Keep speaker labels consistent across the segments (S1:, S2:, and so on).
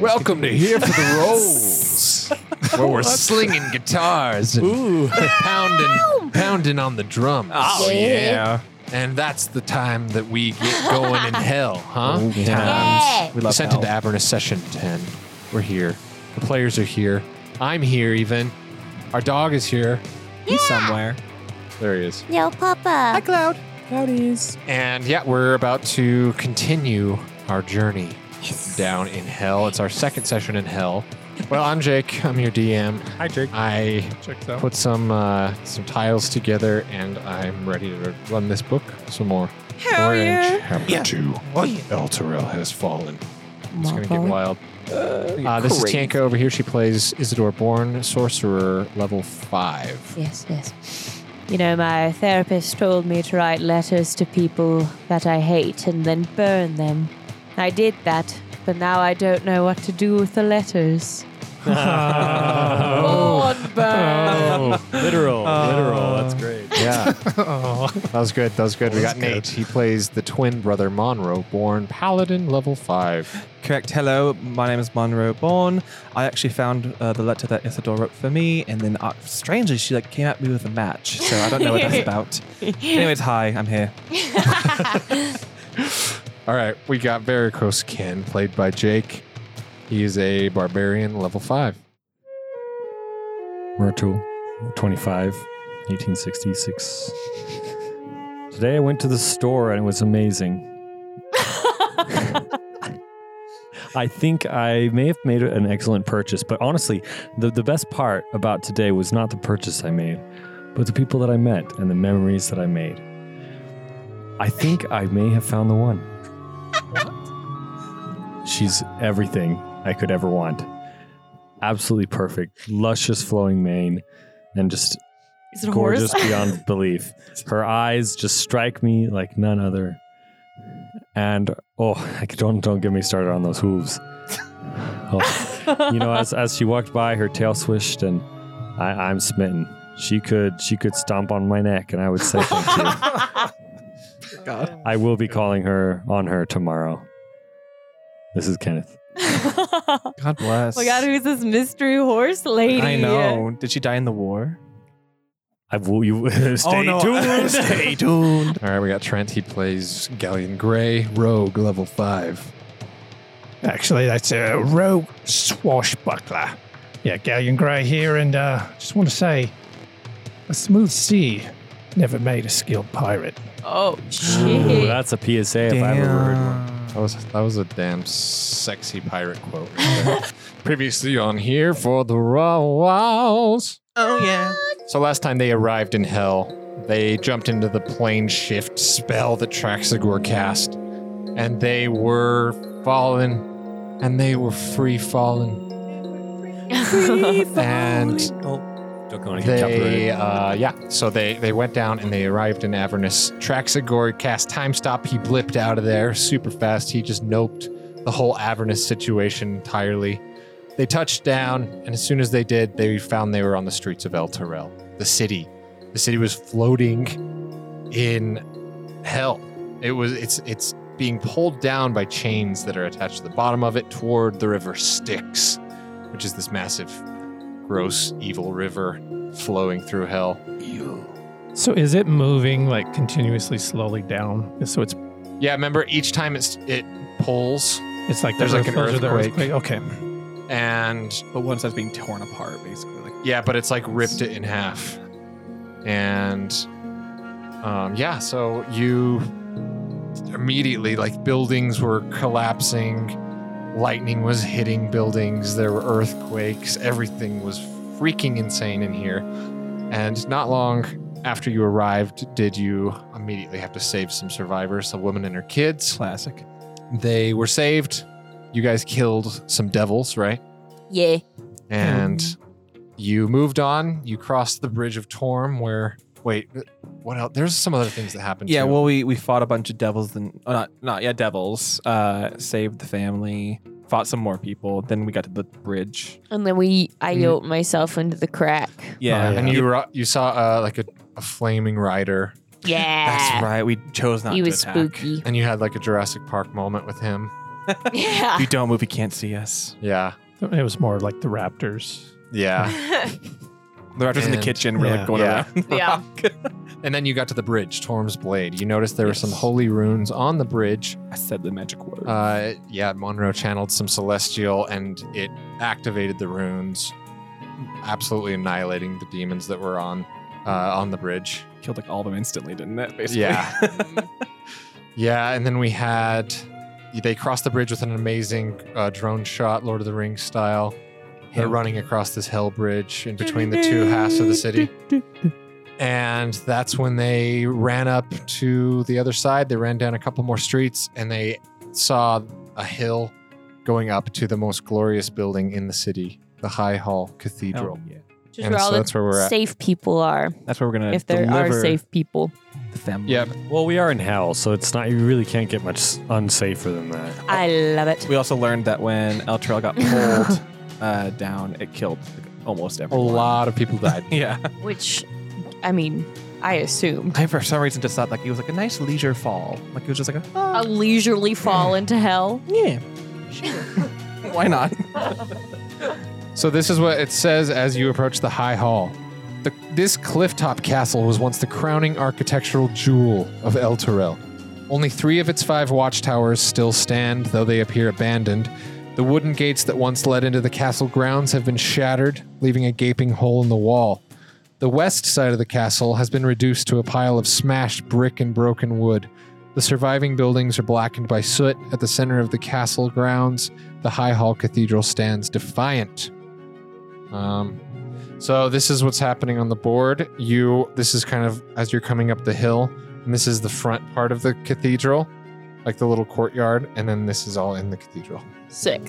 S1: Welcome to Here for the Rolls, where we're slinging guitars and pounding, pounding on the drums.
S2: Oh,
S3: Yeah.
S2: yeah.
S1: And that's the time that we get going in hell, huh?
S3: Yeah.
S2: We love
S1: Sent
S2: hell.
S1: to Avernus Session 10. We're here. The players are here. I'm here, even. Our dog is here.
S2: He's somewhere.
S1: There he is.
S3: Yo, Papa.
S2: Cloud. Cloudies.
S1: And yeah, we're about to continue our journey down in hell. It's our second session in hell. Well, I'm Jake. I'm your DM.
S2: Hi, Jake.
S1: I
S2: Check out.
S1: put some uh, some tiles together, and I'm ready to run this book some more. Hell We're in chapter two.
S2: Oh, yeah.
S1: El Terrell has fallen. It's gonna get
S3: Marvel.
S1: wild. Uh, this is
S2: crazy.
S1: Tianka over here. She plays Isidore Born, sorcerer, level five.
S3: Yes, yes. You know, my therapist told me to write letters to people that I hate and then burn them. I did that, but now I don't know what to do with the letters. Born burn.
S1: Oh,
S4: literal, literal. That's great.
S1: yeah. That was good. That was good. we got Nate. He plays the twin brother Monroe, born paladin, level five.
S4: Correct. Hello, my name is Monroe Bourne. I actually found uh, the letter that Isidore wrote for me, and then uh, strangely, she like came at me with a match. So I don't know what that's about. Anyways, hi, I'm here.
S1: All right. We got Varicose Ken, played by Jake. He is a barbarian, level five.
S5: Myrtle, 25, 1866. Today I went to the store and it was amazing. I think I may have made an excellent purchase, but honestly, the, the best part about today was not the purchase I made, but the people that I met and the memories that I made. I think I may have found the one. She's everything I could ever want absolutely perfect, luscious flowing mane, and just
S6: Is it a
S5: gorgeous
S6: horse?
S5: beyond belief. Her eyes just strike me like none other. And oh, I c- don't don't get me started on those hooves. Oh, you know, as as she walked by, her tail swished, and I, I'm smitten. She could she could stomp on my neck, and I would say thank you.
S4: God.
S5: I will be calling her on her tomorrow. This is Kenneth.
S6: oh
S4: God bless.
S6: my god, who's this mystery horse lady?
S4: I know. Did she die in the war?
S5: I will you
S4: Oh,
S5: stay tuned.
S4: stay tuned.
S1: All right. We got Trent. He plays Galleon Gray, rogue, level five.
S7: Actually, that's a rogue swashbuckler. Yeah, Galleon Grey here, and uh, just want to say, a smooth sea never made a skilled pirate.
S6: Oh
S5: Ooh,
S6: shit.
S5: that's a PSA if I ever heard one.
S1: That was that was a damn sexy pirate quote. Previously on here for the Rawls.
S4: Oh yeah.
S1: So last time they arrived in Hell, they jumped into the plane shift spell that Traxagor cast, and they were fallen, and they were free fallen, and
S5: Don't go and get
S1: They,
S5: copyrighted.
S1: uh, yeah. So they they went down and they arrived in Avernus. Traxagor cast time stop. He blipped out of there super fast. He just noped the whole Avernus situation entirely. They touched down, and as soon as they did, they found they were on the streets of El Terrell, the city. The city was floating in hell. It was it's it's being pulled down by chains that are attached to the bottom of it toward the river Styx, which is this massive, gross, evil river flowing through hell.
S7: So, is it moving like continuously slowly down? So it's
S1: Yeah, remember each time it's it pulls
S7: it's like the
S1: There's like an
S7: ripples of the
S1: earthquake.
S7: Okay,
S1: and
S4: But once that's being torn apart, basically. Like,
S1: yeah, but it's like ripped it in half. And um yeah, so you immediately like buildings were collapsing, lightning was hitting buildings, there were earthquakes, everything was freaking insane in here. And not long after you arrived, did you immediately have to save some survivors, a woman and her kids?
S4: classic.
S1: They were saved. You guys killed some devils, right?
S3: yeah.
S1: And
S4: Mm-hmm.
S1: you moved on. You crossed the bridge of Torm, where wait, what else? There's some other things that happened.
S4: Yeah.
S1: too.
S4: Well, we we fought a bunch of devils. Then oh, not not yeah devils. Uh, saved the family. Fought some more people. Then we got to the bridge.
S3: And then we, I yoked myself into the crack.
S4: Yeah.
S1: and you ro- you saw uh, like a, a flaming rider,
S3: Yeah.
S4: That's right. We chose not.
S3: He
S4: to
S3: was
S4: attack.
S3: spooky.
S1: and you had like a Jurassic Park moment with him.
S6: yeah.
S4: you don't move, he can't see us.
S1: Yeah.
S8: It was more like the raptors.
S1: Yeah.
S4: The raptors in the
S1: And-
S4: kitchen were
S8: Yeah.
S4: like going
S1: Yeah.
S4: around. the
S9: Yeah.
S4: rock.
S1: And then you got to the bridge, Torm's Blade. You noticed there were some holy runes on the bridge.
S4: I said the magic word.
S1: Uh, yeah, Monroe channeled some celestial and it activated the runes, absolutely annihilating the demons that were on uh, on the bridge.
S4: Killed like all of them instantly, didn't it? Basically.
S1: Yeah. Yeah, and then we had they crossed the bridge with an amazing uh, drone shot, Lord of the Rings style. They're running across this hell bridge in between the two halves of the city. And that's when they ran up to the other side. They ran down a couple more streets and they saw a hill going up to the most glorious building in the city, the High Hall Cathedral.
S4: Oh, yeah.
S6: Just
S1: And
S6: where all
S1: so
S6: the
S1: that's where we're at.
S6: safe people are,
S4: That's where we're gonna
S6: if there
S4: deliver
S6: are safe people.
S4: the family.
S1: Yep.
S5: Well, we are in hell, so it's not. You really can't get much s- unsafer than that.
S6: I love it.
S4: We also learned that when Eltrell got pulled uh, down, it killed like, almost
S1: A
S4: everyone.
S1: lot of people died.
S4: Yeah.
S6: Which, I mean, I assumed.
S4: I for some reason just thought like it was like a nice leisure fall. Like it was just like a, oh,
S6: A leisurely
S1: Mm.
S6: fall into hell.
S4: yeah. Why not?
S1: So this is what it says as you approach the High Hall. The, this clifftop castle was once the crowning architectural jewel of El Torel. Only three of its five watchtowers still stand, though they appear abandoned. The wooden gates that once led into the castle grounds have been shattered, leaving a gaping hole in the wall. The west side of the castle has been reduced to a pile of smashed brick and broken wood. The surviving buildings are blackened by soot. At the center of the castle grounds, the High Hall Cathedral stands defiant. Um, so this is what's happening on the board. You, this is kind of as you're coming up the hill, and this is the front part of the cathedral, like the little courtyard, and then this is all in the cathedral.
S6: Sick.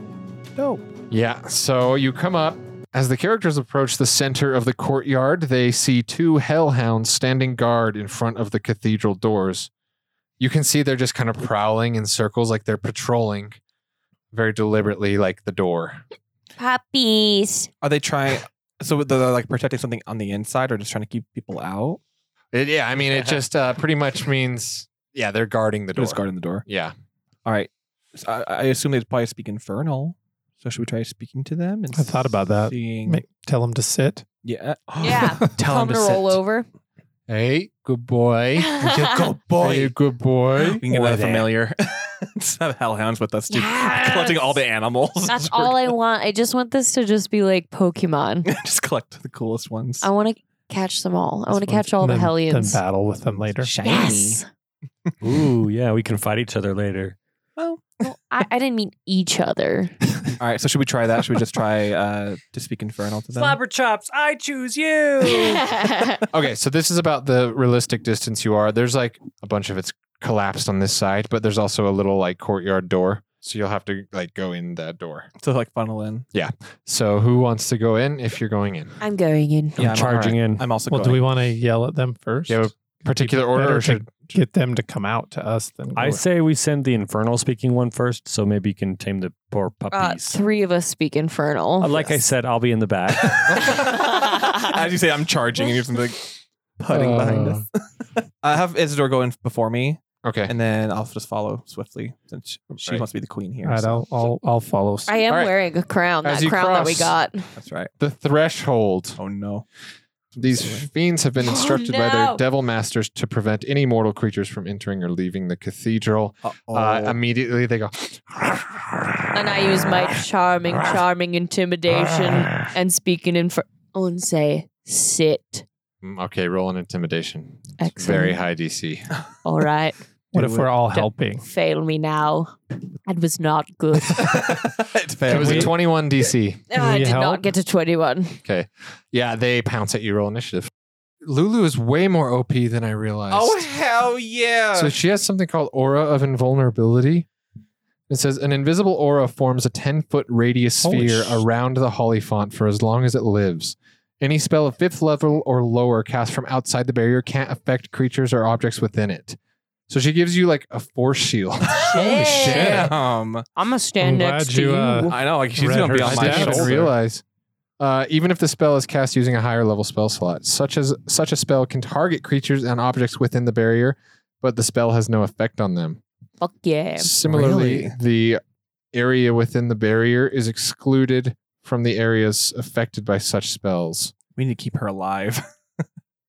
S4: No.
S1: Yeah. So you come up. As the characters approach the center of the courtyard, they see two hellhounds standing guard in front of the cathedral doors. You can see they're just kind of prowling in circles, like they're patrolling very deliberately, like the door.
S6: Puppies.
S4: Are they trying? So they're like protecting something on the inside, or just trying to keep people out?
S1: It, yeah, I mean, it just uh, pretty much means, yeah, they're guarding the door.
S4: Just guarding the door.
S1: Yeah.
S4: All right. So I, I assume they probably speak Infernal. So should we try speaking to them? And
S8: I thought about that.
S4: Seeing,
S8: Ma- Tell them to sit.
S4: yeah.
S6: Yeah.
S4: Tell
S6: Tell
S4: them
S6: them
S4: to,
S6: to
S4: sit.
S6: roll over.
S1: Hey, good boy.
S4: Yeah, Go boy.
S1: good boy.
S4: We can get
S8: Or
S4: that
S8: that.
S4: familiar. Just have hellhounds with us, dude.
S6: Yes.
S4: Collecting all the animals.
S6: That's all I want. I just want this to just be like Pokemon.
S4: Just collect the coolest ones.
S6: I want to catch them all. I want to
S4: That's fun.
S6: catch all the
S8: then,
S6: Hellions.
S8: Then battle with them later.
S4: Shiny.
S6: Yes.
S5: Ooh, yeah, we can fight each other later.
S4: Well,
S6: I, I didn't mean each other.
S4: all right. So should we try that? Should we just try uh, to speak infernal to them?
S10: chops, I choose you.
S1: okay, so this is about the realistic distance you are. There's like a bunch of it's collapsed on this side, but there's also a little like courtyard door. So you'll have to like go in that door.
S4: To like funnel in.
S1: So who wants to go in if you're going in?
S6: I'm going in.
S5: I'm
S4: I'm-
S5: charging
S4: all
S5: in.
S4: I'm also
S8: Well, do
S4: going.
S8: we want to yell at them first?
S1: Do you have a particular order
S8: better
S1: or
S8: to
S1: should
S8: Get them to come out to us. Then
S5: I
S8: go-
S5: say we send the infernal speaking one first, so maybe you can tame the poor
S6: Uh,
S5: puppies.
S6: three of us speak Infernal.
S5: Uh, like I said, I'll be in the back.
S4: As you say, I'm charging and you're just, like putting
S8: Uh.
S4: behind us. I have Isidore go in before me,
S1: Okay.
S4: and then I'll just follow swiftly since she, she
S1: Right.
S4: wants to be the queen here.
S8: All right,
S4: so-
S8: I'll, I'll, I'll follow.
S6: I am
S1: All right.
S6: wearing a crown.
S1: As
S6: That
S1: you
S6: crown that we
S1: cross-
S6: got.
S4: That's right.
S1: The threshold.
S4: Oh no.
S1: These fiends have been
S6: Oh,
S1: instructed by their
S6: no.
S1: devil masters to prevent any mortal creatures from entering or leaving the cathedral.
S4: Uh-oh.
S1: Uh, immediately they go.
S6: And I use my charming, charming intimidation and speaking Infernal Oh, and say, sit.
S1: Mm, Okay, roll an intimidation. It's
S6: Excellent.
S1: Very high DC.
S6: All right.
S8: What if
S4: Do
S8: we're all
S6: Don't-
S8: helping?
S6: Fail me now. That was not good.
S4: It's fair.
S1: It was
S8: we-
S1: a 21 DC.
S6: I
S8: we
S6: did
S8: help?
S6: not get to 21.
S1: Okay. Yeah, they pounce at you. Roll initiative. Lulu is way more OP than I realized.
S4: Oh hell yeah!
S1: So she has something called Aura of Invulnerability. It says an invisible aura forms a 10 foot radius
S8: Holy
S1: sphere
S8: sh-
S1: around the Holly font for as long as it lives. Any spell of fifth level or lower cast from outside the barrier can't affect creatures or objects within it. So she gives you like a force shield.
S6: Holy shit.
S4: Damn.
S6: I'm going to stand
S8: I'm
S6: next
S8: glad
S6: to
S8: you,
S6: you.
S8: uh,
S4: I know, like she's
S8: Read
S4: gonna be
S8: her
S4: on
S1: I
S4: my
S1: didn't
S8: stats.
S1: even
S4: shoulder.
S1: realize. Uh, even if the spell is cast using a higher level spell slot, such as such a spell can target creatures and objects within the barrier, but the spell has no effect on them.
S6: Fuck yeah.
S1: Similarly,
S4: Really?
S1: the area within the barrier is excluded from the areas affected by such spells.
S4: We need to keep her alive.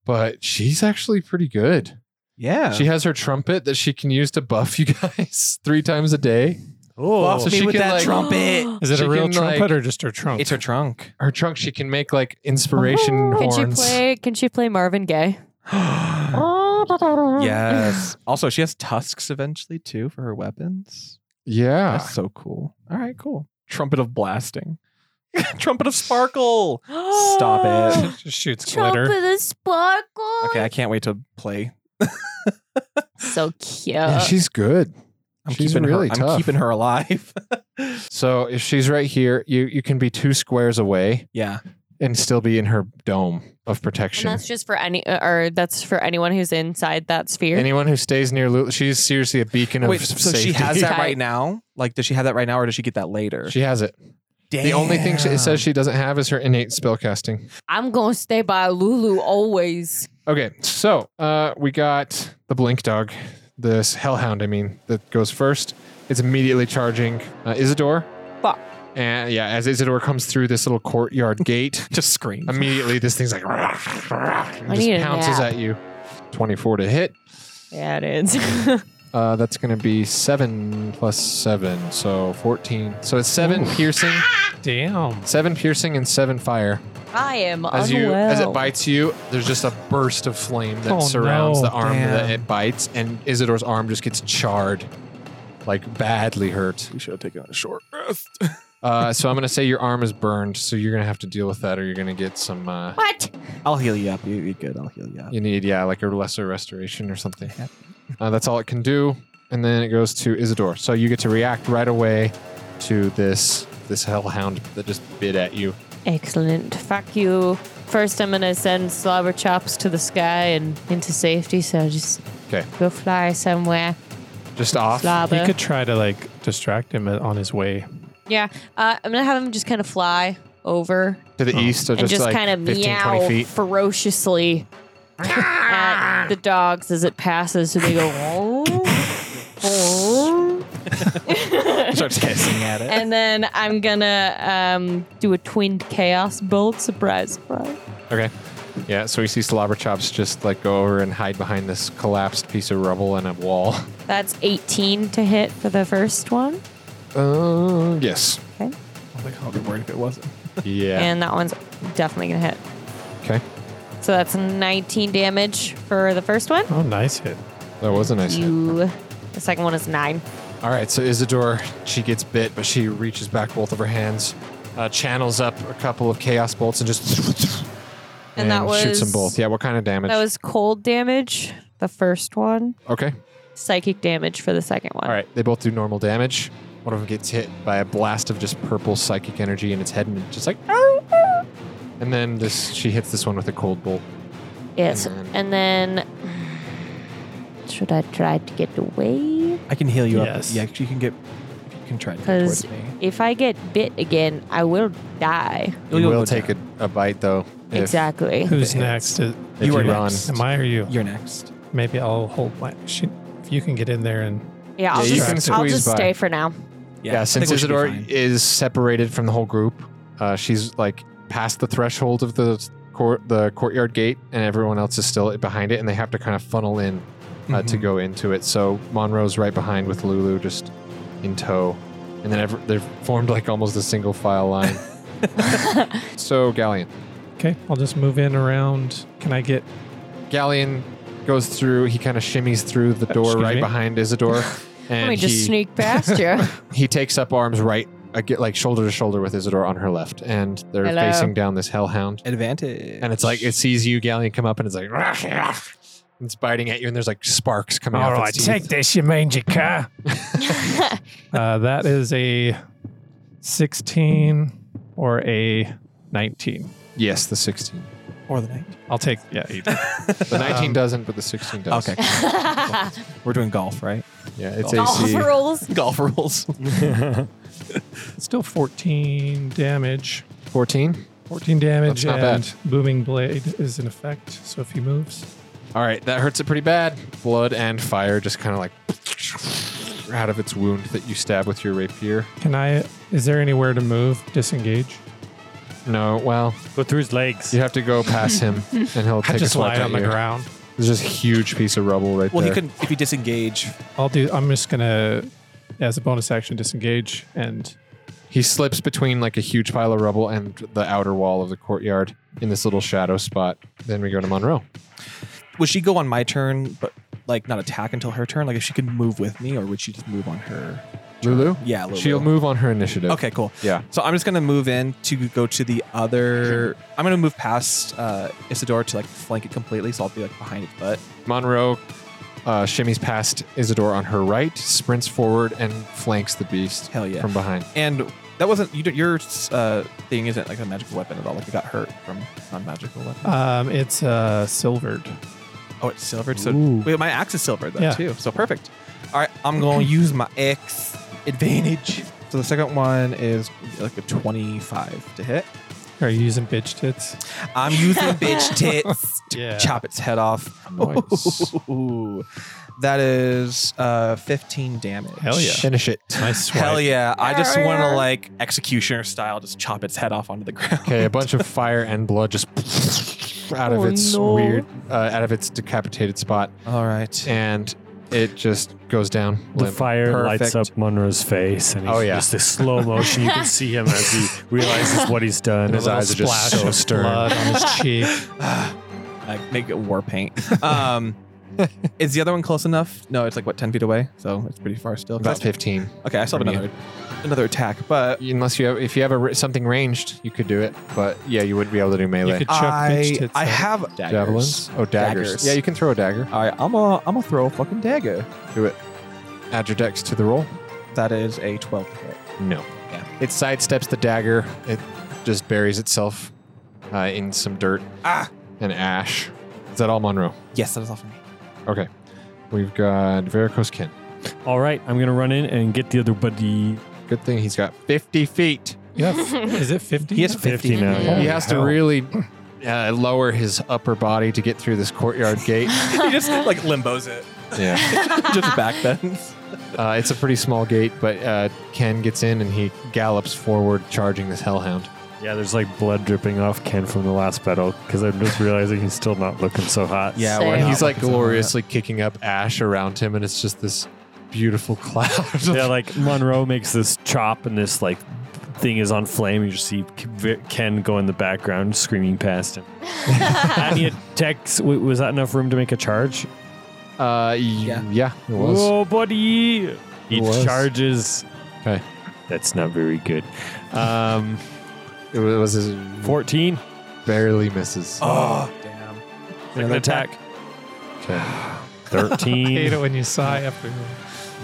S1: But she's actually pretty good.
S4: Yeah.
S1: She has her trumpet that she can use to buff you guys three times a day.
S5: Oh,
S1: So she can like
S4: trumpet.
S7: Is it
S1: She
S7: a real
S1: can,
S7: trumpet
S1: like-
S7: or just her trunk?
S4: it's her trunk.
S1: her trunk. She can make like inspiration
S6: Oh, Could
S1: horns.
S6: she play? Can she play Marvin Gaye? Oh.
S4: yes. Also, she has tusks eventually too for her weapons.
S1: Yeah,
S4: That's so cool. All right, cool. Trumpet of blasting. trumpet of sparkle. Stop it.
S7: It just shoots
S6: Trump
S7: glitter.
S6: with a sparkle.
S4: Okay, I can't wait to play.
S6: So cute.
S1: yeah, she's good.
S4: uh, I'm
S1: She's
S4: keeping
S1: really
S4: her.
S1: tough.
S4: I'm keeping her alive.
S1: So if she's right here, you you can be two squares away
S4: yeah.
S1: and still be in her dome of
S6: and
S1: protection.
S6: that's just for any, uh, or that's for anyone who's inside that sphere.
S1: Anyone who stays near Lulu, she's seriously a beacon of
S4: Wait, so
S1: safety.
S4: she has that
S6: Okay.
S4: right now? Like, does she have that right now or does she get that later?
S1: She has it. The only thing she, it says she doesn't have is her innate spellcasting.
S6: I'm gonna stay by Lulu always.
S1: Okay, so uh, we got the blink dog, this hellhound. I mean, that goes first. It's immediately charging uh, Isidore.
S6: Fuck.
S1: And yeah, as Isidore comes through this little courtyard gate,
S4: just screams.
S1: immediately this thing's like and
S6: I
S1: just
S6: need a
S1: pounces
S6: nap.
S1: at you. Twenty-four to hit.
S6: Yeah, it is.
S1: Uh, that's going to be seven plus seven, so fourteen. So it's seven piercing,
S7: Damn.
S1: seven piercing, and seven fire.
S6: I am
S1: As
S6: unwell.
S1: you as it bites you, there's just a burst of flame that
S7: Oh,
S1: surrounds
S7: no.
S1: the arm that
S4: Damn.
S1: it bites, and Isidore's arm just gets charred, like badly hurt.
S4: we should have taken a short rest.
S1: Uh, so I'm going to say your arm is burned, so you're going to have to deal with that, or you're going to get some. Uh,
S6: What?
S4: I'll heal you up. You- You're good. I'll heal you up.
S1: you need yeah, like a lesser restoration or something.
S4: Yep.
S1: Uh, that's all it can do, and then it goes to Isidore. So you get to react right away to this this hellhound that just bit at you.
S3: Excellent.
S6: Fuck you. First, I'm gonna send slobber chops to the sky and into safety. So just
S1: Okay,
S6: go fly somewhere,
S1: just off.
S6: slobber.
S7: You could try to like distract him on his way.
S6: yeah, uh, I'm gonna have him just kind of fly over
S1: to the east, so
S6: Oh. and
S1: just,
S6: just,
S1: like
S6: kind of
S1: 15,
S6: meow
S1: 20 feet.
S6: ferociously at the dogs as it passes. So they go. "Oh."
S4: Starts hissing at it.
S6: and then I'm gonna um, do a twinned chaos bolt. Surprise, surprise.
S1: Okay. Yeah, so we see Slobber Chops just like go over and hide behind this collapsed piece of rubble and a wall.
S6: That's 18 to hit for the first one.
S1: Uh, yes.
S4: I was like, oh, good word if it wasn't.
S1: Yeah.
S6: And that one's definitely going to hit.
S1: okay.
S6: So that's 19 damage for the first one.
S7: Oh, nice hit.
S1: That was a nice hit.
S6: You. The second one is nine.
S1: All right, so Isidore, she gets bit, but she reaches back both of her hands, uh, channels up a couple of chaos bolts, and just
S6: And that
S1: shoots them
S6: was-
S1: both. Yeah, what kind of damage?
S6: That was cold damage, the first one.
S1: okay.
S6: Oh. Psychic damage for the second one.
S1: All right, they both do normal damage. One of them gets hit by a blast of just purple psychic energy in its head, and it's just like, "Ow, ow." and then this she hits this one with a cold bolt.
S6: Yes.
S1: And
S6: And then. Should I try to get away?
S4: I can heal you
S7: Yes.
S4: up. Yeah, you can get. You can try to get
S6: Because
S4: towards me.
S6: if I get bit again, I will die.
S1: You
S4: You'll
S1: will
S4: go
S1: take a, a bite though. if-
S6: exactly.
S7: Who's
S4: it
S7: next? Uh,
S1: if
S4: You
S1: you
S4: are
S1: run.
S4: next.
S7: Am I or you?
S4: You're next.
S7: Maybe I'll hold my. She, if you can get in there and
S6: Yeah, I'll
S1: Yeah, you
S6: just,
S1: can
S6: I'll
S1: squeeze
S6: just
S1: by.
S6: stay for now.
S1: Yeah, since Isidore is separated from the whole group, uh, she's like past the threshold of the court, the courtyard gate, and everyone else is still behind it, and they have to kind of funnel in uh, to
S6: Mm-hmm.
S4: Mhm.
S1: go into it. So Monroe's right behind with Lulu just in tow, and then ever, they've formed like almost a single file line. so Galleon,
S7: okay, I'll just move in around. Can I get?
S1: Galleon goes through. He kind of shimmies through the door
S7: excuse
S1: right
S7: me?
S1: behind Isidore, and
S6: Let me just
S1: he-
S6: sneak past you.
S1: he takes up arms right I get like shoulder to shoulder with Isidore on her left, and they're
S6: Hello.
S1: facing down this hellhound.
S4: advantage.
S1: And it's like it sees you, Galleon, come up, and it's like and it's biting at you, and there's like sparks coming out. of its teeth.
S7: this, you mangy car. uh, that is a sixteen or a nineteen.
S1: Yes, the sixteen.
S4: or the night.
S7: I'll take yeah. 18. Um,
S1: The nineteen doesn't, but the sixteen does.
S4: Okay. We're doing golf, right?
S1: Yeah, it's
S6: Golf
S1: AC.
S6: rolls.
S4: Golf rules.
S7: Still fourteen damage.
S1: Fourteen.
S7: 14 damage
S1: That's not
S7: and
S1: bad.
S7: booming blade is in effect. So if he moves,
S1: All right, that hurts it pretty bad. Blood and fire just kind of like out of its wound that you stab with your rapier.
S7: Can I? Is there anywhere to move? Disengage.
S1: No, well,
S5: Go through his legs.
S1: you have to go past him, and he'll take
S7: I just
S1: a swipe
S7: lie
S1: at
S7: on the
S1: you.
S7: ground.
S1: There's just a huge piece of rubble right
S4: Well,
S1: there.
S4: he can if you disengage.
S7: I'll do. I'm just gonna, as a bonus action, disengage and
S1: He slips between like a huge pile of rubble and the outer wall of the courtyard in this little shadow spot. Then we go to Monroe.
S4: Would she go on my turn, but like not attack until her turn? Like if she could move with me, or would she just move on her?
S1: Lulu?
S4: Yeah, Lulu.
S1: She'll move on her initiative.
S4: Okay, cool.
S1: Yeah.
S4: So I'm just gonna move in to go to the other. I'm gonna move past uh, Isidore to like flank it completely, so I'll be like behind its butt.
S1: Monroe uh, shimmies past Isidore on her right, sprints forward, and flanks the beast
S4: Hell yeah.
S1: from behind.
S4: And that wasn't you, don't- your uh, thing isn't like a magical weapon at all. Like it got hurt from non-magical weapon.
S7: um, it's uh silvered.
S4: oh, it's silvered. So
S5: Ooh.
S4: wait, my axe is silvered though
S7: Yeah.
S4: too. So perfect. All right, I'm gonna use my axe advantage. So the second one is like a 25 to hit.
S7: Are you using bitch tits?
S4: I'm using bitch tits to
S7: Yeah.
S4: chop its head off.
S1: Nice.
S4: Ooh. That is uh, 15 damage.
S7: Hell yeah.
S1: Finish it.
S7: Nice swipe.
S4: Hell yeah. I just want to, like, executioner style, just chop its head off onto the ground.
S1: Okay, a bunch of fire and blood just out of
S6: Oh,
S1: its
S6: no.
S1: weird, uh, out of its decapitated spot,
S4: All right.
S1: and it just goes down.
S5: The
S1: limp.
S5: fire lights
S4: Perfect.
S5: up Monro's face, and he's
S1: Oh, yeah.
S5: just this slow motion. You can see him as he realizes what he's done.
S1: And his eyes are just so
S7: of
S1: stern.
S7: blood on his cheek.
S4: Like, Uh, make it war paint. Um, is the other one close enough? No, it's like, what, 10 feet away? So it's pretty far still.
S1: About 15.
S4: Okay, I still have
S1: From you.
S4: another, another attack, but
S1: Unless you have, if you have a, ra- something ranged, you could do it. But yeah, you wouldn't be able to do melee.
S7: You could chuck bitch
S4: I,
S7: tits.
S4: I
S7: at it.
S4: have
S1: Javelins? Oh, daggers.
S4: Daggers.
S1: Yeah, you can throw a dagger.
S4: All right, I'm going I'm to throw a fucking dagger.
S1: Do it. Add your dex to the roll.
S4: That is a 12 to hit.
S1: No.
S4: Yeah.
S1: It sidesteps the dagger. It just buries itself uh, in some dirt
S4: Ah!
S1: and ash. Is that all Monroe?
S4: Yes, that is all for me.
S1: Okay. We've got Varicose Kin.
S5: All right, I'm gonna run in and get the other buddy.
S1: Good thing he's got 50 feet.
S7: You have- is it 50?
S4: He has
S5: 50 now.
S6: Mhm.
S5: yeah.
S1: he has to really uh, lower his upper body to get through this courtyard gate.
S4: he just like limbos it.
S1: yeah.
S4: just back bends.
S1: Uh, it's a pretty small gate, but uh, Ken gets in and he gallops forward, charging this hellhound.
S5: Yeah, there's like blood dripping off Ken from the last battle because I'm just realizing he's still not looking so hot.
S4: Yeah,
S6: Same.
S4: we're
S1: And
S4: not
S1: he's like
S4: looking for
S1: gloriously kicking up ash around him, and it's just this beautiful cloud. of
S5: yeah, like Monroe makes this chop and this like thing is on flame. You just see K- Ken go in the background screaming past him. and he attacks. w- Was that enough room to make a charge?
S1: Uh,
S4: Yeah.
S1: yeah. yeah, it was.
S5: Whoa, buddy! He
S1: was.
S5: charges.
S1: Okay.
S5: That's not very good.
S1: Um, it wa- was his
S5: 14.
S1: barely misses.
S4: that. Oh damn!
S5: Another attack.
S1: Okay.
S5: Uh, 13.
S7: hate it when you sigh after.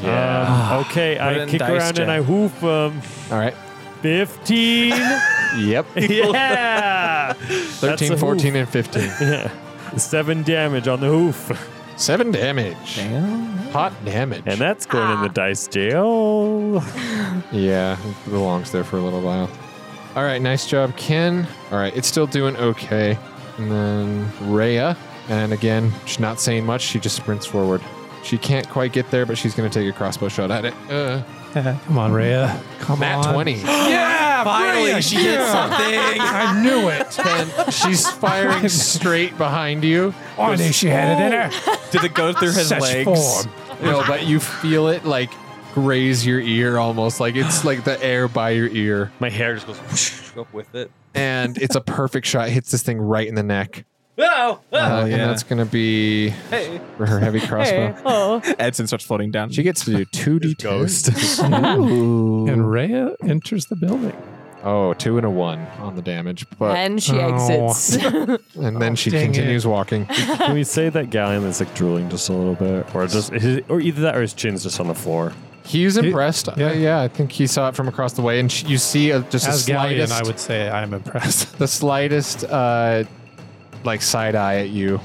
S5: Um, okay, I
S4: in
S5: kick
S4: dice,
S5: around
S4: Jen.
S5: and I hoof um,
S1: All right.
S5: 15.
S1: Yep.
S5: yeah. That's
S1: 13,
S5: a
S1: 14,
S5: hoof.
S1: and 15.
S5: Yeah. Seven damage on the hoof.
S1: Seven damage.
S4: Damn!
S1: Hot damage.
S5: And that's going in the dice jail.
S1: yeah, it belongs there for a little while. All right, nice job, Ken. All right, it's still doing okay. And then Rhea. And again, she's not saying much. She just sprints forward. She can't quite get there, but she's going to take a crossbow shot at it. Uh,
S7: Come on, Rhea. Come
S1: Nat
S7: on.
S1: 20.
S4: Yeah! Finally, she did something.
S7: I knew it.
S1: and she's firing straight behind you.
S7: I knew she had it in her.
S4: did it go through his
S7: Such
S4: legs?
S7: form.
S1: No, but you feel it like graze your ear almost like it's like the air by your ear.
S5: My hair just goes whoosh up with it.
S1: And it's a perfect shot. Hits this thing right in the neck.
S4: No!
S1: Uh, And that's going to be
S4: Hey.
S1: for her heavy crossbow.
S6: oh.
S4: Edson starts floating down.
S1: She gets to do 2d10.
S5: Ghost.
S7: And Rhea enters the building.
S1: Oh, two and a one on the damage. But oh.
S6: and she exits.
S1: And then she
S7: Oh, dang
S1: continues walking.
S5: Can we say that Gallium is like drooling just a little bit? Or just his, or either that or his chin's just on the floor.
S1: He's impressed.
S7: yeah.
S1: yeah, yeah, I think he saw it from across the way. And sh you see a, just a
S7: As Galleon,
S1: slightest...
S7: I would say I'm impressed.
S1: the slightest uh like side eye at you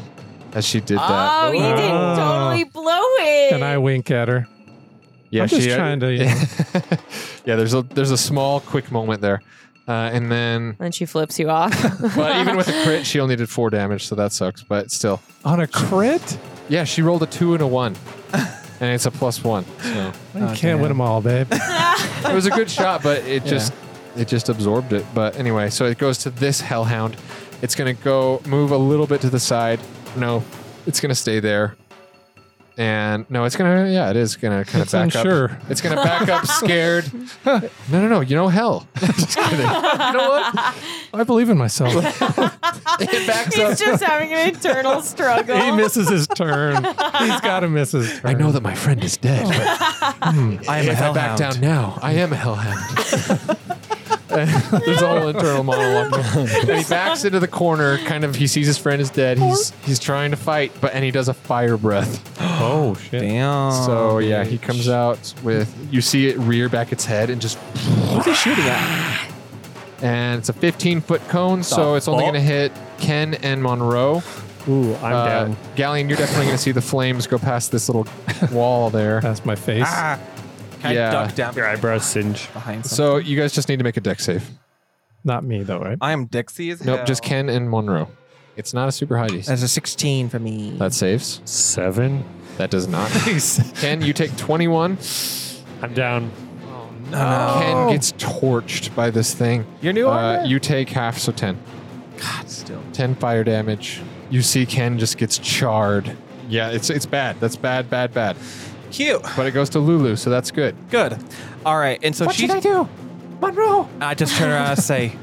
S1: as she did that.
S6: Oh, you did
S1: Ah.
S7: Oh.
S6: totally blow it.
S7: And I wink at her.
S1: yeah, uh,
S7: I'm just trying to, you know.
S1: yeah, there's a there's a small quick moment there. Uh, and then
S6: And she flips you off.
S1: but even with a crit, she only did four damage, so that sucks, but still.
S7: On a crit?
S1: Yeah, she rolled a two and a one. and it's a plus one. So
S7: You can't win them all, babe.
S1: it was a good shot, but it just it just absorbed it. But anyway, so it goes to this hellhound. It's gonna go move a little bit to the side. No, it's gonna stay there. And no, it's gonna yeah, it is gonna kind of back
S8: unsure.
S1: up. It's gonna back up, scared. no, no, no. You know hell. Just kidding. You know what?
S7: I believe in myself.
S1: It backs up.
S6: He's just having an internal struggle.
S7: he misses his turn. He's got to miss his turn.
S1: I know that my friend is dead. But
S4: I am a
S1: if I back
S4: hellhound.
S1: down now, I am a hellhound. There's a whole internal monologue. and he backs into the corner. Kind of, he sees his friend is dead. He's he's trying to fight, but and he does a fire breath.
S8: Oh shit!
S4: Damn.
S1: So yeah, he comes out with you see it rear back its head and just
S4: What's he shooting at?
S1: and it's a 15 foot cone, so it's only
S5: fuck?
S1: going to hit Ken and Monroe.
S8: Ooh, I'm
S1: Uh,
S8: down.
S1: Galleon, you're definitely going to see the flames go past this little wall there.
S7: That's my face.
S1: Ah.
S4: Can
S1: Yeah.
S4: I duck down
S5: Your eyebrows singe.
S4: behind something?
S1: So you guys just need to make a deck save.
S7: Not me, though, right?
S4: I am Dixie as
S1: Nope,
S4: hell.
S1: just Ken and Monroe. It's not a super high DC.
S4: That's a 16 for me.
S1: That saves.
S5: Seven?
S1: That does not. Ken, you take 21.
S5: I'm down.
S1: Ken gets torched by this thing.
S4: Oh. Your new
S1: Uh,
S4: armor?
S1: you take half, so 10.
S4: God, still.
S1: 10 fire damage. You see Ken just gets charred. Yeah, it's it's bad. That's bad, bad, bad.
S4: Cute.
S1: But it goes to Lulu, so that's good.
S4: Good. All right. And so she.
S1: do? Monroe.
S4: I just turn around and say,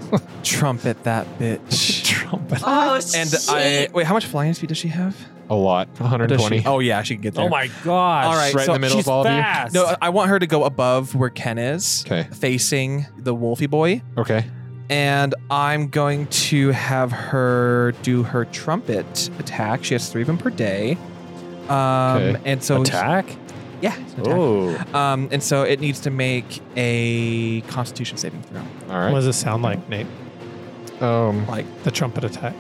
S4: "Trumpet that bitch." Trumpet.
S6: oh,
S4: And
S6: shit.
S4: I wait. How much flying speed does she have?
S1: A lot.
S4: Or does she-
S1: 120.
S4: oh yeah, she can get there.
S5: Oh my gosh.
S4: All right,
S1: right
S4: so
S1: in the middle
S5: She's
S1: of all
S5: fast.
S4: No, uh, I- I want her to go above where Ken is,
S1: Okay.
S4: facing the Wolfie boy,
S1: of you. Okay.
S4: and I'm going to have her do her trumpet attack. She has three of them per day. Um,
S1: Okay.
S4: and so
S5: Attack?
S4: yeah, it's an attack.
S5: Oh.
S4: Um, and so it needs to make a Constitution saving throw.
S1: All
S7: What
S1: right.
S7: does it sound like, Nate?
S1: Um,
S4: Like,
S7: The trumpet attack.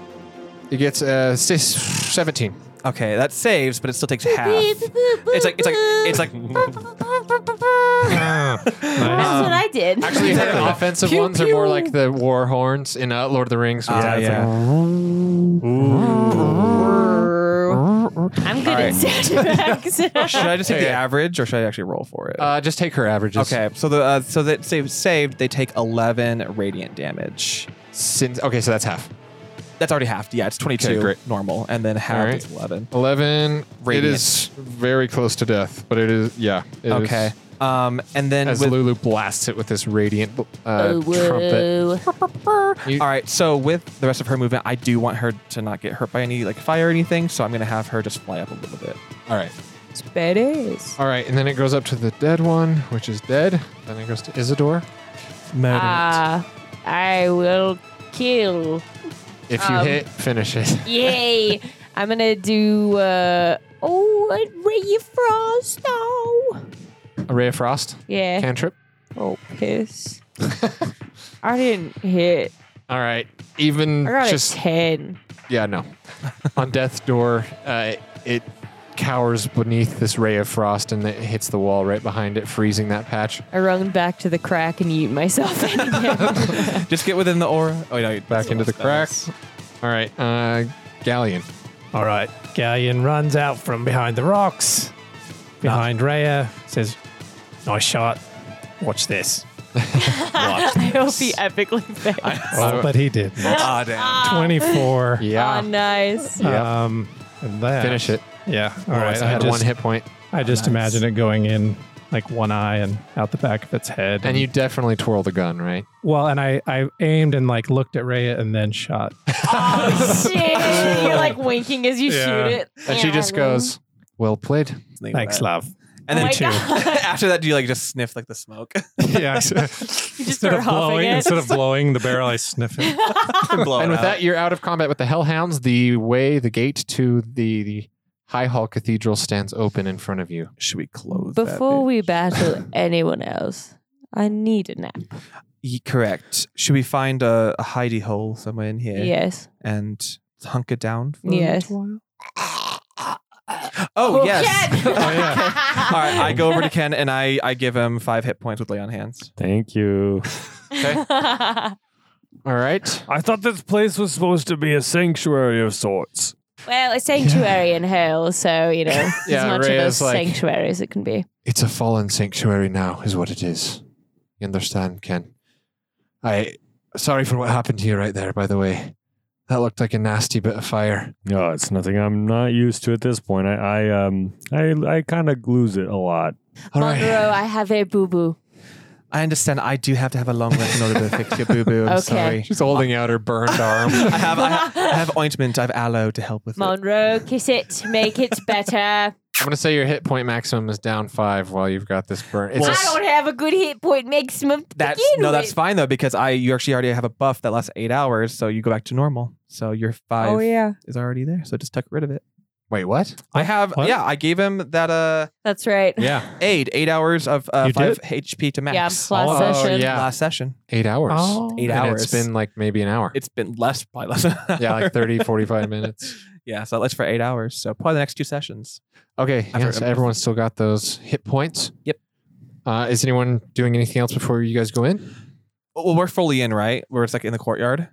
S1: it gets uh, six, 17.
S4: okay, that saves, but it still takes half. It's like it's like it's like
S7: Nice.
S6: That's what I did.
S1: Um, Actually, her offensive ones are more like the war horns in uh, Lord of the Rings.
S4: Ah,
S1: Yeah, it's like-
S4: yeah.
S6: I'm good at sound effects.
S4: should I just take the
S1: Okay.
S4: average, or should I actually roll for it?
S1: Uh, just take her averages.
S4: okay, so the uh, so that save saved, they take eleven radiant damage.
S1: Since okay, so that's half.
S4: That's already halved. Yeah, it's twenty two
S1: Okay, great.
S4: normal, and then half
S1: Alright.
S4: is eleven.
S1: Eleven. It
S4: Radiant.
S1: is very close to death, but it is yeah. it is-
S4: Okay, um, and then
S1: as
S4: with,
S1: Lulu blasts it with this radiant
S3: Oh,
S1: uh, trumpet.
S6: Whoa.
S1: You-
S4: all right, so with the rest of her movement, I do want her to not get hurt by any like fire or anything, so I'm gonna have her just fly up a little bit.
S1: all right.
S3: It's badass.
S1: All right, and then it goes up to the dead one, which is dead. Then it goes to Isidore.
S3: Ah, I will kill.
S1: If you
S3: Um,
S1: hit, finish it.
S3: Yay! I'm gonna do. Uh, oh, a ray of frost. No.
S1: A ray of frost.
S3: Yeah.
S1: Cantrip.
S3: oh, piss. I didn't hit.
S1: All right. Even
S3: I got
S1: just
S3: a ten.
S1: Yeah, no. On death's door, uh, it cowers beneath this ray of frost and it hits the wall right behind it, freezing that patch.
S3: I run back to the crack and eat myself in again.
S4: Just get within the aura. Oh no,
S1: Back into the crack. All right, uh, Galleon.
S7: All right. Galleon runs out from behind the rocks, behind Rhea, says, Nice shot. Watch this. Watch
S6: I hope he epically fails.
S7: Oh, but he did.
S4: Ah damn.
S7: 24.
S1: Yeah.
S3: oh, nice.
S1: yeah.
S7: Um, and that,
S1: Finish it.
S7: Yeah. All
S1: All
S7: right.
S1: right, I had
S7: just,
S1: one hit point.
S7: I just imagine it going in like one eye and out the back of its head.
S1: And you definitely twirl the gun, right?
S7: well, and I, I aimed and like looked at Rhea and then shot.
S6: Oh, shit. You're like winking as you
S7: Yeah.
S6: shoot it.
S1: And she just goes, Well played.
S7: Thanks, love.
S4: And then
S8: Oh
S6: my
S4: two.
S6: God.
S4: after that, do you like just sniff like the smoke?
S7: yeah.
S6: You just start huffing
S8: blowing,
S6: it.
S8: instead of blowing the barrel, I sniff it.
S4: Blow it
S1: and with
S4: out.
S1: that, you're out of combat with the Hellhounds. The way, the gate to the, the High Hall Cathedral stands open in front of you.
S4: should we close that
S3: Before
S4: bit?
S3: we battle anyone else, I need a nap.
S4: Ye- correct should we find a, a hidey hole somewhere in here
S3: Yes.
S4: and hunker down for a
S3: Yes.
S4: little while? oh yes
S6: Ken!
S4: all right i go over to ken and i i give him five hit points with lay on hands
S5: Thank you.
S1: All right.
S5: I thought this place was supposed to be a sanctuary of sorts.
S6: Well, it's sanctuary in hell, so you know,
S1: Yeah,
S6: as much of
S1: Rhea's
S6: a
S1: like-
S6: sanctuary as it can be.
S1: It's a fallen sanctuary now, is what it is. You understand, Ken? I sorry for what happened to you right there, by the way. That looked like a nasty bit of fire.
S5: No, it's nothing. I'm not used to at this point. I, I um, I, I kind of lose it a lot.
S1: All right.
S6: Monroe, I have a boo boo.
S4: I understand. I do have to have a long rest in order to fix your boo boo. I'm
S6: Okay.
S4: sorry.
S1: She's holding out her burned arm.
S4: I have, I have I have ointment. I have aloe to help with it.
S6: Monroe, kiss it, make it better.
S1: I'm gonna say your hit point maximum is down five while you've got this burn. It's a
S4: Well,
S1: s-
S6: I don't have a good hit point maximum. To
S4: That's
S6: begin
S4: no,
S6: with.
S4: that's fine though because I you actually already have a buff that lasts eight hours, so you go back to normal. So your five
S6: Oh, yeah,
S4: is already there. So just tuck rid of it.
S1: wait, what?
S4: I have
S8: What?
S4: yeah. I gave him that uh
S6: that's right.
S8: Yeah.
S4: aid eight hours of uh,
S8: You
S4: five
S8: did?
S4: HP to max.
S6: Yeah,
S1: Oh,
S6: last session.
S1: yeah.
S4: last session.
S1: Eight hours.
S7: Oh.
S4: Eight
S1: And
S4: hours.
S1: It's been like maybe an hour.
S4: It's been less probably less. than an
S1: yeah,
S4: hour.
S1: like 30, 45 minutes.
S4: Yeah, so that's for eight hours. So probably the next two sessions.
S1: Okay, yeah,
S4: After-
S1: so everyone's still got those hit points.
S4: Yep.
S1: Uh, is anyone doing anything else before you guys go in?
S4: Well, we're fully in, right? Where it's like in the courtyard.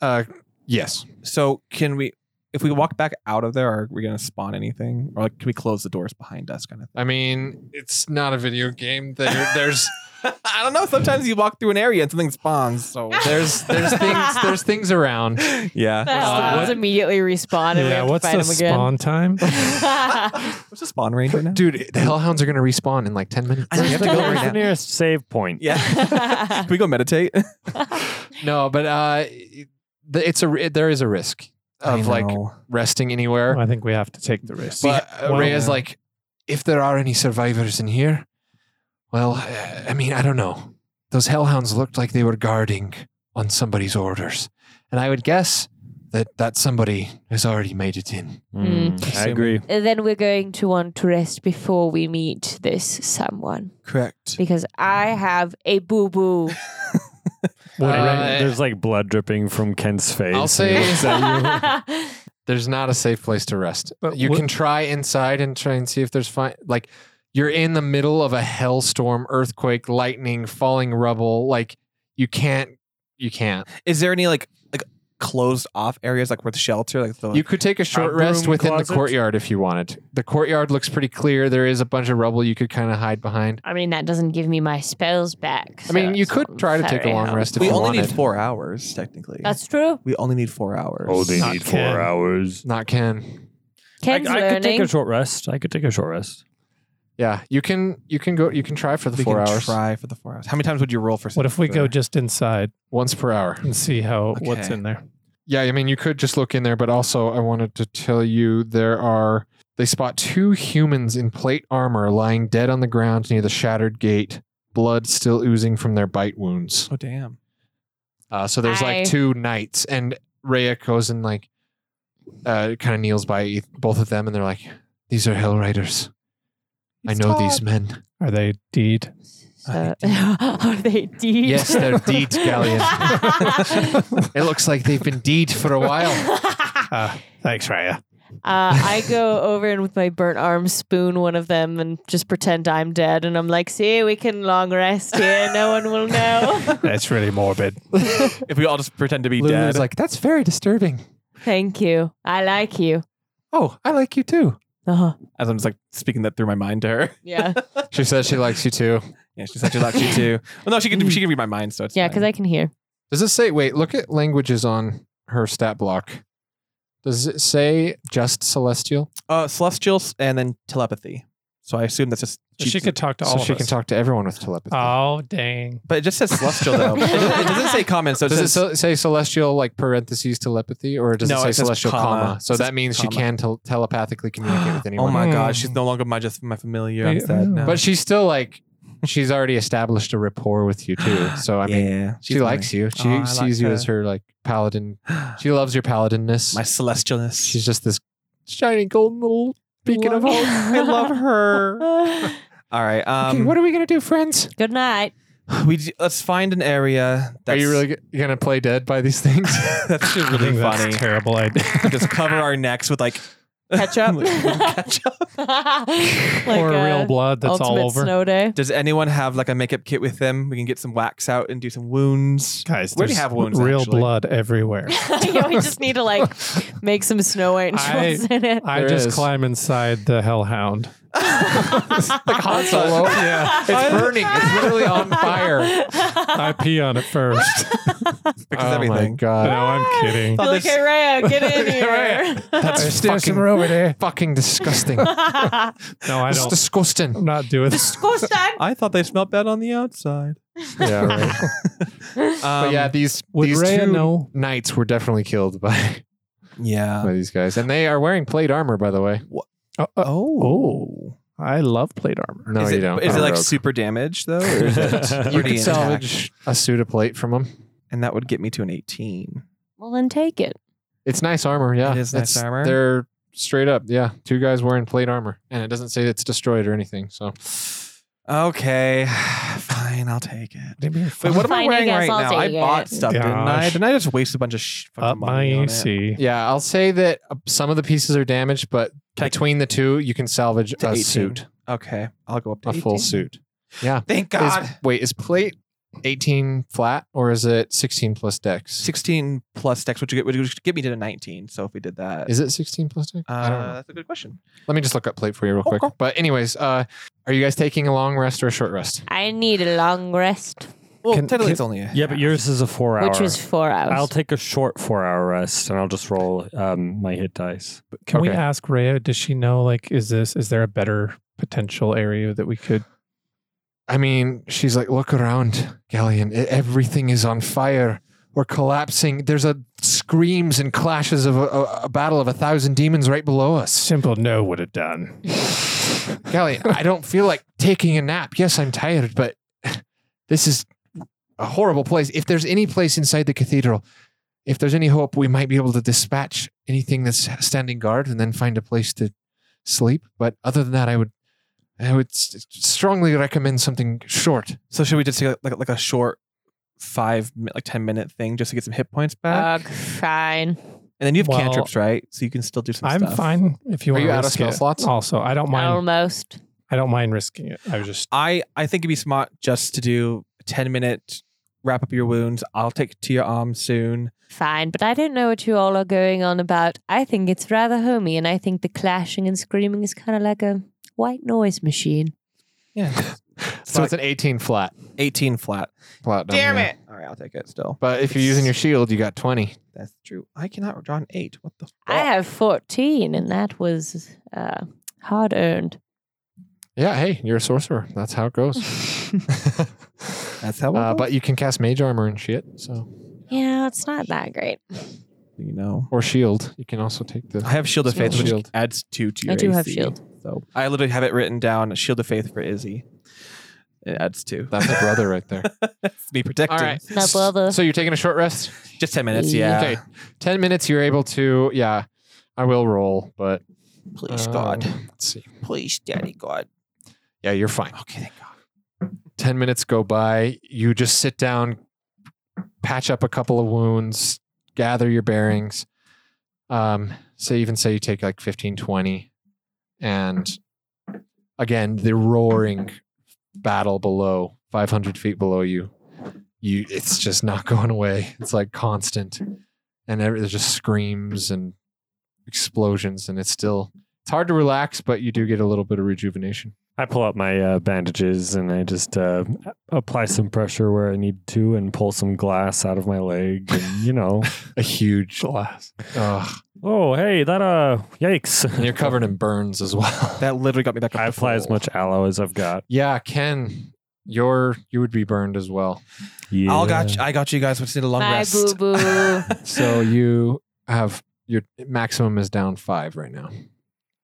S1: Uh, yes.
S4: So can we, if we walk back out of there, are we gonna spawn anything, or like can we close the doors behind us, kind of
S1: I mean, it's not a video game. There, there's
S4: thing? I don't know. Sometimes you walk through an area and something spawns. So
S1: there's there's things there's things around.
S4: yeah,
S6: I
S8: what-
S6: was immediately respawned. and we
S7: Yeah,
S6: have to
S7: what's the
S6: fight him again.
S7: spawn time?
S4: what's a spawn range right now?
S1: Dude, the hellhounds are gonna respawn in like ten minutes.
S4: I know you have to go
S5: Where's the
S4: right now.
S5: nearest save point?
S4: Yeah, can we go meditate?
S1: No, but uh, it- it's a there is a risk of like resting anywhere.
S7: I think we have to take the risk.
S1: But uh,
S7: Well,
S1: Rhea's
S7: yeah.
S1: like, if there are any survivors in here, well, uh, I mean, I don't know. Those hellhounds looked like they were guarding on somebody's orders, and I would guess that that somebody has already made it in.
S5: Mm, I
S4: Assuming-
S5: agree.
S6: And then we're going to want to rest before we meet this someone
S4: correct.
S6: because I have a boo boo.
S7: What
S1: Uh,
S7: rank-
S5: There's like blood dripping from Ken's face.
S1: I'll say
S5: Is that
S1: There's not a safe place to rest.
S7: But
S1: you
S7: what-
S1: can try inside and try and see if there's fine. Like you're in the middle of a hellstorm, earthquake, lightning, falling rubble. Like you can't, you can't.
S4: Is there any like like closed off areas like with shelter? Like the
S1: You could take a short rest
S5: broom
S1: within the
S5: closet?
S1: courtyard if you wanted. The courtyard looks pretty clear. There is a bunch of rubble you could kind of hide behind.
S6: I mean, that doesn't give me my spells back.
S1: I mean,
S6: so
S1: you
S6: it's
S1: could
S6: not
S1: try to take a
S6: very
S1: long
S6: helpful.
S1: rest if
S4: we
S1: you
S4: only
S1: wanted.
S4: need four hours technically.
S6: That's true.
S4: we only need four hours.
S5: oh, they
S7: Not
S5: need
S7: Ken.
S5: four hours.
S1: Not Ken.
S5: I,
S6: Ken's
S5: I
S6: learning.
S5: could take a short rest. I could take a short rest.
S1: Yeah, you can. You can go. You can try for the
S4: we
S1: four
S4: can
S1: hours
S4: try for the four hours. How many times would you roll for?
S7: what if we
S4: for-
S7: go just inside
S1: once per hour.
S7: and see how what's
S4: Okay.
S7: in there?
S1: Yeah, I mean, you could just look in there, but also I wanted to tell you there are. They spot two humans in plate armor lying dead on the ground near the shattered gate, blood still oozing from their bite wounds.
S4: Oh damn!
S1: Uh, so there's
S6: I-
S1: like two knights, and Rhea goes and like uh, kind of kneels by eith- both of them, and they're like, "These are Hell Riders. I know these men.
S7: Are they deed?
S6: So- are they deeds?
S1: Yes, they're deeds, Galleon. It looks like they've been deed for a while."
S6: uh,
S7: Uh, thanks, Raya.
S6: I go over and with my burnt arm spoon one of them and just pretend I'm dead. And I'm like, see, we can long rest here. No one will know.
S7: That's really morbid.
S4: If we all just pretend to be
S1: Lulu's
S4: dead,
S1: like, "That's very disturbing.
S6: Thank you. I like you.
S1: Oh, I like you too."
S6: Oh,
S4: as I'm just like speaking that through my mind to her.
S6: yeah.
S1: She says she likes you too.
S4: Yeah, she said she likes you too. Well, no, she can she can read my mind, so it's
S6: Yeah, because I can hear.
S1: Does it say? Wait, look at languages on her stat block. Does it say just celestial?
S4: uh, celestials and then telepathy. So I assume that's just
S7: So she could talk to
S1: So
S7: all
S1: she
S7: of
S1: can
S7: us.
S1: talk to everyone with telepathy.
S4: Uh,
S7: oh, dang.
S4: But it just says celestial though. it, doesn't, it doesn't say common, so it
S1: Does it
S4: says
S1: so, say celestial like parentheses telepathy, or does
S4: No,
S1: it say
S4: it says
S1: celestial comma?
S4: comma.
S1: So
S4: It says
S1: that means she
S4: comma.
S1: can tel- telepathically communicate with
S4: Oh
S1: anyone.
S4: my
S7: Hmm.
S4: god, she's no longer my just my familiar.
S7: Yeah,
S4: I'm sad now.
S1: But she's still like, she's already established a rapport with you too. So I mean,
S4: yeah,
S1: she
S4: she's
S1: likes you. She
S4: Oh, I like
S1: sees you as her like paladin.
S4: my,
S1: She loves your paladinness.
S4: my celestialness.
S1: she's just this shiny golden little beacon of hope.
S4: I love her. All right. Um,
S1: okay, what are we gonna do, friends?
S6: Good night.
S4: we d- let's find an area.
S1: Are
S4: That's,
S1: you really g- gonna play dead by these things?
S4: that's actually
S7: I
S4: really
S7: think that's
S4: funny.
S7: a terrible idea.
S4: just cover our necks with like
S6: Catch up.
S4: Catch up.
S6: like
S8: or
S6: uh,
S8: real blood that's all
S6: ultimate
S8: over.
S6: snow day.
S4: Does anyone have like a makeup kit with them? We can get some wax out and do some wounds.
S7: Guys,
S4: We already
S7: there's
S4: have wounds,
S7: real
S4: actually.
S7: blood everywhere.
S6: yeah, we just need to like make some snow angels
S7: I-
S6: in it.
S7: I
S1: There
S7: just
S1: is.
S7: climb inside the hellhound.
S1: Like Han Solo. Oh yeah. It's burning. It's literally on fire.
S7: I pee on it first.
S4: Fixes
S1: oh
S4: everything.
S1: my
S7: no,
S1: god.
S7: I'm kidding.
S4: Thought
S6: Be like,
S4: this-
S6: hey Rhea, get in here.
S1: That's
S7: There's
S1: fucking,
S7: some over there.
S1: fucking disgusting. It's
S7: No, I don't. I'm
S1: disgusting.
S7: not doing this.
S6: Disgusting.
S4: I thought they smelled bad on the outside.
S1: Yeah, right. but
S4: Um,
S1: yeah, these
S7: Would
S1: these
S7: Rhea
S1: two
S7: know?
S1: knights were definitely killed by,
S4: yeah.
S7: Uh,
S1: by these guys, and they are wearing plate armor, by the way.
S7: Oh, uh,
S4: Oh.
S7: I love plate armor.
S1: No,
S4: is
S1: you
S4: it,
S1: don't.
S4: Is
S1: I'm
S4: it
S1: a
S4: like
S1: rogue.
S4: super damage though? Or is it
S1: you
S4: pretty
S1: could
S4: intact?
S1: salvage a suit of plate from them?
S4: and that would get me to an 18.
S3: Well, then take it.
S1: It's nice armor. Yeah,
S4: It is nice
S1: It's-
S4: armor.
S1: They're straight up. Yeah, two guys wearing plate armor, and it doesn't say it's destroyed or anything. So
S4: Okay, fine, I'll take it.
S7: Maybe
S4: Wait, what am I
S3: Fine, I
S4: wearing
S3: guess
S4: right
S3: I'll
S4: now? I
S3: take it.
S4: bought stuff, didn't I?
S7: Gosh.
S4: Didn't I just waste a bunch of sh- fucking
S7: up my
S4: money on it?
S7: AC?
S1: yeah, I'll say that uh, some of the pieces are damaged, but
S4: Can I-
S1: between the two, you can salvage
S4: To
S1: a
S4: 18.
S1: suit,
S4: Okay, I'll go up to
S1: a full
S4: 18.
S1: suit.
S4: Thank
S1: Is-
S4: God.
S1: wait, is plate eighteen flat or is it sixteen plus dex?
S4: 16 plus dex, which would get, which would get me to the 19. So if we did that,
S1: Is it sixteen plus dex? I don't
S4: uh,
S1: know.
S4: that's a good question.
S1: Let me just look up plate for you real quick.
S4: Okay.
S1: But anyways, uh, are you guys taking a long rest or a short rest?
S3: I need a long rest,
S4: Well,
S8: Can-
S4: technically
S8: can-
S4: it's only a
S5: Yeah, but yours is a four hour.
S3: which was four hours.
S5: I'll take a short four hour rest and I'll just roll um, my hit dice.
S7: Can we
S1: Okay.
S7: ask Rhea? Does she know? Like, is this? Is there a better potential area that we could?
S1: I mean, she's like, look around, Galleon. E- Everything is on fire. We're collapsing. There's a screams and clashes of a, a, a battle of a thousand demons right below us.
S7: Simple no would have done.
S1: Galleon, I don't feel like taking a nap. Yes, I'm tired, but this is a horrible place. If there's any place inside the cathedral, if there's any hope, we might be able to dispatch anything that's standing guard and then find a place to sleep. But other than that, I would, I would s- strongly recommend something short.
S4: So should we just take like, like a short five, mi- like 10 minute thing just to get some hit points back?
S3: Ugh, fine.
S4: and then you have
S7: well,
S4: cantrips, right? So you can still do some
S7: I'm
S4: stuff.
S7: fine if you
S1: Are
S7: want
S1: you
S7: to
S1: out of
S7: risk
S1: spell
S7: it.
S1: slots?
S7: Also, I don't mind.
S6: Um,
S3: Almost.
S7: I don't mind risking it. I was just
S4: I, I think it'd be smart just to do a 10 minute wrap up your wounds. I'll take to your arm soon.
S3: Fine, but I don't know what you all are going on about. I think it's rather homey, and I think the clashing and screaming is kind of like a white noise machine.
S4: Yeah.
S1: So it's an 18 flat.
S4: 18 flat.
S1: Flat. down there.
S4: All right, I'll take it still.
S1: But if you're using your shield, you got 20.
S4: That's true. I cannot draw an eight. What the fuck?
S3: I have 14, and that was uh, hard earned.
S1: Yeah, hey, you're a sorcerer. That's how it goes.
S4: That's how it
S1: uh,
S4: goes.
S1: But you can cast mage armor and shit. So
S3: Yeah, it's not that great.
S4: you know.
S1: or shield. You can also take
S4: I
S1: the
S4: have Shield of
S1: Still
S4: Faith, which
S1: shield.
S4: adds two to
S3: I
S4: your
S3: do have
S4: AC.
S3: shield.
S4: So I literally have it written down Shield of Faith for Izzy. It adds two.
S1: that's a brother right there.
S4: That's me protecting.
S3: No bother.
S1: So you're taking a short rest?
S4: Just 10 minutes,
S3: Yeah.
S4: yeah.
S1: Okay. 10 minutes you're able to yeah. I will roll, but
S4: Please,
S1: um,
S4: God.
S1: Let's see.
S4: Please, Daddy God.
S1: Yeah, you're fine.
S4: Okay, thank God.
S1: 10 minutes go by. You just sit down, patch up a couple of wounds, gather your bearings. Um, so even say you take like 15, 20. And again, the roaring battle below, 500 feet below you, you it's just not going away. It's like constant. And every, there's just screams and explosions. And it's still, it's hard to relax, but you do get a little bit of rejuvenation.
S5: I pull out my uh, bandages and I just uh, apply some pressure where I need to and pull some glass out of my leg. And, you know,
S1: A huge glass.
S5: oh, hey, that, uh, yikes.
S1: And you're covered in burns as well.
S4: That literally got me back up
S5: I
S4: to
S5: apply as
S4: full.
S5: much aloe as I've got.
S1: yeah, Ken, your you would be burned as well.
S5: Yeah.
S4: I'll got you, I got you guys. We just need a long
S3: My boo
S4: rest.
S3: boo.
S1: So you have your maximum is down five right now.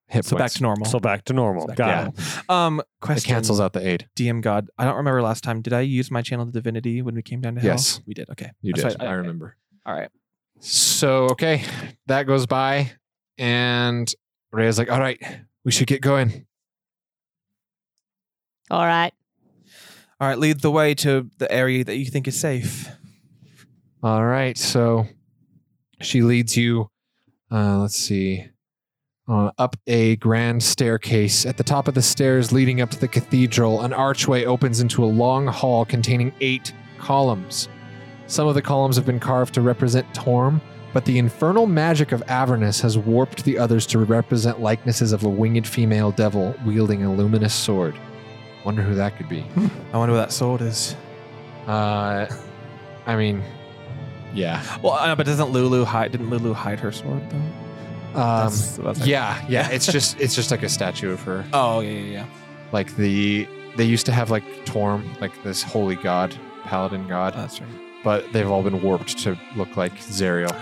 S1: Hit
S4: so back
S1: points.
S4: to normal.
S5: So back to normal.
S4: Back to
S5: got
S1: normal.
S5: it.
S4: um,
S1: It
S4: question.
S1: cancels out the aid.
S4: DM God. I don't remember last time. Did I use my channel to divinity when we came down to hell?
S1: Yes.
S4: we did. Okay,
S1: You
S4: That's
S1: did.
S4: right.
S1: I remember.
S4: All right.
S1: So okay, that goes by, and Rhea's like, "All right, we should get going."
S3: all right.
S4: All right, lead the way to the area that you think is safe.
S1: All right, so she leads you. Uh, let's see, uh, up a grand staircase. At the top of the stairs leading up to the cathedral, an archway opens into a long hall containing eight columns. Some of the columns have been carved to represent Torm, but the infernal magic of Avernus has warped the others to represent likenesses of a winged female devil wielding a luminous sword. Wonder who that could be.
S4: I wonder where that sword is.
S1: Uh, I mean, yeah.
S4: Well, I know, but doesn't Lulu hide? Didn't Lulu hide her sword though?
S1: Um,
S4: That's- that's-
S1: yeah, yeah. It's just it's just like a statue of her.
S4: Oh yeah, yeah, yeah.
S1: Like the they used to have like Torm, like this holy god, paladin god,
S4: Oh, that's right.
S1: but they've all been warped to look like Zerial.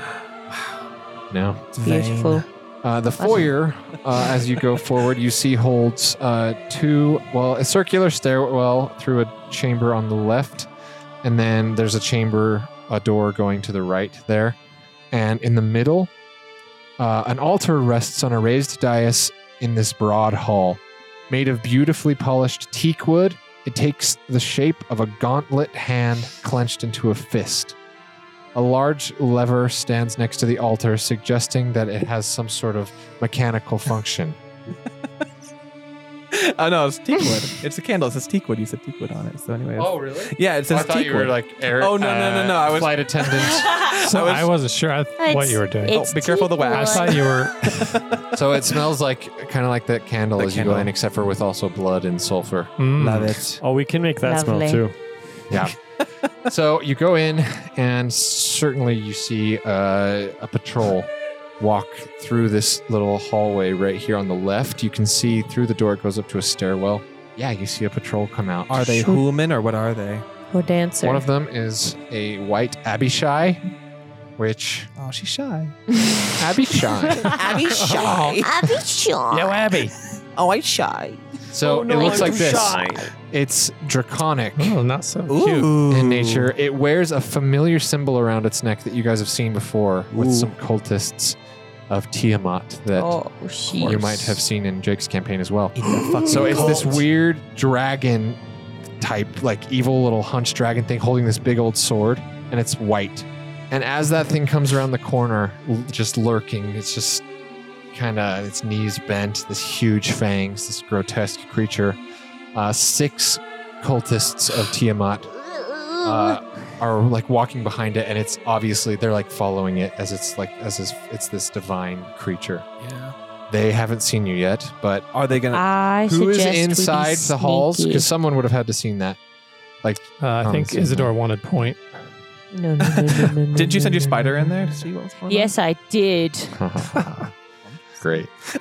S1: No.
S4: It's
S3: Beautiful.
S1: Uh, the foyer, uh, as you go forward, you see holds uh, two, well, a circular stairwell through a chamber on the left, and then there's a chamber, a door going to the right there. And in the middle, uh, an altar rests on a raised dais in this broad hall. Made of beautifully polished teak wood, it takes the shape of a gauntlet hand clenched into a fist. A large lever stands next to the altar, suggesting that it has some sort of mechanical function.
S4: vain. oh no, it's teakwood. Oh. it's a candle. It says teakwood. You said teakwood on it. So anyway. it's-
S1: Oh, really?
S4: Yeah, it says
S1: I thought
S4: teakwood.
S1: you were like air. uh,
S4: Oh, no, no, no, no, I was-
S1: flight attendant.
S4: so
S8: I
S4: it's,
S8: wasn't sure I th- what you were doing.
S4: oh,
S6: It's
S4: be careful of the
S8: I
S4: wax.
S8: thought you were.
S1: so it smells like kind of like that candle
S4: The
S1: as you go
S4: candle.
S1: in, except for with also blood and sulfur.
S8: Mm.
S4: Love it.
S5: Oh, we can make that
S3: Lovely.
S5: smell too.
S1: Yeah. so you go in, and certainly you see uh, a patrol walk through this little hallway right here on the left. You can see through the door it goes up to a stairwell. Yeah, you see a patrol come out.
S4: Are they
S3: Shoot.
S4: human or what are they?
S3: Or dancer.
S1: One of them is a white Abishai, which
S4: Oh, she's shy.
S1: Abishai.
S11: Abby shy. Abby shy.
S7: Yo, Abby.
S11: Oh, I shy. Oh,
S1: so
S11: no,
S1: it looks
S11: I'm
S1: like this.
S11: shy.
S1: It's draconic
S8: Oh, not so cute.
S4: Ooh.
S1: in nature. It wears a familiar symbol around its neck that you guys have seen before with
S4: Ooh.
S1: some cultists of Tiamat that
S11: Oh, she.
S1: you might have seen in Jake's campaign as well.
S4: In the fucking
S1: So it's this
S4: cult.
S1: weird dragon type, like evil little hunch dragon thing holding this big old sword, and it's white. And as that thing comes around the corner, l- just lurking, it's just kind of its knees bent, this huge fangs, this grotesque creature. Uh, six cultists of Tiamat uh, are like walking behind it, and it's obviously they're like following it as it's like as it's, it's this divine creature. Yeah. They haven't seen you yet, but
S4: Are they gonna?
S3: I
S1: who is
S3: suggest we be
S1: inside the halls
S3: sneaky.
S1: because someone would have had to seen that
S8: Uh, I
S1: Oh,
S8: think
S1: it's in
S8: Isidore wanted point.
S3: No, no, no, no, no, no,
S4: Did you send
S3: no,
S4: your
S3: no,
S4: spider
S3: no,
S4: in
S3: no.
S4: there to see what was going on?
S3: Yes, I did.
S1: great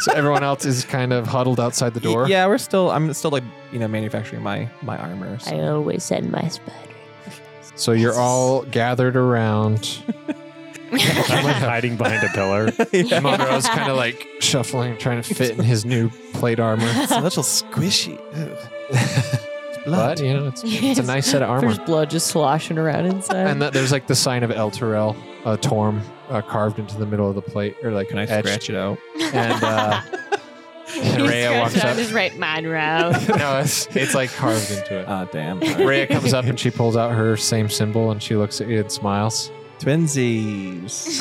S1: so everyone else is kind of huddled outside the door
S4: Yeah, we're still. I'm still like you know manufacturing my my armor. So.
S3: I always send my spider.
S1: so you're all gathered around
S5: I'm like hiding behind a pillar.
S1: monroe's kind of like shuffling trying to fit in his new plate armor
S4: it's a little squishy. Ugh. It's
S1: but
S4: blood.
S1: you know it's, it's a nice set of armor
S6: There's blood just sloshing around inside.
S1: and that, there's like the sign of el Terrell, uh, torm uh, carved into the middle of the plate or like
S4: Can I
S1: etched.
S4: scratch it out?
S1: and uh and Rhea walks up
S3: just right Monroe.
S1: no it's, it's like carved into it
S4: Ah, damn.
S1: Rhea comes up and she pulls out her same symbol and she looks at you and smiles.
S4: Twinsies.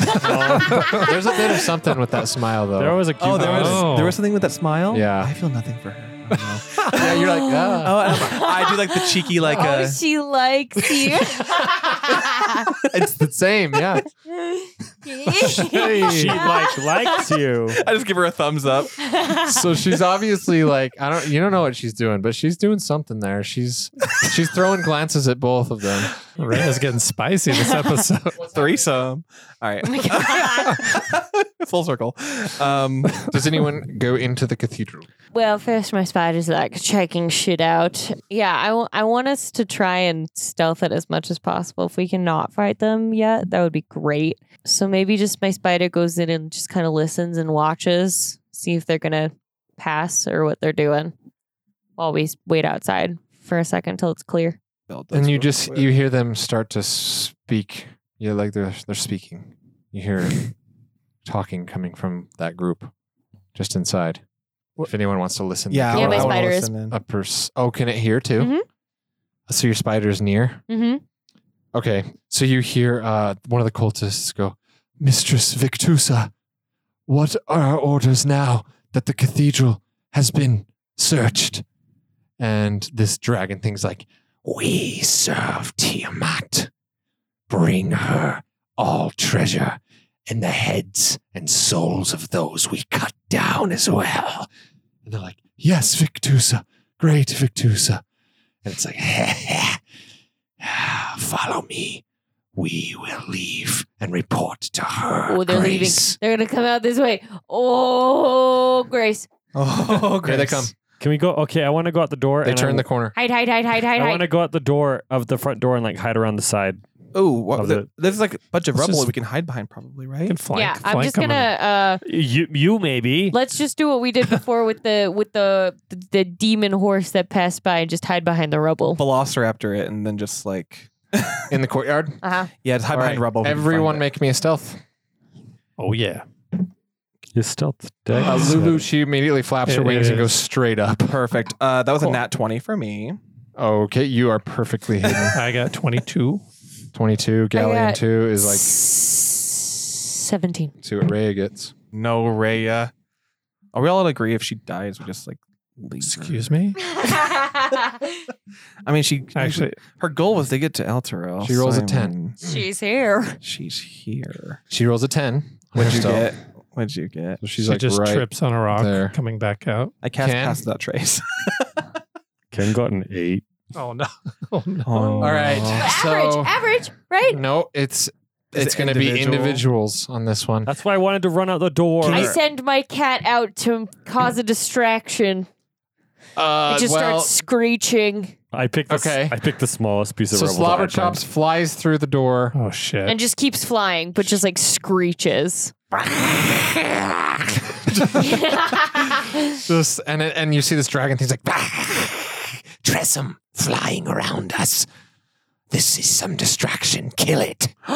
S1: There's a bit of something with that smile though.
S5: There was a cute.
S4: oh, there was
S8: Oh.
S4: there was something with that smile.
S1: Yeah.
S4: I feel nothing for her. Oh, no.
S1: yeah, you're like, ah.
S4: oh, and I'm- I do like the cheeky like.
S6: oh,
S4: Uh,
S6: she likes you.
S1: it's the same, yeah.
S5: she like likes you.
S4: I just give her a thumbs up.
S1: So she's obviously like, I don't, you don't know what she's doing, but she's doing something there. She's she's throwing glances at both of them.
S8: Rhea's getting spicy this episode.
S4: Threesome. All right. Full circle. Um,
S1: Does anyone go into the cathedral?
S6: Well, first my spider's like checking shit out. Yeah, I wa- I want us to try and stealth it as much as possible. If we cannot fight them yet, that would be great. So maybe just my spider goes in and just kind of listens and watches, see if they're gonna pass or what they're doing. While we s- wait outside for a second till it's clear.
S1: and you just you hear them start to speak. Yeah, like they're they're speaking. You hear talking coming from that group just inside. If anyone wants to listen, they
S4: Yeah.
S1: go
S6: Yeah,
S4: I
S6: my
S1: out.
S4: wanna
S6: spider is-
S4: listen in.
S1: a pers- oh can it hear too
S6: Mhm.
S1: so your spider's near
S6: Mm-hmm.
S1: okay so you hear uh, one of the cultists go mistress victusa What are our orders now that the cathedral has been searched? And this dragon thing's like, We serve Tiamat. Bring her all treasure and the heads and souls of those we cut down as well. And they're like, Yes, Victusa. Great Victusa. And it's like, Follow me. We will leave and report to her.
S6: Oh, they're leaving.
S1: grace."
S6: They're gonna come out this way. Oh, Grace,
S4: Oh,
S1: Here they
S4: Grace.
S1: come.
S5: Can we go? Okay, I want to go out the door.
S1: They
S5: and
S1: turn
S5: I,
S1: the corner.
S6: hide, hide, hide, hide, hide,
S5: I
S6: hide.
S5: want to go out the door of the front door and like hide around the side.
S4: Oh,
S5: Of
S4: what,
S5: the-
S4: there's like a bunch of
S8: Let's
S4: rubble
S8: just-
S4: we can hide behind, probably, right?
S8: can flank,
S6: yeah, I'm
S8: flank
S6: just
S8: 'em
S6: gonna.
S8: and-
S6: Uh,
S5: You, you maybe.
S6: let's just do what we did before with the with the the demon horse that passed by and just hide behind the rubble.
S4: Velociraptor it, and then just like
S1: in the courtyard.
S6: Uh-huh.
S4: yeah, just hide
S1: All
S4: behind
S1: right,
S4: rubble. we can find
S1: Everyone
S4: it.
S1: make me a stealth.
S8: Oh yeah.
S5: Your stealth deck.
S1: Uh,
S5: is, uh,
S1: Lulu, she immediately flaps her
S8: It
S1: wings and
S8: is.
S1: goes straight up.
S4: perfect. Uh, that was
S8: Cool.
S4: a nat twenty for me.
S1: Okay, you are perfectly hidden.
S8: I got 22.
S1: 22, Galleon
S6: got
S1: 2 is like,
S6: Seventeen.
S1: see what Ray gets.
S4: No, Raya. Are we all to agree if she dies, we just like leave? her?
S8: Excuse me.
S4: I mean, she
S8: Actually,
S4: her goal was to get to Eltero.
S1: She rolls a
S6: She's here.
S4: She's here.
S1: She rolls a 10.
S4: What'd you
S1: So-
S4: get? What'd you get?
S1: So she's
S8: she
S1: like,
S8: just
S1: right.
S8: trips on a rock
S1: there.
S8: coming back out.
S4: I cast
S1: Ken?
S4: pass without trace.
S5: Ken got an eight.
S8: Oh no. Oh no.
S4: Oh,
S1: All right.
S4: no.
S1: So,
S6: average, average, right?
S1: no, it's
S4: Is
S1: it's
S4: it
S1: going to be
S4: individual?
S1: individuals on this one.
S5: That's why I wanted to run out the door.
S6: I send my cat out to cause a distraction.
S1: Uh,
S6: it just
S1: well,
S6: starts screeching
S5: I picked. The, s-
S1: Okay.
S5: I picked the smallest piece of
S1: so
S5: rubble. to
S1: Slobber
S5: hide behind.
S1: Chops flies through the door.
S8: Oh shit.
S6: and just keeps flying, but just like screeches.
S1: This, and it, and you see this dragon thing's like, Tressum flying around us. This is some distraction. Kill it.
S6: no,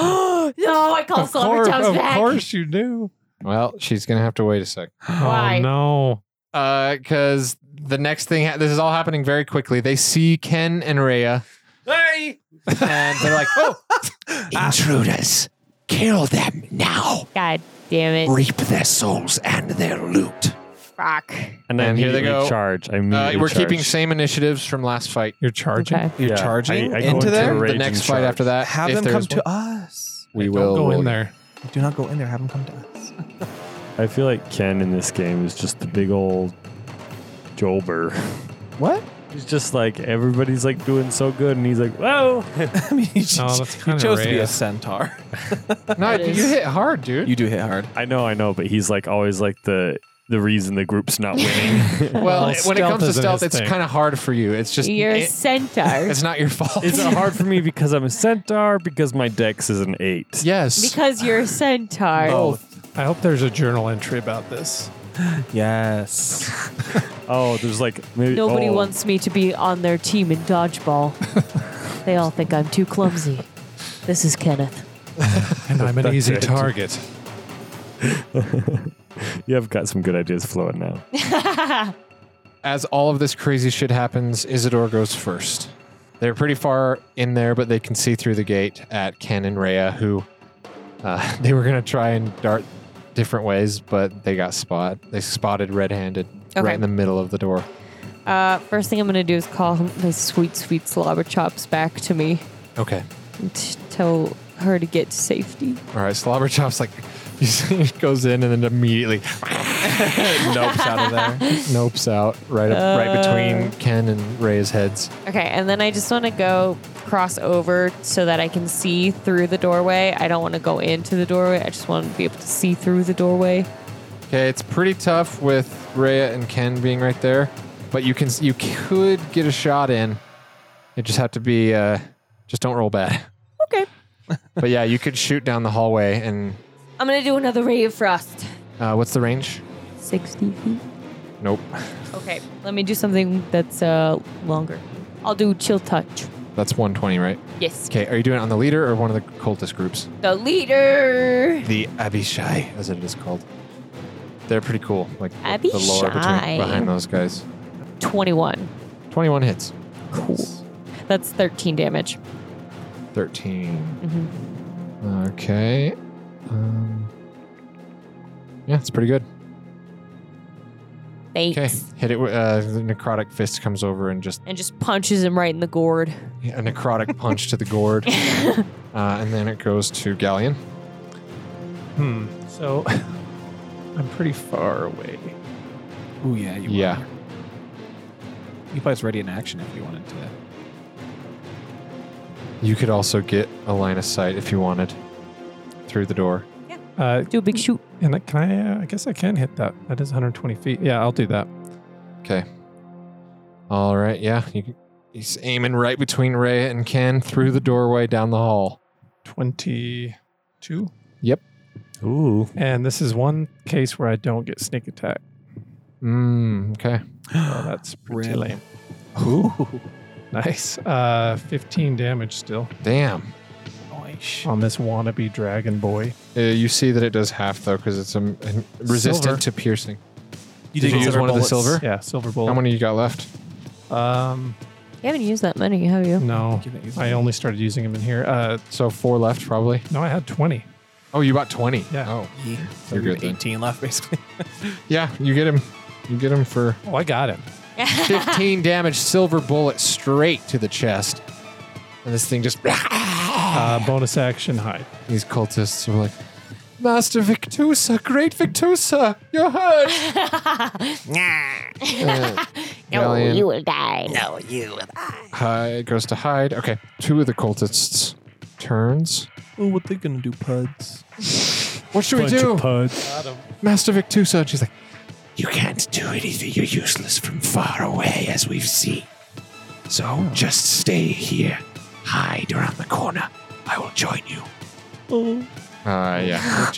S6: I call
S8: of
S6: Slobber
S8: course,
S6: Chops
S8: of
S6: back.
S8: course you do.
S1: Well, she's gonna have to wait a sec.
S6: Why?
S8: Oh no.
S1: Uh, because the next thing, ha- this is all happening very quickly. They see Ken and Rhea. Hey! And they're like, oh! Intruders, kill them now.
S6: God damn it.
S1: Reap their souls and their loot.
S6: Fuck.
S5: And, I
S1: And here they
S5: immediately
S1: go.
S5: Charge. I
S1: Uh,
S5: immediately
S1: we're
S5: charge.
S1: keeping same initiatives from last fight.
S8: You're charging.
S6: Okay.
S4: You're
S5: Yeah,
S4: charging
S5: I- I go
S4: into
S5: into
S4: there.
S5: rage
S1: the next
S5: and
S1: fight
S5: charge.
S1: after that. Uh,
S4: Have
S1: if
S4: them
S1: there
S4: come
S1: is
S4: to us.
S1: one, we
S8: Don't
S1: will
S8: go in
S1: roll.
S8: there.
S4: Do not go in there. Have them come to us.
S5: I feel like Ken in this game is just the big old Jolber.
S4: What?
S5: He's just like everybody's like doing so good, and he's like, "Whoa!"
S4: I mean,
S1: Oh,
S4: you,
S8: No,
S4: just,
S8: Oh, that's
S4: you
S8: kind of
S4: chose to be a
S8: rare.
S4: centaur.
S1: No,
S6: It
S1: you
S6: is.
S1: hit hard, dude.
S4: You do hit hard.
S5: I know, I know, but he's like always like the the reason the group's not winning.
S1: well,
S8: Well,
S1: when it
S8: stealth
S1: comes to
S8: isn't
S1: stealth,
S8: his
S1: it's
S8: thing.
S1: kind of hard for you. It's just
S6: You're a
S1: it-
S6: centaur.
S1: it's not your fault.
S5: Is it hard for me because I'm a centaur? Because my dex is an eight.
S1: yes.
S6: because you're a centaur.
S8: Oh, I hope there's a journal entry about this.
S4: Yes.
S5: Oh, there's like maybe,
S6: Nobody
S5: oh,
S6: wants me to be on their team in dodgeball. they all think I'm too clumsy. This is Kenneth.
S8: And I'm an easy
S5: it.
S8: target.
S5: You have got some good ideas flowing now.
S1: as all of this crazy shit happens, Isidore goes first. They're pretty far in there, but they can see through the gate at Ken and Rhea, who uh, they were going to try and dart different ways, but they got spot. They spotted red handed
S6: Okay.
S1: right in the middle of the door.
S6: Uh, first thing I'm gonna do is call my sweet, sweet slobber chops back to me
S1: Okay.
S6: and t- tell her to get to safety.
S1: All right. Slobber Chop's like, he goes in and then immediately
S4: nope's out of there.
S1: nopes out right up, right between Ken and Rhea's heads.
S6: Okay, and then I just want to go cross over so that I can see through the doorway. I don't want to go into the doorway. I just want to be able to see through the doorway.
S1: Okay, it's pretty tough with Rhea and Ken being right there, but you can you could get a shot in. It just have to be uh, just don't roll bad.
S6: Okay.
S1: but yeah, you could shoot down the hallway and
S6: I'm gonna do another ray of frost.
S1: uh, what's the range?
S6: 60 feet.
S1: Nope,
S6: Okay, let me do something that's uh longer. I'll do chill touch.
S1: that's 120, right?
S6: Yes.
S1: Okay, are you doing it on the leader or one of the cultist groups?
S6: The leader.
S1: The Abishai, as it is called. They're pretty cool. Like the- the lore
S6: Abishai.
S1: between, behind those guys.
S6: 21.
S1: 21 hits.
S6: Cool. That's 13 damage.
S1: 13. Okay. Um, Yeah, it's pretty good.
S6: Thanks.
S1: Okay, hit it. with- Uh, the necrotic fist comes over and just
S6: And just punches him right in the gourd.
S1: a necrotic punch to the gourd, uh, and then it goes to Galleon.
S8: Hmm. So I'm pretty far away.
S4: Oh yeah, you
S1: Yeah,
S4: You can play as ready in action if you wanted to.
S1: you could also get a line of sight if you wanted through the door.
S8: Uh,
S6: Do a big shoot.
S8: and I- can I? Uh, I guess I can hit that. That is 120 feet. Yeah, I'll do that.
S1: Okay. All right. Yeah, you, can- he's aiming right between Rhea and Ken through the doorway down the hall.
S8: 22.
S5: Ooh.
S8: And this is one case where I don't get sneak attack.
S1: Mm, okay.
S8: Oh, that's pretty lame. Nice. Uh, 15 damage still
S1: Damn.
S8: on this wannabe dragon boy.
S1: Uh, you see that it does half though, because it's um, an- resistant
S8: Silver.
S1: to piercing.
S4: You
S1: Did you use
S4: silver
S1: one of the
S4: bullets.
S1: silver?
S8: Yeah, silver
S1: How
S8: bullet.
S1: many you got left?
S8: Um,
S6: You haven't used that many, have you?
S8: no,
S4: Give it- use
S8: I
S4: it.
S8: only started using him in here. Uh,
S1: So four left, probably.
S8: no, I had 20.
S1: Oh, you bought twenty.
S8: Yeah.
S1: Oh,
S4: Yeah. So
S1: You're
S4: you're
S1: good then.
S4: 18 left, basically.
S1: yeah. You get him. You get him for
S8: Oh, I got him.
S1: 15 damage, silver bullet straight to the chest, and this thing just.
S8: Uh, bonus action hide.
S1: These cultists were like, Master Victusa, great Victusa, you're hurt. Uh, Galleon,
S6: will die.
S11: No, you.
S1: hi- goes to hide. Okay, two of the cultists turns.
S4: Oh, what they gonna do, Puds?
S1: What should
S5: Bunch
S1: we do?
S5: of puds.
S1: Master Victusa. And she's like,
S2: You can't do anything. You're useless from far away, as we've seen.
S1: Oh.
S2: So just stay here. Hide around the corner. I will join you.
S1: uh, yeah.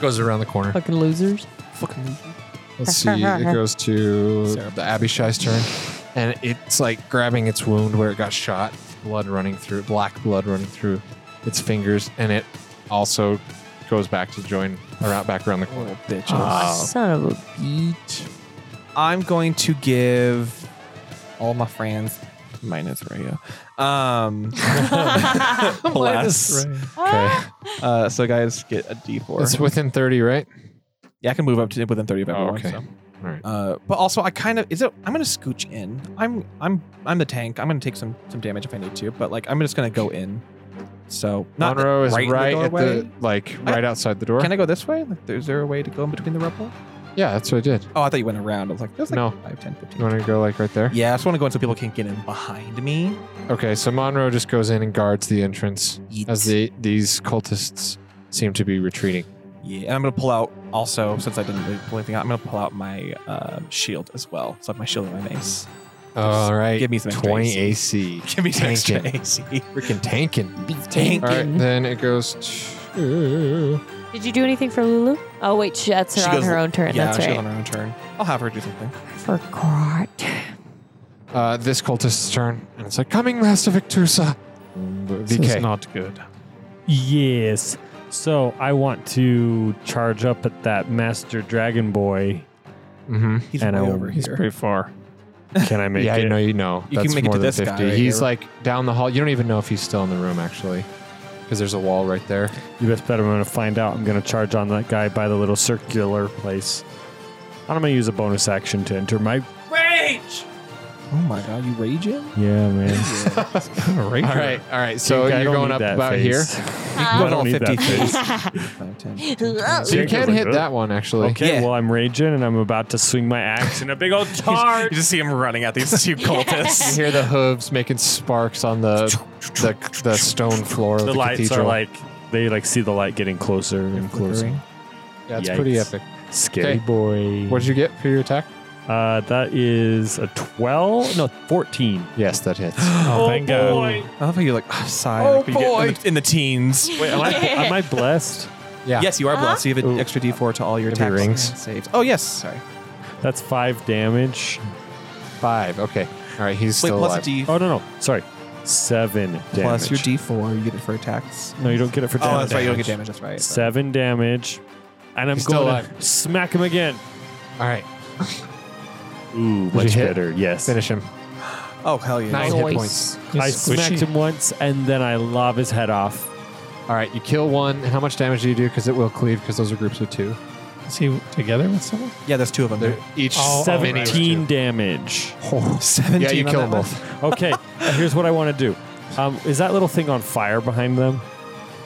S1: Goes around the corner.
S6: Fucking losers.
S4: Fucking
S1: Let's see. It goes to the Abishai's turn, and it's like grabbing its wound where it got shot, blood running through, black blood running through its fingers, and it also goes back to join around back around the corner.
S4: bitches.
S6: Uh, Oh, Son of a
S4: Oh,
S6: bitch.
S4: I'm going to give all my friends minus Raya. Um, plus,
S1: Okay,
S4: uh, so guys get a D4.
S1: it's within thirty, right?
S4: yeah, I can move up to within 30 of everyone.
S1: Oh, okay.
S4: so.
S1: All right.
S4: Uh, but also, I kind of is it. I'm gonna scooch in. I'm I'm I'm the tank. I'm gonna take some some damage if I need to. But like, I'm just gonna go in. So not that-
S1: Monroe is
S4: right
S1: right,
S4: in the
S1: at
S4: doorway?
S1: the like right outside the door.
S4: Can I go this way? Like, is there a way to go in between the rubble?
S1: yeah, that's what I did.
S4: Oh, I thought you went around. I was like, that's like
S1: No.
S4: 5, 10, 15.
S1: You want to go like right there?
S4: Yeah, I just want to go in so people can get in behind me.
S1: Okay, so Monroe just goes in and guards the entrance as the these cultists seem to be retreating.
S4: Yeah, and I'm gonna pull out also since I didn't really pull anything out. I'm gonna pull out my uh, shield as well. So I have my shield and my mace.
S1: All right.
S4: give me some extra
S1: 20 AC.
S4: Give me some extra
S1: Tanking.
S4: AC.
S1: Freaking tanking.
S4: Tank.
S1: All right, then it goes to.
S6: Did you do anything for Lulu? Oh, wait, she, that's her
S4: She
S6: on
S4: goes-
S6: her own turn.
S4: yeah,
S6: that's
S4: she goes on
S6: right.
S4: her own turn. I'll have her do something.
S6: Forgot.
S1: Uh, this cultist's turn, and it's like, coming, Master Victusa.
S8: This
S1: VK.
S8: is not good.
S5: Yes. So I want to charge up at that master dragon boy.
S1: mm-hmm.
S4: He's
S5: And
S4: way
S5: I will-
S4: over
S8: He's
S4: here.
S8: pretty far.
S5: Can I make
S1: Yeah,
S5: it?
S1: I know you know.
S4: You can make it to this guy right
S1: he's
S4: here.
S1: like down the hall. You don't even know if he's still in the room, actually, because there's a wall right there.
S5: You best bet I'm going to find out. I'm going to charge on that guy by the little circular place. And I'm going to use a bonus action to enter my.
S2: Rage!
S4: oh my god, you raging?
S5: Yeah, man.
S1: All right, all right. So
S5: Dude, I
S1: you're going
S5: don't need
S1: up
S5: that
S1: about here.
S5: face. I don't need that face.
S4: 5, 10.
S1: So you
S5: Jake was
S1: can
S5: like,
S1: hit
S5: "Ugh."
S1: that one, actually.
S5: Okay,
S4: Yeah.
S5: well, I'm raging and I'm about to swing my axe in a big old
S4: You
S5: tart.
S4: just see him running at these two
S1: You
S4: cultists.
S1: hear the hooves making sparks on the the, the stone floor of
S5: the
S1: the,
S5: lights
S1: cathedral.
S5: are like, they like see the light getting closer and closer.
S1: yeah, it's pretty
S5: Yikes.
S1: epic.
S5: Scary
S1: Okay.
S5: boy.
S1: What did you get for your attack?
S5: Uh, that is a 12? No, 14.
S1: Yes, that hits.
S8: Oh, thank God.
S4: I love how you're like, oh, sigh. Oh, boy. in, the, in the teens.
S5: Wait, am I, am I blessed?
S1: Yeah.
S4: Yes, you are blessed. You have an extra d4 to all your
S1: Give me
S4: attacks
S1: rings.
S4: and saves. Oh, yes. Sorry.
S5: That's five damage.
S1: Five. Okay. All right. He's
S4: Wait,
S1: still
S4: plus
S1: alive.
S4: a d4.
S5: Oh, no, no. Sorry. Seven damage.
S4: plus your d4. You get it for attacks.
S5: No, you don't get it for
S4: Oh,
S5: damage.
S4: that's right. You don't get damage. That's right.
S5: Seven damage. And I'm
S1: He's still
S5: going to smack him again.
S1: All right.
S5: Ooh,
S1: much
S5: much better.
S1: better.
S5: Yes.
S1: Finish him.
S4: Oh, hell yeah.
S1: Nine hit points.
S8: He's
S5: I smacked
S8: squishy.
S5: him once and then I lob his head off.
S1: All right. You kill one. How much damage do you do? Because it will cleave. Because those are groups of two.
S7: Is he together with someone?
S4: Yeah, there's two of them.
S1: They're each
S7: Oh, oh,
S1: mini
S7: right.
S1: is two.
S5: 17 damage.
S2: Oh.
S4: Seventeen.
S1: Yeah, you
S4: on
S1: kill
S4: that
S1: them
S4: one.
S1: both.
S5: Okay, here's what I want to do. Um, is that little thing on fire behind them?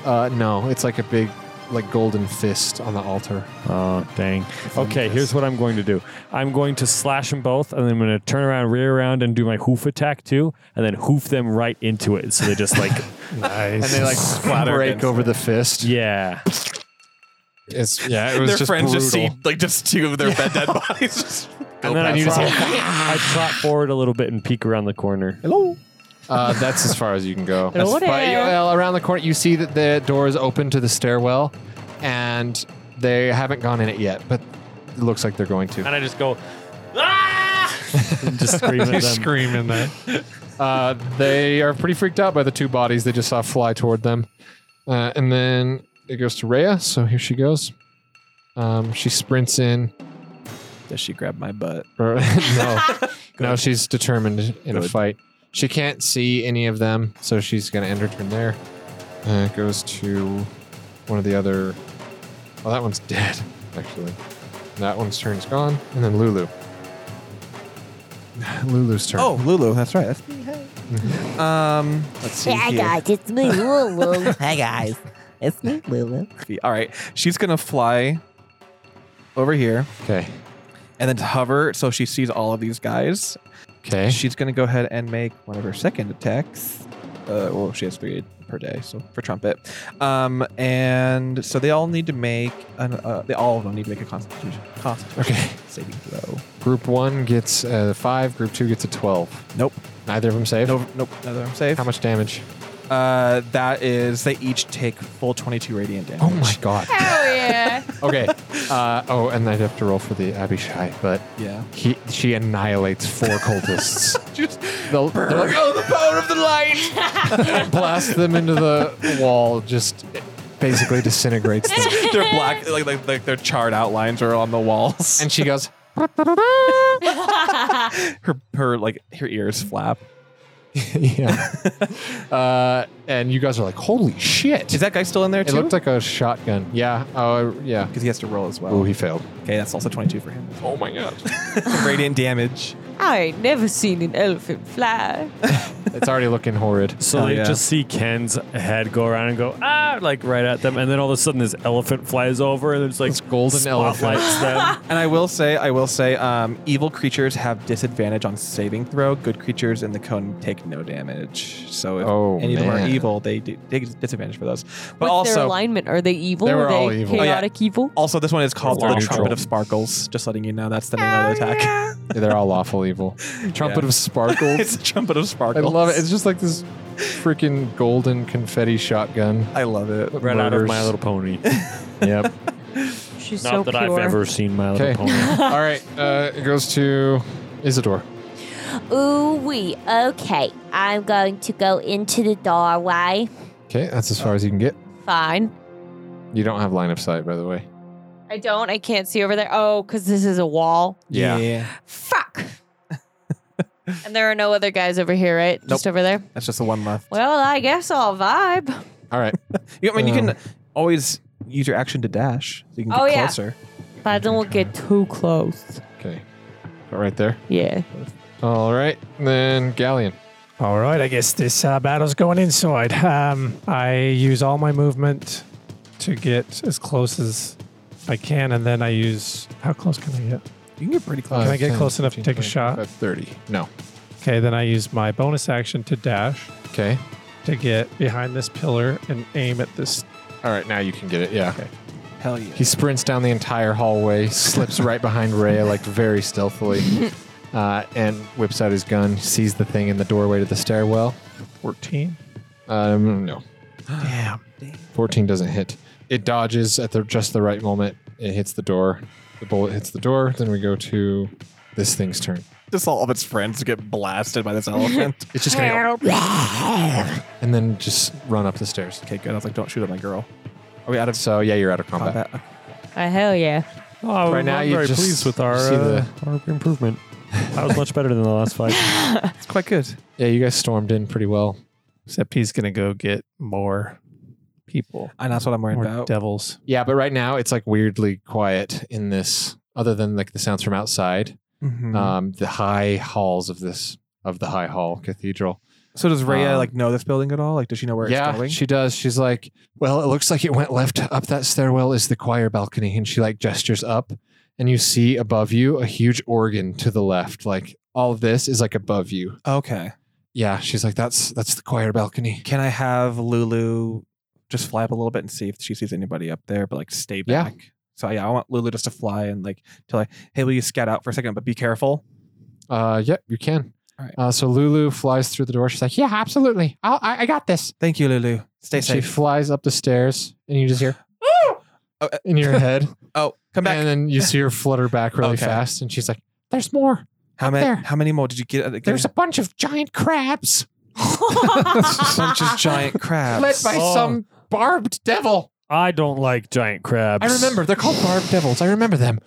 S1: Uh, no, it's like a big, like golden fist on the altar.
S5: Oh, dang. Okay, here's what I'm going to do. I'm going to slash them both, and then I'm going to turn around, rear around, and do my hoof attack too, and then hoof them right into it. So they just like,
S1: And they like break over the fist.
S5: yeah.
S1: It's, yeah, it was
S2: their
S1: just
S2: friends
S1: brutal.
S2: just see like just two of their bed dead bodies. Just
S5: And then I trot, I trot forward a little bit and peek around the corner.
S1: Uh, that's as far as you can go.
S3: That's-
S1: but you- well, around the corner, you see that the door is open to the stairwell, and they haven't gone in it yet, but it looks like they're going to.
S5: And I just go, ah! And just scream at them.
S8: Screaming that.
S1: Uh, they are pretty freaked out by the two bodies they just saw fly toward them. Uh, and then it goes to Rhea, so here she goes. Um, she sprints in.
S4: Does she grab my butt?
S1: Or, no, no, she's determined in a fight. She can't see any of them, so she's going to end her turn there. Uh, it goes to one of the other. Well, that one's dead, actually. That one's turn's gone, and then Lulu. Lulu's turn.
S4: Oh, Lulu. That's right. That's me.
S2: Mm-hmm.
S4: Hey. um, let's see.
S11: Hey
S4: here.
S11: guys, it's me, Lulu. hey guys, it's me, Lulu.
S4: feet. All right. She's going to fly over here
S1: Okay.
S4: and then hover so she sees all of these guys.
S1: Okay.
S4: She's going to go ahead and make one of her second attacks. Uh, well, she has three per day, so for trumpet. Um, and so they all need to make an. Uh, they all of them need to make a constitution, constitution
S1: Okay.
S4: saving throw.
S1: Group one gets a five. Group two gets a twelve.
S4: Nope.
S1: Neither of them save.
S4: No, nope. Another I'm safe.
S1: How much damage?
S4: Uh, that is they each take full 22 radiant damage.
S1: Oh my god.
S3: Hell yeah.
S1: okay. Uh, oh, and I'd have to roll for the Abishai, but
S4: Yeah.
S1: he she annihilates four cultists.
S4: Just
S1: They'll, they're like, oh, the power of the light! Blast them into the wall. Just basically disintegrates them.
S4: their black, like, like like their charred outlines are on the walls.
S1: And she goes,
S4: her her like her ears flap.
S1: yeah. Uh, and you guys are like, holy shit!
S4: Is that guy still in there
S1: it
S4: too?
S1: looked like a shotgun. Yeah. Oh, yeah.
S4: because he has to roll as well.
S1: Oh, he failed.
S4: okay, that's also twenty two for him. Oh my god, radiant damage.
S3: I ain't never seen an elephant fly.
S1: It's already looking horrid.
S5: So
S4: Hell
S5: they
S4: yeah.
S5: just see Ken's head go around and go ah, like right at them, and then all of a sudden this elephant flies over and it's like
S1: This golden
S5: spotlights them.
S4: And I will say, I will say, um, evil creatures have disadvantage on saving throw. Good creatures in the cone take no damage. So if
S1: Oh,
S4: any of them
S1: man.
S4: are evil, they do take disadvantage for those. But
S3: What's their
S4: also,
S3: alignment? Are they evil?
S1: They were
S3: Are they
S1: all evil.
S4: Oh, yeah.
S3: chaotic evil?
S4: also this one is called
S5: They're
S4: the
S5: neutral.
S4: Trumpet of Sparkles. Just letting you know that's the name of the attack.
S1: They're all awful evil. Trumpet
S4: Yeah.
S1: of Sparkles.
S4: it's a Trumpet of
S1: I
S4: Sparkles.
S1: love it. It's just like this freaking golden confetti shotgun.
S4: I love it.
S5: Right out
S1: Murders.
S5: of My Little Pony.
S1: Yep.
S3: She's
S5: Not
S3: so
S5: that
S3: pure.
S5: I've ever seen My Little
S1: Okay.
S5: Pony.
S1: All right. Uh, it goes to Isidore.
S11: Ooh wee. Okay, I'm going to go into the doorway.
S1: Okay, that's as far as you can get.
S3: Fine.
S1: You don't have line of sight, by the way.
S3: I don't. I can't see over there. Oh, because this is a wall. Fuck. and there are no other guys over here, right? Just over there.
S4: that's just the one left.
S3: Well, I guess I'll vibe.
S1: All right.
S4: You- I mean, you
S1: Um,
S4: can always use your action to dash, so you can get
S3: Oh, yeah.
S4: closer.
S3: But don't get too close.
S1: Okay. All right there.
S3: Yeah.
S1: All right. Then Galleon.
S7: All right, I guess this uh, battle's going inside. Um, I use all my movement to get as close as I can, and then I use how close can I get?
S4: You can get pretty close.
S1: Uh,
S7: Can I get close enough to take a shot?
S1: At 30. No.
S7: Okay, then I use my bonus action to dash
S1: Okay.
S7: to get behind this pillar and aim at this.
S1: All right. Now you can get it. Yeah.
S4: Hell yeah!
S1: He sprints down the entire hallway, slips right behind Rhea, like very stealthily, uh, and whips out his gun, sees the thing in the doorway to the stairwell.
S7: 14.
S1: Um, no.
S7: Damn.
S1: 14 doesn't hit. It dodges at the just the right moment. It hits the door. The bullet hits the door. Then we go to this thing's turn.
S4: Just all of its friends get blasted by this elephant.
S1: It's just gonna go and then just run up the stairs.
S4: okay, good. I was like, don't shoot at my girl. Are we out of
S1: So yeah, you're out of combat.
S4: combat?
S3: Uh, hell yeah.
S5: Oh,
S1: Right now,
S5: I'm
S1: you
S5: very
S1: just
S5: pleased with our,
S1: see the-
S5: uh, our improvement. That was much better than the last fight.
S4: It's quite good.
S1: Yeah, you guys stormed in pretty well.
S7: Except he's going to go get more.
S8: people
S4: And that's what I'm worried
S8: or
S4: about.
S8: devils.
S1: Yeah, but right now it's like weirdly quiet in this, other than like the sounds from outside,
S4: Mhm.
S1: um, the high halls of this of the High Hall Cathedral.
S4: so does Rhea
S1: um,
S4: like know this building at all? Like, does she know where
S1: yeah,
S4: it's going?
S1: she does. She's like, well, it looks like it went left up that stairwell is the choir balcony, and she like gestures up, and you see above you a huge organ to the left. Like all of this is like above you.
S4: okay.
S1: Yeah, she's like, that's that's the choir balcony.
S4: Can I have Lulu just fly up a little bit and see if she sees anybody up there, but like stay
S1: Yeah.
S4: back? So yeah, I want Lulu just to fly and like tell her, hey, will you scout out for a second, but be careful.
S1: Uh, yeah, you can.
S4: All right.
S1: Uh, so Lulu flies through the door. She's like, yeah, absolutely. I'll, I I got this.
S4: Thank you, Lulu. Stay
S1: she
S4: safe.
S1: flies up the stairs, and you just hear
S4: Oh, uh,
S1: in your head,
S4: oh, come back.
S1: and then you see her flutter back really
S4: Okay.
S1: fast, and she's like, "There's more.
S4: how
S1: up
S4: many?
S1: there.
S4: How many more did you get? get
S1: There's a bunch of giant crabs
S4: bunch of giant crabs.
S1: led by
S5: Oh.
S1: some barbed devil.
S5: I don't like giant crabs.
S1: I remember they're called barbed devils. I remember them.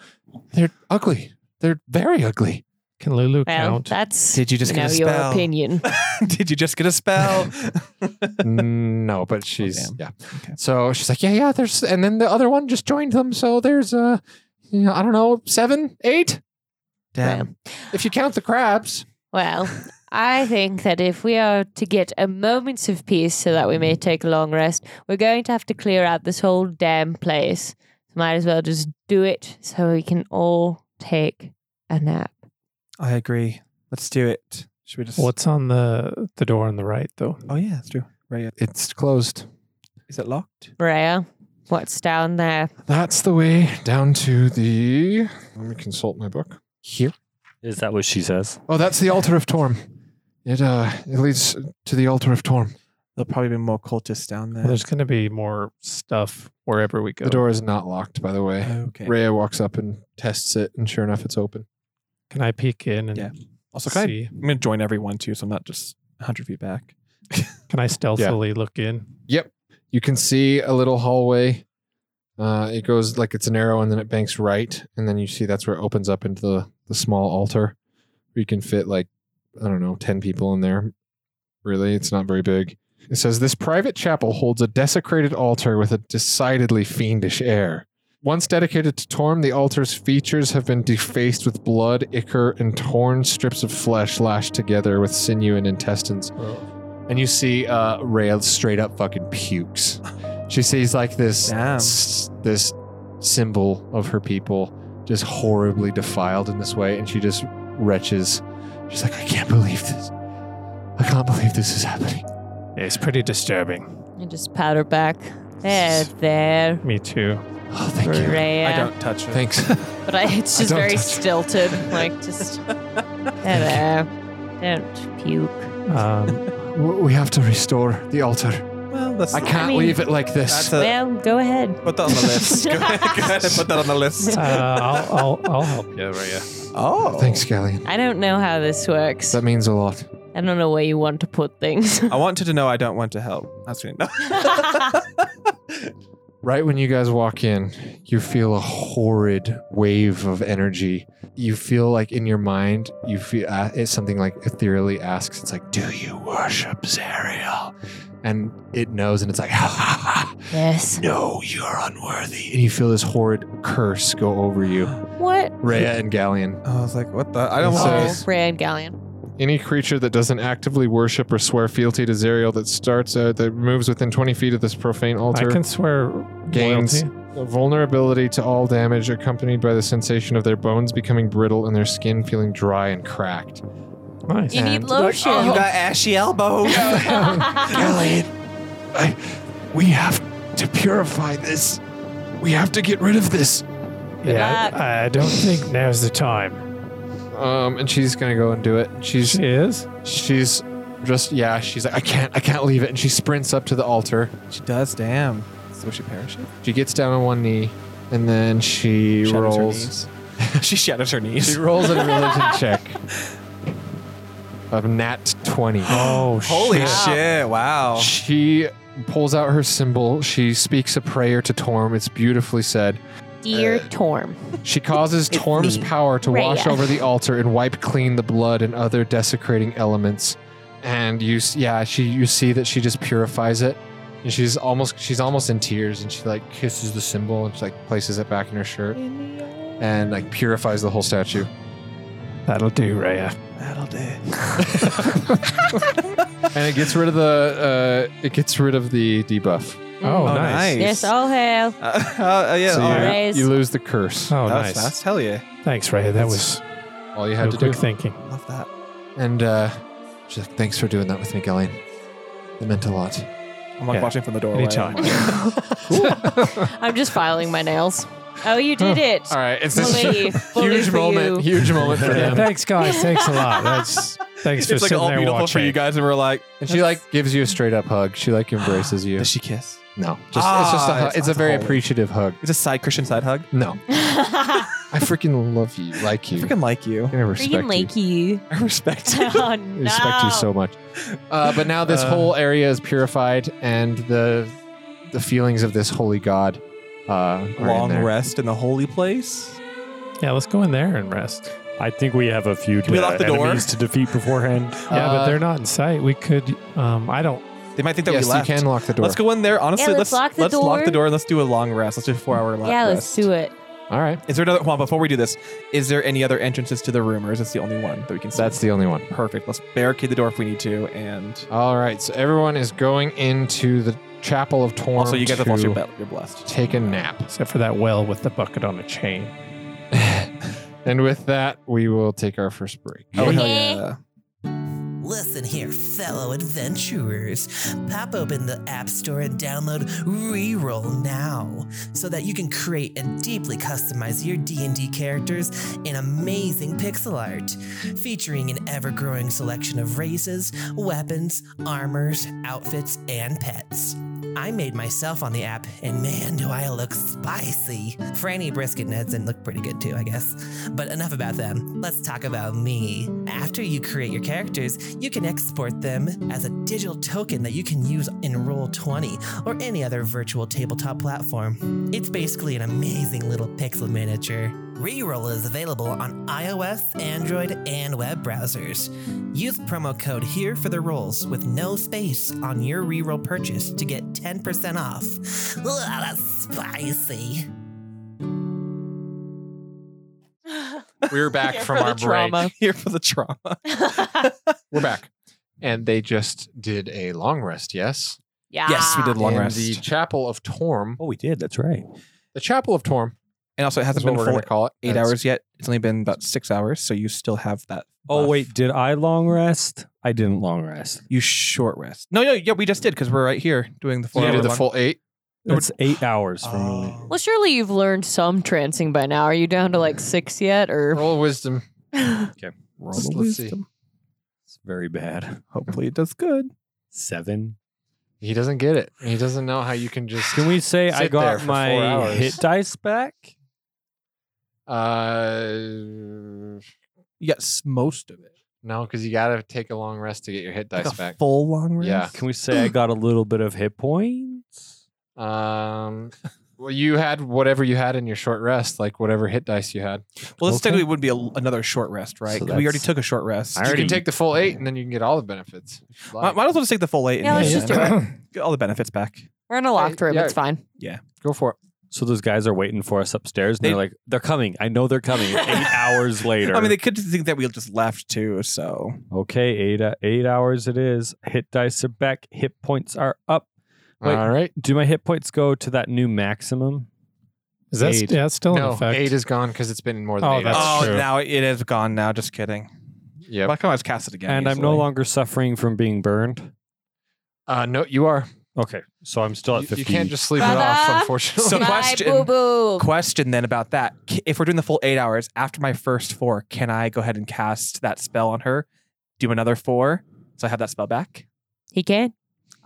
S1: They're ugly. They're very ugly.
S8: Can Lulu
S6: Well,
S8: count?
S6: that's
S4: Did you just
S6: you
S4: get
S6: know,
S4: a
S6: your
S4: spell?
S6: opinion.
S4: Did you just get a spell?
S1: Mm, no, but she's
S4: damn.
S1: yeah.
S4: Okay.
S1: So she's like, yeah, yeah. There's and then the other one just joined them. So there's uh, you know, I don't know, seven, eight,
S4: Damn.
S1: if you count the crabs.
S6: Well, I think that if we are to get a moment's of peace so that we may take a long rest, we're going to have to clear out this whole damn place. Might as well just do it so we can all take a nap.
S4: I agree. Let's do it. Should we just?
S8: What's on the the door on the right though?
S4: Oh yeah, it's true. Right.
S1: It's closed.
S4: Is it locked?
S6: Rhea, what's down there?
S1: That's the way down to the. Let me consult my book. Here.
S5: Is that what she says?
S1: Oh, that's the altar of Torm. It uh, it leads to the altar of Torm.
S4: There'll probably be more cultists down there.
S8: Well, there's going to be more stuff wherever we go.
S1: The door is not locked, by the way.
S4: okay.
S1: Rhea walks up and tests it, and sure enough, it's open.
S8: Can I peek in and
S4: Yeah. Also, can I,
S8: see?
S4: I'm gonna join everyone too, so I'm not just 100 feet back.
S8: Can I stealthily look in?
S1: You can see a little hallway. Uh, it goes like it's an arrow, and then it banks right, and then you see that's where it opens up into the the small altar, where you can fit like I don't know ten people in there. Really, it's not very big. It says this private chapel holds a desecrated altar with a decidedly fiendish air. Once dedicated to Torm, the altar's features have been defaced with blood, ichor, and torn strips of flesh lashed together with sinew and intestines. And you see uh, Rhea straight up fucking pukes. She sees like this
S4: Damn.
S1: s- this symbol of her people just horribly defiled in this way, and she just retches. She's like, I can't believe this. I can't believe this is happening.
S8: It's pretty disturbing.
S6: You just powder back. There, there,
S8: Me too.
S1: Oh, thank you.
S4: I
S6: Rhea.
S4: don't touch it.
S1: Thanks.
S6: But I, it's
S1: I
S6: just
S1: don't
S6: very
S1: touch it.
S6: stilted. Like, just there, there. Don't puke.
S8: Um,
S1: W- we have to restore the altar.
S4: Well, that's
S1: I can't
S6: mean,
S1: leave it like
S4: that's
S1: this.
S4: a,
S6: Well, go ahead.
S4: put that on the list. go ahead, go ahead and put that on the list.
S8: uh, I'll, I'll, I'll help you, Rhea.
S4: Oh,
S1: Thanks, Galleon.
S6: I don't know how this works.
S1: That means a lot.
S6: I don't know where you want to put things.
S4: I wanted to know. I don't want to help. That's really no.
S1: Right when you guys walk in, you feel a horrid wave of energy. You feel like in your mind, you feel uh, it's something like ethereally asks. It's like, "Do you worship Zariel?" And it knows, and it's like,
S6: yes.
S1: "No, you're unworthy." And you feel this horrid curse go over you,
S6: What?
S1: Rhea and Galleon.
S4: I was like, what the? I don't
S1: It
S4: want.
S1: says-
S6: Oh, Rhea and Galleon.
S1: Any creature that doesn't actively worship or swear fealty to Zariel that starts uh, that moves within 20 feet of this profane
S8: I
S1: altar
S8: can swear
S1: gains
S8: loyalty.
S1: vulnerability to all damage accompanied by the sensation of their bones becoming brittle and their skin feeling dry and cracked.
S8: Nice.
S6: You need lotion.
S4: oh, You got ashy elbows.
S1: Galleon, I, we have to purify this. We have to get rid of this.
S8: yeah, I, I don't think now's the time.
S1: Um, and she's gonna go and do it. She's
S8: She is.
S1: she's just yeah. She's like I can't I can't leave it. And she sprints up to the altar.
S4: she does. Damn. So she perishes.
S1: She gets down on one knee, and then she
S4: Shatters her
S1: rolls.
S4: knees. she shatters her knees.
S1: She rolls a religion check of nat 20.
S8: Oh,
S4: Holy
S8: shit.
S4: shit! Wow.
S1: She pulls out her symbol. She speaks a prayer to Torm. It's beautifully said.
S6: Dear Torm.
S1: She causes Torm's power to wash
S6: Raya.
S1: over the altar and wipe clean the blood and other desecrating elements. And you, s- yeah, she, you see that she just purifies it, And she's almost she's almost in tears and she like kisses the symbol and she like places it back in her shirt and like purifies the whole statue.
S7: That'll do, Raya.
S4: That'll do.
S1: And it gets rid of the uh it gets rid of the debuff.
S7: Oh,
S4: Oh,
S7: nice.
S4: nice.
S6: Yes, all hell.
S4: Uh, uh, yeah.
S1: So
S4: all right.
S1: you,
S6: Alright.
S1: you lose the curse.
S7: Oh,
S4: that
S7: nice.
S4: was fast. Hell yeah.
S7: Thanks, Raya. That was
S1: All you had
S7: real
S1: to
S7: quick
S1: do.
S7: thinking.
S4: Love that.
S1: And uh she's like, Thanks for doing that with me, Gillian. It meant a lot.
S4: I'm like
S7: Yeah.
S4: watching from the doorway.
S7: Anytime.
S6: I'm just filing my nails. Oh, you did it.
S1: All right, it's this
S6: Believe. Believe
S1: huge
S6: for
S1: moment.
S6: you.
S1: Huge moment for
S7: Yeah,
S1: them.
S7: thanks, guys. Thanks a lot. That's thanks for
S4: It's like
S7: sitting
S4: all
S7: there
S4: beautiful
S7: watching.
S4: for you guys, and we're like,
S1: And she like gives you a straight up hug. She like embraces you.
S4: does she kiss?
S1: No, just it's
S4: Ah,
S1: just a hug.
S4: it's
S1: It's, a
S4: not
S1: very
S4: holy.
S1: appreciative hug.
S4: It's a side Christian side hug.
S1: No, I freaking love you, like
S4: I
S1: you.
S4: freaking like you.
S1: I respect you.
S6: you.
S4: I respect you.
S6: oh
S1: I
S6: no.
S1: respect you so much. Uh, but now this
S4: Uh.
S1: whole area is purified, and the the feelings of this holy god uh, are in
S4: Long
S1: there.
S4: rest in the holy place.
S8: Yeah, let's go in there and rest.
S5: I think we have a few
S4: Can we lock the door?
S5: enemies to defeat beforehand.
S8: Yeah,
S1: Uh,
S8: but they're not in sight. We could. Um, I don't.
S4: They might think that
S1: yes,
S4: we left.
S1: you can lock the door.
S4: Let's go in there. Honestly,
S11: let's
S4: let's
S11: lock the
S4: let's lock
S11: door.
S4: the door and let's do a long rest. Let's do a four hour long
S6: Yeah, let's
S4: rest.
S6: do it.
S1: All right,
S4: Is there another? Well, before we do this, is there any other entrances to the room, or is this the only one that we can? See?
S1: that's the only one.
S4: perfect. Let's barricade the door if we need to, and
S1: All right, so everyone is going into the chapel of Torm.
S4: also you guys have lost your
S1: to
S4: belt. You're blessed.
S1: Take a nap.
S7: Except for that well with the bucket on a chain.
S1: And with that, we will take our first break.
S4: Oh hell
S11: Yeah.
S4: yeah!
S12: Listen here, fellow adventurers. Pop open the App Store and download Reroll now so that you can create and deeply customize your D&D characters in amazing pixel art, featuring an ever-growing selection of races, weapons, armors, outfits, and pets. I made myself on the app, and man, do I look spicy. Franny, Brisket, and Edson look pretty good too, I guess. But enough about them. Let's talk about me. After you create your characters, you can export them as a digital token that you can use in Roll20 or any other virtual tabletop platform. It's basically an amazing little pixel miniature. Reroll is available on iOS, Android, and web browsers. Use promo code here for the rolls with no space on your reroll purchase to get 10% off. Ugh, that's spicy.
S1: We're back from our break.
S4: Here for the trauma.
S1: We're back. And they just did a long rest, yes?
S6: Yeah.
S4: Yes, we did long
S1: in
S4: rest.
S1: the Chapel of Torm.
S5: Oh, we did. That's right.
S1: The Chapel of Torm
S4: and also, it
S1: is
S4: hasn't
S1: what
S4: been
S1: we're
S4: full
S1: going to call it.
S4: eight
S1: That's-
S4: hours yet. It's only been about six hours, so you still have that.
S5: Oh
S4: buff.
S5: wait, did I long rest? I didn't long rest.
S4: you short rest. No, no, yeah, we just did because we're right here doing the
S1: You
S4: four. hour
S1: did the
S4: long-
S1: full eight?
S5: It's eight hours for me.
S4: Oh.
S6: Well, surely you've learned some trancing by now. Are you down to like six yet? Or
S1: Roll wisdom.
S4: Roll
S1: Let's-
S4: of
S1: let's see.
S4: wisdom.
S5: It's very bad.
S4: Hopefully, it does good.
S5: Seven.
S1: He doesn't get it. He doesn't know how you can just.
S5: Can we say I
S1: Sit there
S5: got
S1: for four
S5: my
S1: hours.
S5: hit dice back?
S1: Uh,
S4: Yes, most of it.
S1: no, because you got to take a long rest to get your hit
S4: Like
S1: dice
S4: a
S1: back.
S4: full long rest.
S1: Yeah.
S5: Can we say I got a little bit of hit points?
S1: Um, well, you had whatever you had in your short rest, like whatever hit dice you had.
S4: Well, this
S5: Okay.
S4: technically would be a, another short rest, right?
S5: So
S4: 'Cause we already
S5: that's-
S4: took a short rest.
S5: I
S1: You
S5: already-
S1: can take the full eight, and then you can get all the benefits. if you'd
S4: might,
S1: like.
S4: might as well just take the full eight.
S6: Yeah,
S4: and
S6: let's
S4: yeah,
S6: just
S4: yeah.
S6: do it.
S4: Get all the benefits back.
S6: We're in a locked
S1: Hey,
S6: room.
S1: yeah.
S6: It's fine.
S1: Go for it.
S5: So those guys are waiting for us upstairs, and
S4: They-
S5: they, are like, "They're coming! I know they're coming." eight hours later.
S4: I mean, they could just think that we just left too. So
S5: okay, eight eight hours it is. Hit dice are back. Hit points are up. Wait.
S1: All right.
S5: Do my hit points go to that new maximum?
S8: Is that
S1: Eight.
S8: yeah, it's still in
S1: No,
S8: effect?
S1: eight is gone because it's been more than
S8: Oh,
S1: eight.
S8: that's
S1: hours.
S4: oh,
S8: true.
S4: now it is gone. Now, just kidding.
S1: Yep.
S4: Why can't I just cast it again?
S5: and I'm no
S4: easily?
S5: longer suffering from being burned.
S1: Uh, no, you are.
S5: Okay, so I'm still at
S1: You,
S5: fifty.
S1: you can't just sleep it
S6: Brother?
S1: off, unfortunately.
S4: So
S6: My
S4: question.
S6: boo-boo.
S4: Question then about that: C- If we're doing the full eight hours after my first four, can I go ahead and cast that spell on her? Do another four, so I have that spell back.
S6: He can.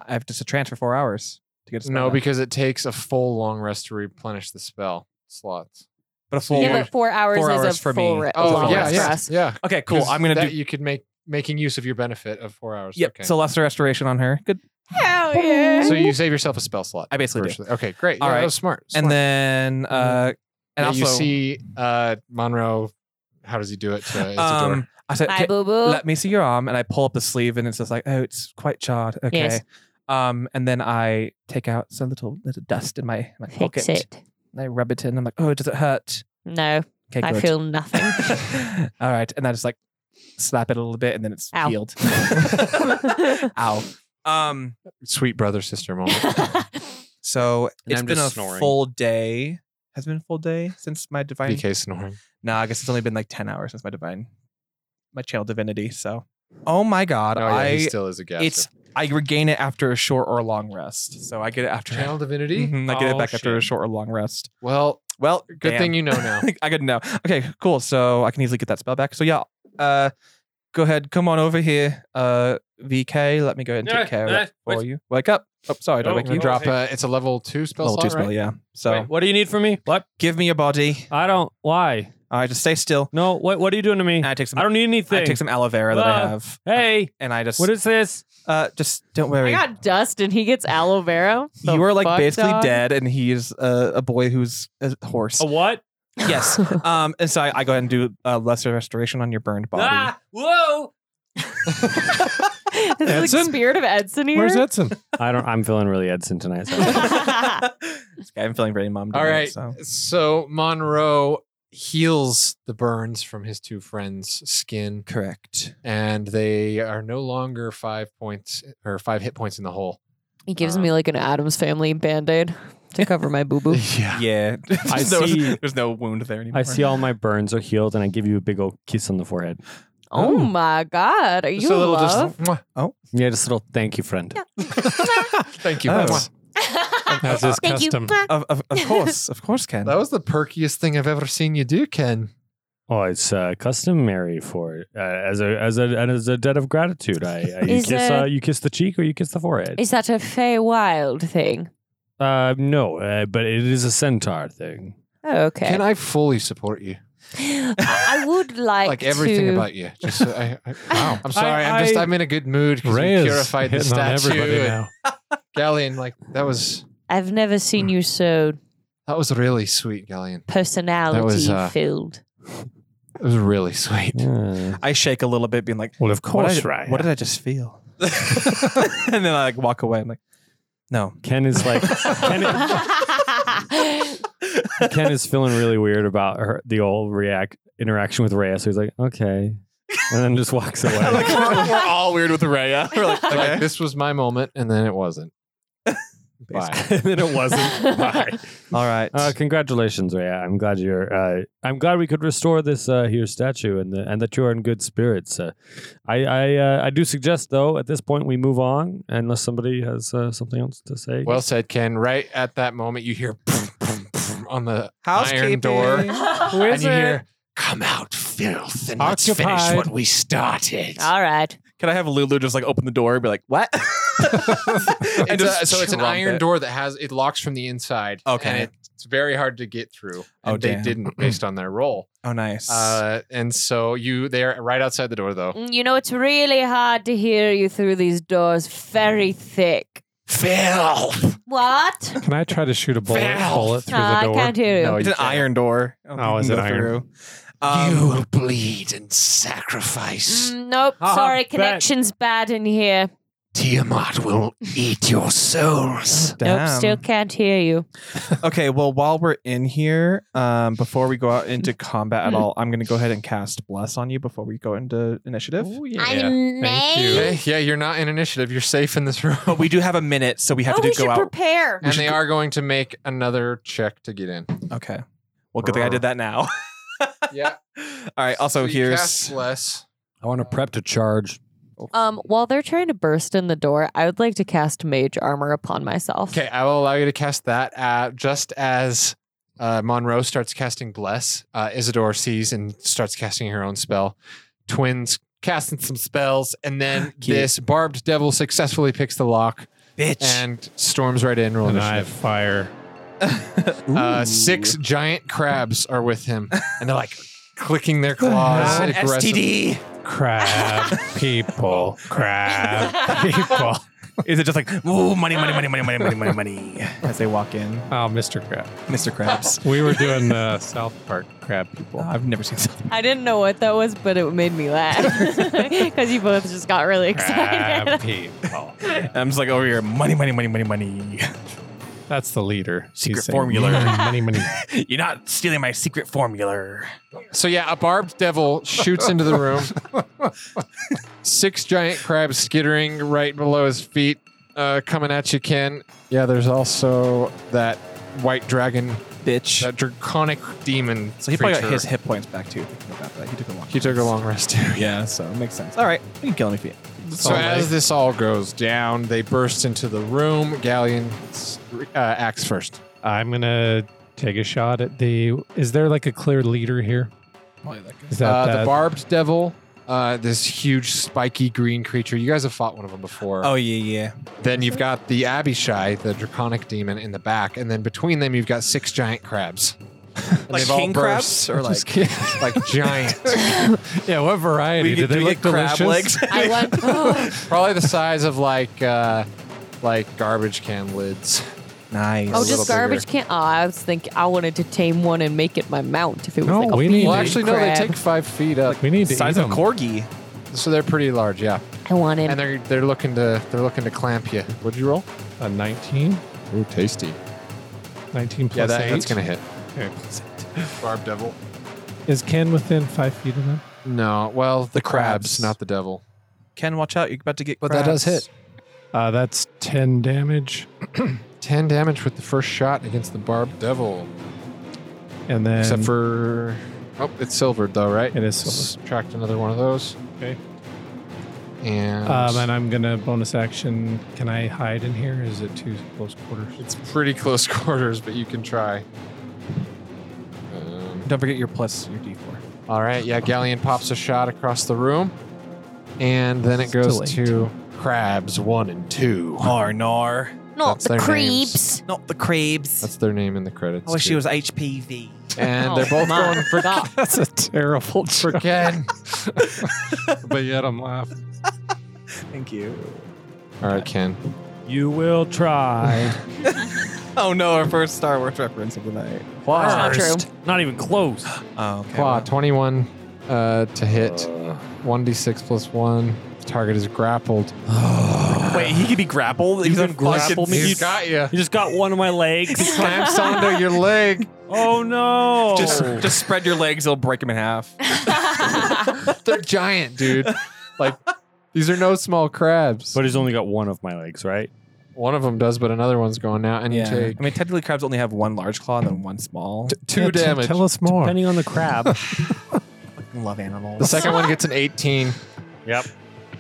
S4: I have just a trance for four hours to get a spell.
S1: no,
S4: back.
S1: because it takes a full long rest to replenish the spell slots.
S4: but a full.
S6: yeah, but four hours
S4: four
S6: is
S4: hours
S6: a
S4: for
S6: full
S4: me.
S6: re-
S4: Oh,
S6: long
S4: yeah,
S6: rest
S4: yeah.
S6: for us.
S1: yeah.
S4: okay, cool.
S1: 'Cause
S4: I'm gonna
S1: that
S4: do.
S1: You could make making use of your benefit of four hours.
S4: Yep.
S1: Okay.
S4: So lesser restoration on her. Good.
S6: Hell yeah.
S1: So you save yourself a spell slot.
S4: I basically do.
S1: virtually. Okay, great.
S4: All
S1: yeah,
S4: right.
S1: that was smart.
S4: And
S1: smart.
S4: then, uh, and
S1: Yeah,
S4: also,
S1: you see uh, Monroe. How does he do it? To Isidore?
S4: um, I said,
S6: My
S4: "Okay,
S6: boo boo.
S4: let me see your arm, and I pull up the sleeve, and it's just like, oh, it's quite charred. Okay.
S6: Yes.
S4: Um, and then I take out some little little dust in my, my
S6: Fix
S4: pocket.
S6: it.
S4: And I rub it in. I'm like, oh, does it hurt?
S6: No,
S4: Okay,
S6: I
S4: good.
S6: feel nothing.
S4: All right, and I just like slap it a little bit, and then it's
S6: Ow.
S4: healed. Ow. Um.
S1: Sweet brother sister moment.
S4: So
S1: And
S4: it's
S1: I'm
S4: been a
S1: just snoring.
S4: full day. Has it been a full day since my divine.
S1: BK snoring.
S4: No, I guess it's only been like ten hours since my divine, my channel divinity. So, oh my god,
S1: Oh, yeah,
S4: I
S1: he still is a gas.
S4: it's I regain it after a short or long rest. So I get it after.
S1: channel divinity.
S4: Mhm, I get it
S1: Oh,
S4: back after a
S1: shit.
S4: short or long rest.
S1: Well,
S4: Well,
S1: good
S4: damn.
S1: thing you know now.
S4: I didn't know. Okay, cool. So I can easily get that spell back. So yeah, uh, go ahead, come on over here, uh, VK. Let me go ahead and take care of that for you. Wake up. Oh, sorry, don't
S5: No,
S4: wake
S1: you
S4: you.
S1: drop a. It's a level two spell
S4: level two
S1: slot,
S4: spell,
S1: right?
S4: yeah. So
S5: Wait, what do you need from me? What?
S4: give me your body.
S5: I don't. Why?
S4: All right, just stay still.
S5: No. What? What are you doing to me?
S4: And I take some.
S5: I don't need
S4: I
S5: anything.
S4: take some aloe vera that I
S5: Ah.
S4: have,
S5: hey,
S4: and I just.
S5: what is this?
S4: uh, just don't
S6: I
S4: worry.
S6: got dust and he gets aloe vera. The
S4: You are like
S6: fuck,
S4: basically
S6: dog?
S4: dead, and he's uh, a boy who's a horse.
S5: A what?
S4: Yes. um, and so I, I go ahead and do uh, lesser restoration on your burned body.
S5: Ah, whoa!
S6: Is it like
S8: Edson?
S6: spirit of Edson here?
S8: Where's Edson?
S5: I don't. I'm feeling really Edson tonight. so-
S4: Okay, I'm feeling very mom.
S1: All
S4: tonight,
S1: right.
S4: So.
S1: So Monroe heals the burns from his two friends' skin,
S4: Correct.
S1: and they are no longer five points or five hit points in the hole.
S6: He gives
S1: Um,
S6: me like an Adams Family band aid to cover my boo boo.
S1: Yeah.
S4: Yeah. There's
S5: I
S4: no-
S5: see-
S4: There's no wound there anymore.
S5: I see all my burns are healed, and I give you a big old kiss on the forehead.
S6: Oh my God. Are you
S1: Just a
S6: in
S1: little, just
S6: love?
S1: mwah.
S5: Yeah, just a little thank you, friend.
S1: thank you.
S4: Oh.
S1: Mwah.
S8: That's his
S11: Thank
S8: custom.
S11: you.
S4: Of, of, of course, of course, Ken.
S1: That was the perkiest thing I've ever seen you do, Ken.
S5: Oh, it's uh, customary for uh, as a as a and as a debt of gratitude. I, I you
S6: Is
S5: kiss
S6: there-
S5: uh, you kiss the cheek or you kiss the forehead.
S6: Is that a Fey Wild thing?
S5: Uh, no, uh, but it is a centaur thing.
S6: Oh, okay.
S1: Can I fully support you?
S6: I would like,
S1: Like everything
S6: to-
S1: about you. Just so I, I, wow. I'm
S5: I-
S1: sorry. I, am just
S5: I-
S1: I'm in a good mood because
S8: Ray
S1: we
S8: is
S1: purified the
S8: hitting on everybody
S1: statue. and
S8: now.
S1: Galleon, like that was
S6: I've never seen you so
S1: that was really sweet, Galleon.
S6: personality
S1: uh,
S6: filled.
S1: It was really sweet.
S5: Yeah.
S4: I shake a little bit, being like,
S8: Well, of
S4: what
S8: course,
S4: did I-
S8: right.
S4: What did I just feel? and then I like walk away. I'm like, no.
S5: Ken is like Ken, Ken is feeling really weird about her the old react interaction with Rhea. So he's like, okay, and then just walks away.
S4: we're all weird with Raya. We're like,
S1: Like,
S4: okay.
S1: this was my moment, and then it wasn't. Bye.
S5: and then it wasn't. Bye.
S4: all right.
S5: Uh, congratulations, Rhea. I'm glad you're. Uh, I'm glad we could restore this uh, here statue, and the, and that you're in good spirits. Uh, I I, uh, I do suggest though at this point we move on, unless somebody has uh, something else to say.
S1: Well said, Ken. Right at that moment, you hear on the iron
S4: Housekeeping.
S1: door, and you hear
S2: Come out, filth, and let's finish what we started.
S6: All right.
S4: Can I have Lulu just like open the door and be like, what? and
S1: It's a- so it's an
S4: trump
S1: iron
S4: it.
S1: door that has it locks from the inside.
S4: Okay.
S1: and it, it's very hard to get through.
S4: Oh,
S1: and they
S4: damn.
S1: didn't based on their roll.
S4: Oh, nice.
S1: Uh, and so you they are right outside the door though.
S6: Mm, You know, it's really hard to hear you through these doors. Very thick.
S2: Filth.
S11: What?
S8: Can I try to shoot a bullet, bullet through
S6: Uh,
S8: the
S6: I
S8: door?
S6: can't hear you.
S1: No,
S4: it's
S1: you
S4: an
S1: can't.
S4: iron door.
S8: Oh, is it iron?
S2: you
S4: Um,
S2: will bleed and sacrifice.
S6: Mm, nope.
S5: Ah,
S6: sorry,
S5: bet.
S6: connection's bad in here.
S2: Tiamat will eat your souls.
S6: Nope, still can't hear you.
S4: Okay, well, while we're in here, um, before we go out into combat at all, I'm going to go ahead and cast Bless on you before we go into initiative.
S8: Oh,
S11: I
S1: Okay,
S11: may.
S1: yeah, you're not in initiative. You're safe in this room,
S4: But we do have a minute, so we have
S6: oh,
S4: to
S6: we
S4: do go
S6: should
S4: out.
S6: prepare.
S1: and they are going to make another check to get in.
S4: okay. Well, good thing I did that now.
S1: Yeah.
S4: all right, also
S1: You cast
S4: here's.
S1: less.
S5: I want to prep to charge.
S6: Um, while they're trying to burst in the door, I would like to cast mage armor upon myself.
S1: Okay, I will allow you to cast that uh, just as uh, Monroe starts casting Bless. Uh, Isidore sees and starts casting her own spell. Twins casting some spells, and then
S4: Cute.
S1: this barbed devil successfully picks the lock
S4: Bitch.
S1: and storms right in. Roll
S8: And I
S1: initiative.
S8: fire.
S1: Uh, six giant crabs are with him, and they're like clicking their claws.
S8: hell?
S1: aggressively.
S2: STD.
S8: Crab people. Crab people.
S4: Is it just like, oh, money, money, money, money, money, money, money, money, as they walk in?
S8: Oh, Mr. Crab.
S4: Mr. Krabs.
S8: We were doing the South Park crab people.
S4: I've never seen something.
S6: I didn't know what that was, but it made me laugh because you both just got really excited.
S8: Crab people.
S4: I'm just like over here, money, money, money, money, money.
S8: That's the leader.
S4: Secret
S8: He's saying,
S4: formula.
S8: Money, money, money.
S4: You're not stealing my secret formula.
S1: So yeah, a barbed devil shoots into the room. Six giant crabs skittering right below his feet, uh, coming at you, Ken. Yeah, there's also that white dragon,
S4: Bitch.
S1: that draconic demon.
S4: so he probably got
S1: creature.
S4: his hit points back too. Thinking about that, he took a long.
S1: He took a long rest.
S4: Yeah, so it makes sense. All right, you can kill him if you.
S1: So as this all goes down, they burst into the room. Galleon uh, acts first.
S8: I'm going to take a shot at the. Is there like a clear leader here? Is that
S1: Uh, the
S8: that-
S1: barbed devil, uh, this huge spiky green creature. You guys have fought one of them before.
S4: Oh yeah,
S1: Then you've got the Abishai, the draconic demon, in the back, and then between them you've got six giant crabs.
S4: yeah. Like king crabs
S1: burst.
S4: or like
S1: like giant,
S8: Yeah, what variety?
S4: we
S8: Do
S4: get,
S8: they
S4: we
S8: look
S4: get crab
S8: delicious?
S4: legs.
S6: I want. oh,
S1: probably the size of like uh, like garbage can lids.
S4: nice.
S1: A
S6: Oh,
S1: little
S6: just garbage
S1: bigger.
S6: can. Oh, I was thinking I wanted to tame one and make it my mount if it was
S8: No,
S6: like a
S8: we need-
S6: big
S1: Well, actually, no, they
S6: crab.
S1: take five feet up,
S8: We need to
S4: size
S8: eat
S4: of
S8: them.
S4: corgi.
S1: so they're pretty large. Yeah,
S6: I want
S1: and
S6: him.
S1: they're they're looking to they're looking to clamp you. Would you roll?
S8: A 19,
S1: Ooh, tasty.
S8: 19 plus
S1: Yeah, that,
S8: eight.
S1: that's gonna hit.
S8: Okay, plus eight.
S1: Barb devil.
S8: Is Ken within five feet of them?
S1: No, well, the, crabs,
S4: crabs.
S1: not the devil.
S4: Ken, watch out! You're about to get.
S1: But that does
S4: crabs.
S1: hit.
S8: Uh, that's 10 damage,
S1: 10 damage with the first shot against the barb devil.
S8: and then
S1: Except for. Oh, it's silvered though, right?
S8: It is silvered.
S1: Subtract another one of those.
S8: Okay.
S1: And,
S8: Um, and I'm gonna bonus action. Can I hide in here? Is it too close quarters?
S1: it's pretty close quarters, but you can try. Um,
S4: Don't forget your plus your D4.
S1: all right, yeah, Galleon pops a shot across the room. And then it goes
S4: Still
S1: to crabs one and two.
S4: Nar nar.
S11: Not
S1: That's
S11: the
S1: their names.
S11: creeps.
S4: Not the crabs.
S1: That's their name in the credits.
S4: I wish
S1: too.
S4: he was HPV.
S1: And they're both going for
S8: That's a terrible trick.
S1: Ken.
S8: but yet I'm laughing.
S4: Thank you.
S1: All right, Ken.
S5: You will try.
S4: Oh no, our first Star Wars reference of the night.
S6: That's not true.
S5: Not even close.
S4: Oh, okay.
S1: Claw, 21 uh, to hit.
S5: Uh,
S1: 1d6 plus 1. Target is grappled.
S4: Wait, he could be grappled. He's
S5: You
S4: on
S5: can grapple me? You-
S1: got you.
S5: you just got one of my legs.
S1: Clamps onto your leg.
S5: oh no!
S4: Just, just spread your legs; it'll break him in half.
S1: They're giant, dude. Like, these are no small crabs.
S5: but he's only got one of my legs, right?
S1: one of them does, but another one's going now. And
S4: Yeah.
S1: you take
S4: I mean, technically, crabs only have one large claw and then one small.
S1: t- two damage.
S8: Tell us more.
S5: Depending on the crab.
S4: love
S1: the
S4: animals.
S1: second one gets an 18.
S5: yep.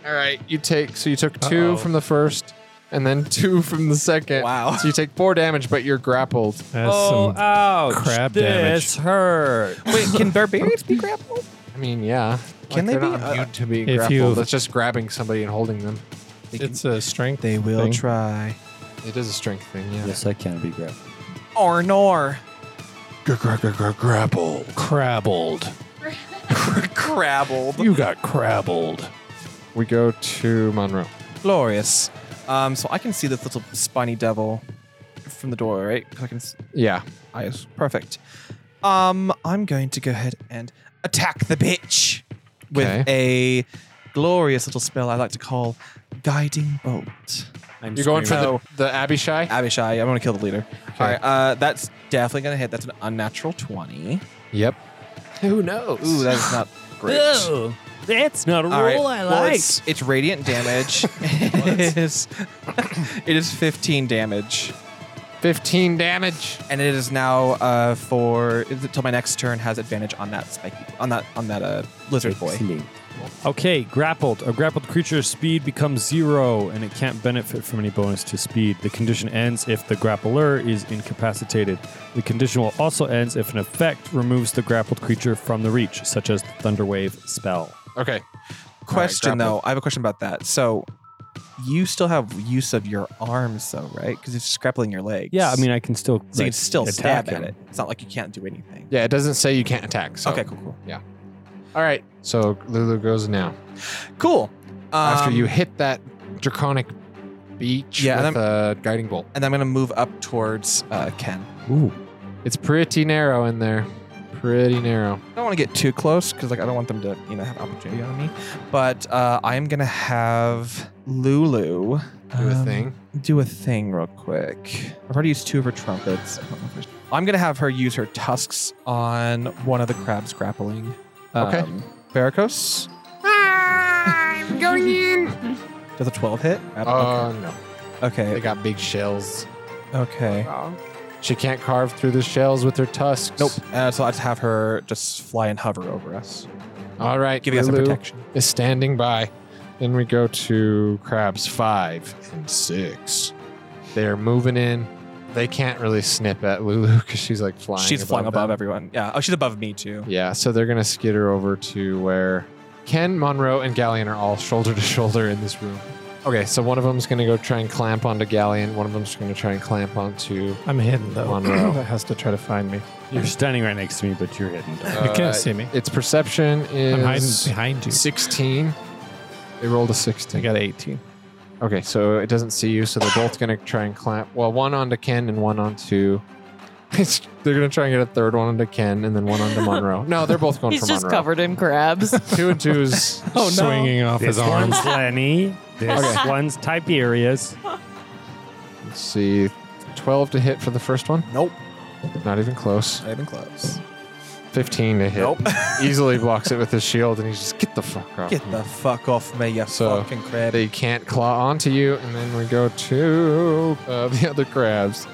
S1: All right, you take, so you took 2
S5: Uh-oh.
S1: from the first and then two from the second.
S4: Wow.
S1: So you take four damage, but you're grappled.
S8: That's
S5: oh,
S8: some
S5: ouch.
S8: crab
S5: this hurt.
S4: Wait, can barbarians be grappled?
S1: I mean, yeah.
S4: Can they
S1: they're
S4: be?
S1: not
S4: Uh,
S1: immune to being
S8: if
S1: grappled?
S8: you-
S1: That's just grabbing somebody and holding them.
S8: it's a strength.
S4: They will
S8: Thing.
S4: try.
S1: It is a strength thing, yeah.
S5: Yes, I can be grabbed.
S4: Or nor.
S8: grapple. Crabbled.
S4: Crabbled.
S8: You got crabbled.
S1: We go to Monroe.
S4: Glorious. Um, so I can see this little spiny devil from the door, right? 'Cause I can see
S1: Yeah.
S4: eyes. Perfect. Um, I'm going to go ahead and attack the bitch with a glorious little spell I like to call Guiding Bolt.
S5: I'm
S1: You're going for
S5: screaming.
S1: the, the Abishai?
S4: Abishai, I'm going to kill the leader. All right, uh, that's definitely going to hit. That's an unnatural 20.
S1: yep. Who knows?
S4: Ooh, that is not great.
S5: Ew, that's not a
S4: All right.
S5: roll I
S4: Well,
S5: like.
S4: it's, it's radiant damage. it, is, it is 15 damage.
S1: 15 damage.
S4: and it is now uh, for until my next turn has advantage on that spiky on that on that uh, lizard boy.
S5: Excellent. Okay, grappled. A grappled creature's speed becomes zero, and it can't benefit from any bonus to speed. The condition ends if the grappler is incapacitated. The condition will also ends if an effect removes the grappled creature from the reach, such as the Thunderwave spell.
S1: Okay.
S4: Question
S1: grapple.
S4: though, I have a question about that. So you still have use of your arms though, right? Because it's just grappling your legs.
S5: Yeah, I mean, I can still
S4: so you
S5: like,
S4: can still
S5: attack
S4: stab at
S5: him.
S4: it. It's not like you can't do anything.
S1: Yeah, it doesn't say you can't attack. So.
S4: Okay, cool, cool,
S1: All right. So Lulu goes now.
S4: cool. Um,
S1: After you hit that draconic beach
S4: Yeah,
S1: with
S4: and
S1: a guiding bolt.
S4: and I'm gonna move up towards uh, Ken.
S5: Ooh.
S1: It's pretty narrow in there. Pretty narrow.
S4: I don't want to get too close because like I don't want them to you know have opportunity on me. But uh, I am gonna have Lulu
S1: Do a
S4: um,
S1: thing.
S4: Do a thing real quick. I've already used two of her trumpets. I don't know if there's- I'm gonna have her use her tusks on one of the crabs grappling.
S1: Okay.
S4: Um, Varicose.
S1: I'm going in.
S4: Does a 12 hit? I don't-
S1: Oh no. They
S4: okay.
S1: got big shells.
S4: Okay.
S1: She can't carve through the shells with her tusks.
S4: Nope. Uh, so I just have her just fly and hover over us,
S1: All right.
S4: giving us some
S1: Lulu
S4: protection.
S1: is standing by. Then we go to crabs five and six. They're moving in. They can't really snip at Lulu because she's like flying.
S4: she's flying above
S1: them.
S4: everyone. Yeah. Oh, she's above me too.
S1: Yeah, so they're gonna skid her over to where Ken, Monroe, and Galleon are all shoulder to shoulder in this room. Okay, so one of them's gonna go try and clamp onto Galleon. One of them's gonna try and clamp onto.
S7: I'm hidden though.
S1: Monroe.
S7: that has to try to find me.
S5: You're standing right next to me, but you're hidden.
S7: You
S1: Uh,
S7: can't see me.
S1: Its perception
S7: I'm hiding
S1: is
S7: behind you.
S1: sixteen. They rolled a
S7: I
S1: sixteen.
S7: got 18.
S1: Okay, so it doesn't see you, so they're both gonna try and clamp. Well, one onto Ken and one onto. they're gonna try and get a third one onto Ken and then one onto Monroe. No, they're both going
S6: He's
S1: for
S6: just
S1: Monroe.
S6: covered in crabs.
S1: Two and twos.
S5: Oh, no.
S8: swinging off his
S5: This
S8: arms.
S5: one's Lenny. This
S1: Okay.
S5: one's Tiberius.
S1: Let's see, twelve to hit for the first one.
S4: Nope.
S1: Not even close.
S4: Not even close.
S1: 15 to hit.
S4: Nope.
S1: Easily blocks it with his shield, and he's just, get the fuck off.
S4: Get the fuck off me, you
S1: So,
S4: fucking crab.
S1: They can't claw onto you, and then we go to uh, the other crabs.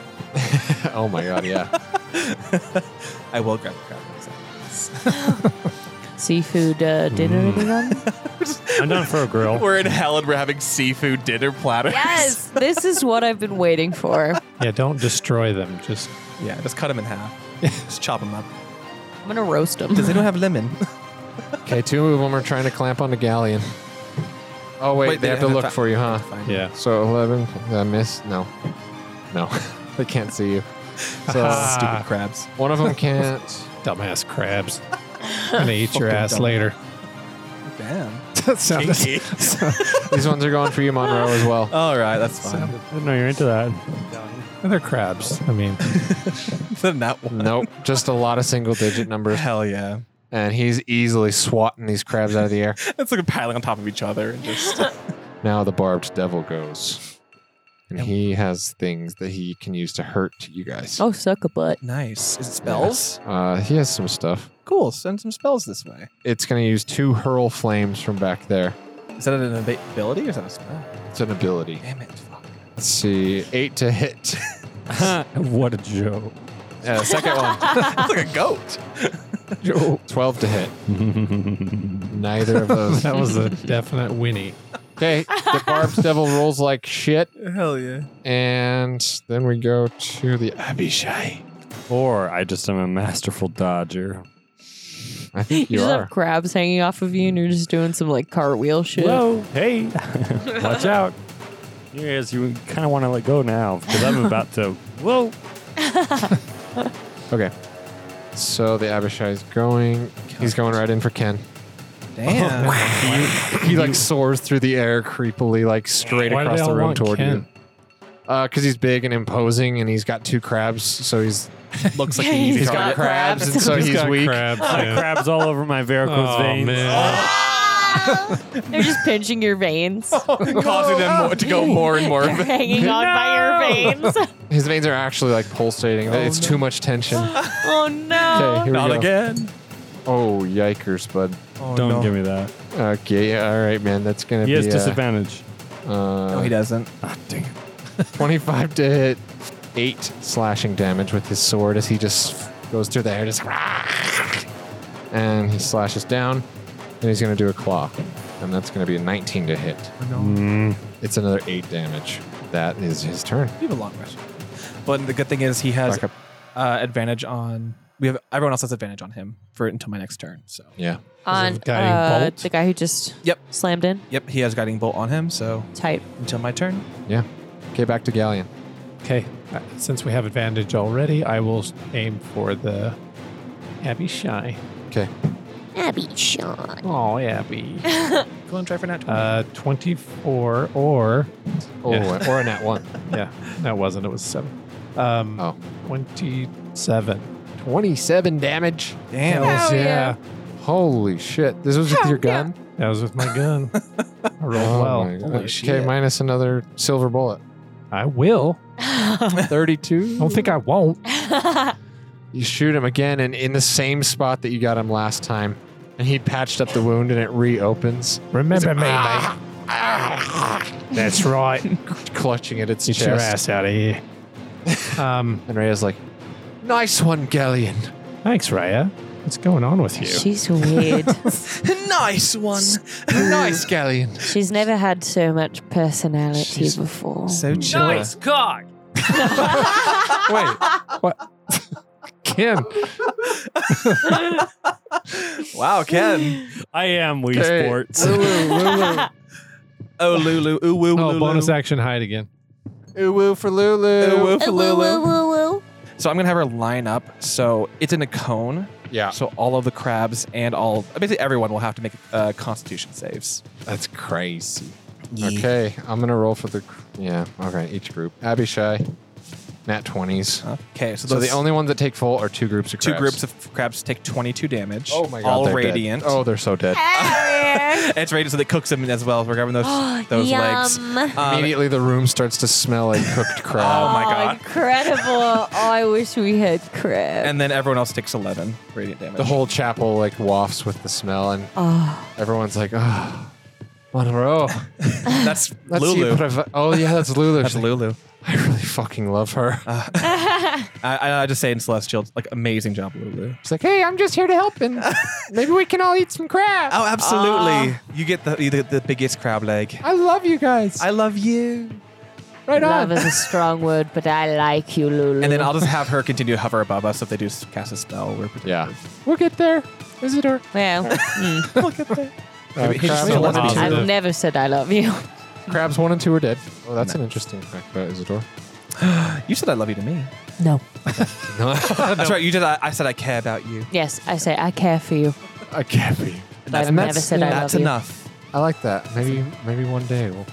S1: oh my god, yeah.
S4: I will grab the crab. in a second.
S6: Seafood uh, dinner, anyone?
S5: I'm down for a grill.
S4: We're in hell and we're having seafood dinner platters.
S6: yes, this is what I've been waiting for.
S7: Yeah, don't destroy them. Just
S4: Yeah, just cut them in half. just chop them up.
S6: I'm gonna roast them.
S4: Does anyone have lemon?
S1: Okay, two of them are trying to clamp onto Galleon. Oh, wait, they, have to look for you, huh?
S8: Yeah.
S1: So 11, I miss? No. No. they can't see you. So
S4: Stupid crabs.
S1: one of them can't.
S7: dumbass crabs. I'm gonna eat your
S4: Fucking
S7: ass
S4: dumbass.
S7: later.
S4: Damn.
S7: that sounds
S1: These ones are going for you, Monroe, as well.
S4: All right, that's fine.
S5: I didn't know you're into that.
S7: they're crabs. I mean,
S4: then that one.
S1: Nope, just a lot of single digit numbers.
S4: Hell yeah.
S1: and he's easily swatting these crabs out of the air.
S4: It's like piling on top of each other and just.
S1: Now the barbed devil goes, and he has things that he can use to hurt you guys.
S6: Oh, suck a butt.
S4: nice. Is it spells?
S1: Uh, he has some stuff.
S4: Cool. Send some spells this way.
S1: It's going to use two hurl flames from back there.
S4: Is that an ab- ability or is that a spell?
S1: It's an ability.
S4: Damn it. Fuck.
S1: Let's see, eight to hit.
S5: what a joke.
S1: Uh, second one,
S4: It's like a goat.
S1: twelve to hit. Neither of those.
S7: that was a definite Winnie.
S1: Okay, the barbed devil rolls like shit,
S4: Hell yeah.
S1: and then we go to the Abishai.
S5: Or I just am a masterful dodger.
S1: I think you
S6: just
S1: are.
S6: have crabs hanging off of you, and you're just doing some like cartwheel shit.
S5: Whoa, hey, watch out. You guys, you kind of want to let go now because I'm about to. Whoa.
S1: Okay. So the Abishai is going. He's going right in for Ken.
S4: Damn.
S1: He like soars through the air creepily, like straight
S7: Why do
S1: across
S7: they
S1: the
S7: all
S1: room
S7: want
S1: toward
S7: Ken?
S1: you. Uh, cause he's big and imposing, and he's got two crabs, so he's
S4: Looks like an easy
S1: he's got
S4: target.
S1: crabs, and so he's,
S7: got
S1: weak.
S7: Crabs, yeah.
S5: Crabs all over my varicose
S7: Oh,
S5: veins.
S7: man.
S6: They're just pinching your veins,
S4: Causing them more, to go more and more.
S6: They're hanging on by your veins.
S1: His veins are actually like pulsating. it's too much tension. Okay,
S6: Oh no!
S1: here we
S4: Not
S1: go.
S4: again.
S1: Oh, yikers, bud.
S4: Oh,
S5: Don't
S4: no.
S5: give me that.
S1: Okay, yeah, all right, man. That's gonna
S5: He
S1: be
S5: has
S1: uh,
S5: disadvantage.
S1: Uh,
S4: No, he doesn't.
S1: Twenty-five to hit, eight slashing damage with his sword as he just goes through the air, just and he slashes down, and he's gonna do a claw, and that's gonna be a nineteen to hit. It's another eight damage. That is his turn.
S4: We have a long rest. But the good thing is he has
S1: Back up.
S4: uh, advantage on. We have everyone else has advantage on him for until my next turn. So.
S1: Yeah.
S6: on
S7: guiding
S6: uh,
S7: bolt?
S6: the guy who just
S4: Yep.
S6: slammed in
S4: Yep. He has guiding bolt on him. So
S6: tight.
S4: until my turn.
S1: Yeah. Okay, back to Galleon.
S7: Okay, uh, since we have advantage already, I will s- aim for the Abby Shy.
S1: Okay.
S11: Abby Sean.
S4: Oh, yeah, we go and try for nat 20.
S8: Uh, 24 or
S1: Oh,
S8: Yeah.
S1: or a nat one.
S8: yeah, that wasn't. It was seven. Um,
S1: Oh.
S8: 27.
S1: 27 damage.
S4: Damn.
S8: Hells
S6: yeah.
S1: Holy shit. This was with your gun?
S8: That was with my gun. I rolled
S1: Oh my
S8: well.
S1: God.
S4: holy
S1: Okay,
S4: shit.
S1: minus another silver bullet.
S8: I will.
S1: 32.
S8: Don't think I won't.
S1: You shoot him again, and in the same spot that you got him last time. And he patched up the wound, and it reopens,
S7: Remember me, mate. That's right.
S1: clutching at its
S7: Get your ass
S1: chest.
S7: out of here. Um,
S1: And Rhea's like, "Nice one, Galleon."
S7: thanks, Raya. What's going on with you?
S6: She's weird.
S2: nice one.
S1: nice, Galleon.
S6: She's never had so much personality
S4: She's-
S6: before.
S4: So chill.
S5: God.
S8: Wait, what? Kim,
S4: Wow, Ken.
S5: I am Wii
S1: Okay.
S5: Sports.
S1: Lulu, Lulu,
S4: Oh, Lulu. Ooh, woo,
S8: oh,
S4: Lulu.
S8: bonus action hide again.
S1: Ooh, woo for
S4: Ooh,
S1: Lulu.
S4: woo for Lulu.
S11: woo, woo.
S4: So I'm going to have her line up. So it's in a cone.
S1: Yeah,
S4: So all of the crabs and all, basically everyone will have to make uh, constitution saves.
S1: that's crazy. Okay, I'm gonna roll for the. Yeah, okay, each group. Abishai, nat twenties.
S4: Okay, so,
S1: So
S4: those
S1: the only ones that take full are two groups of
S4: Uh, two
S1: crabs.
S4: groups of crabs take 22 damage.
S1: Oh my god,
S4: All
S1: they're dead.
S4: radiant.
S1: Oh, they're so dead.
S4: it's radiant, so that cooks them as well. We're grabbing those, those legs.
S11: Yum.
S4: Um,
S1: Immediately, the room starts to smell like cooked
S4: Oh
S1: crab.
S4: my god.
S6: Incredible. Oh, I wish we had crab.
S4: And then everyone else takes 11 radiant damage.
S1: the whole chapel like wafts with the smell, and everyone's like, "Oh, Monroe,
S4: That's
S1: that's
S4: Lulu.
S1: you." Prov- oh yeah, that's Lulu.
S4: That's
S1: She's like,
S4: Lulu. Uh.
S1: I really fucking love her.
S4: I, I just say in Celestial, like amazing job, Lulu.
S1: She's like, "Hey, I'm just here to help, and maybe we can all eat some crab."
S4: Oh, absolutely! you get the you get the biggest crab leg.
S1: I love you guys.
S4: I love you.
S1: right
S6: Love
S1: on.
S6: is a strong word, but I like you, Lulu.
S4: And then I'll just have her continue to hover above us if they do s- cast a spell. We're protected.
S1: Yeah, we'll get there. Visitor.
S6: well, mm.
S1: Uh,
S4: Maybe he just
S1: crabs, one
S4: doesn't wanna
S1: and
S4: be
S1: two-
S6: I've never said I love you.
S1: crabs one and two are dead. Oh, that's an interesting fact about Isidore.
S4: You said I love you to me.
S6: No.
S4: That's right. You did. I, I said I care about you.
S6: Yes, I say I care for you.
S1: I can't be.
S6: But I've never said I
S4: That's
S6: love
S4: enough.
S1: I like that. Maybe maybe one day we'll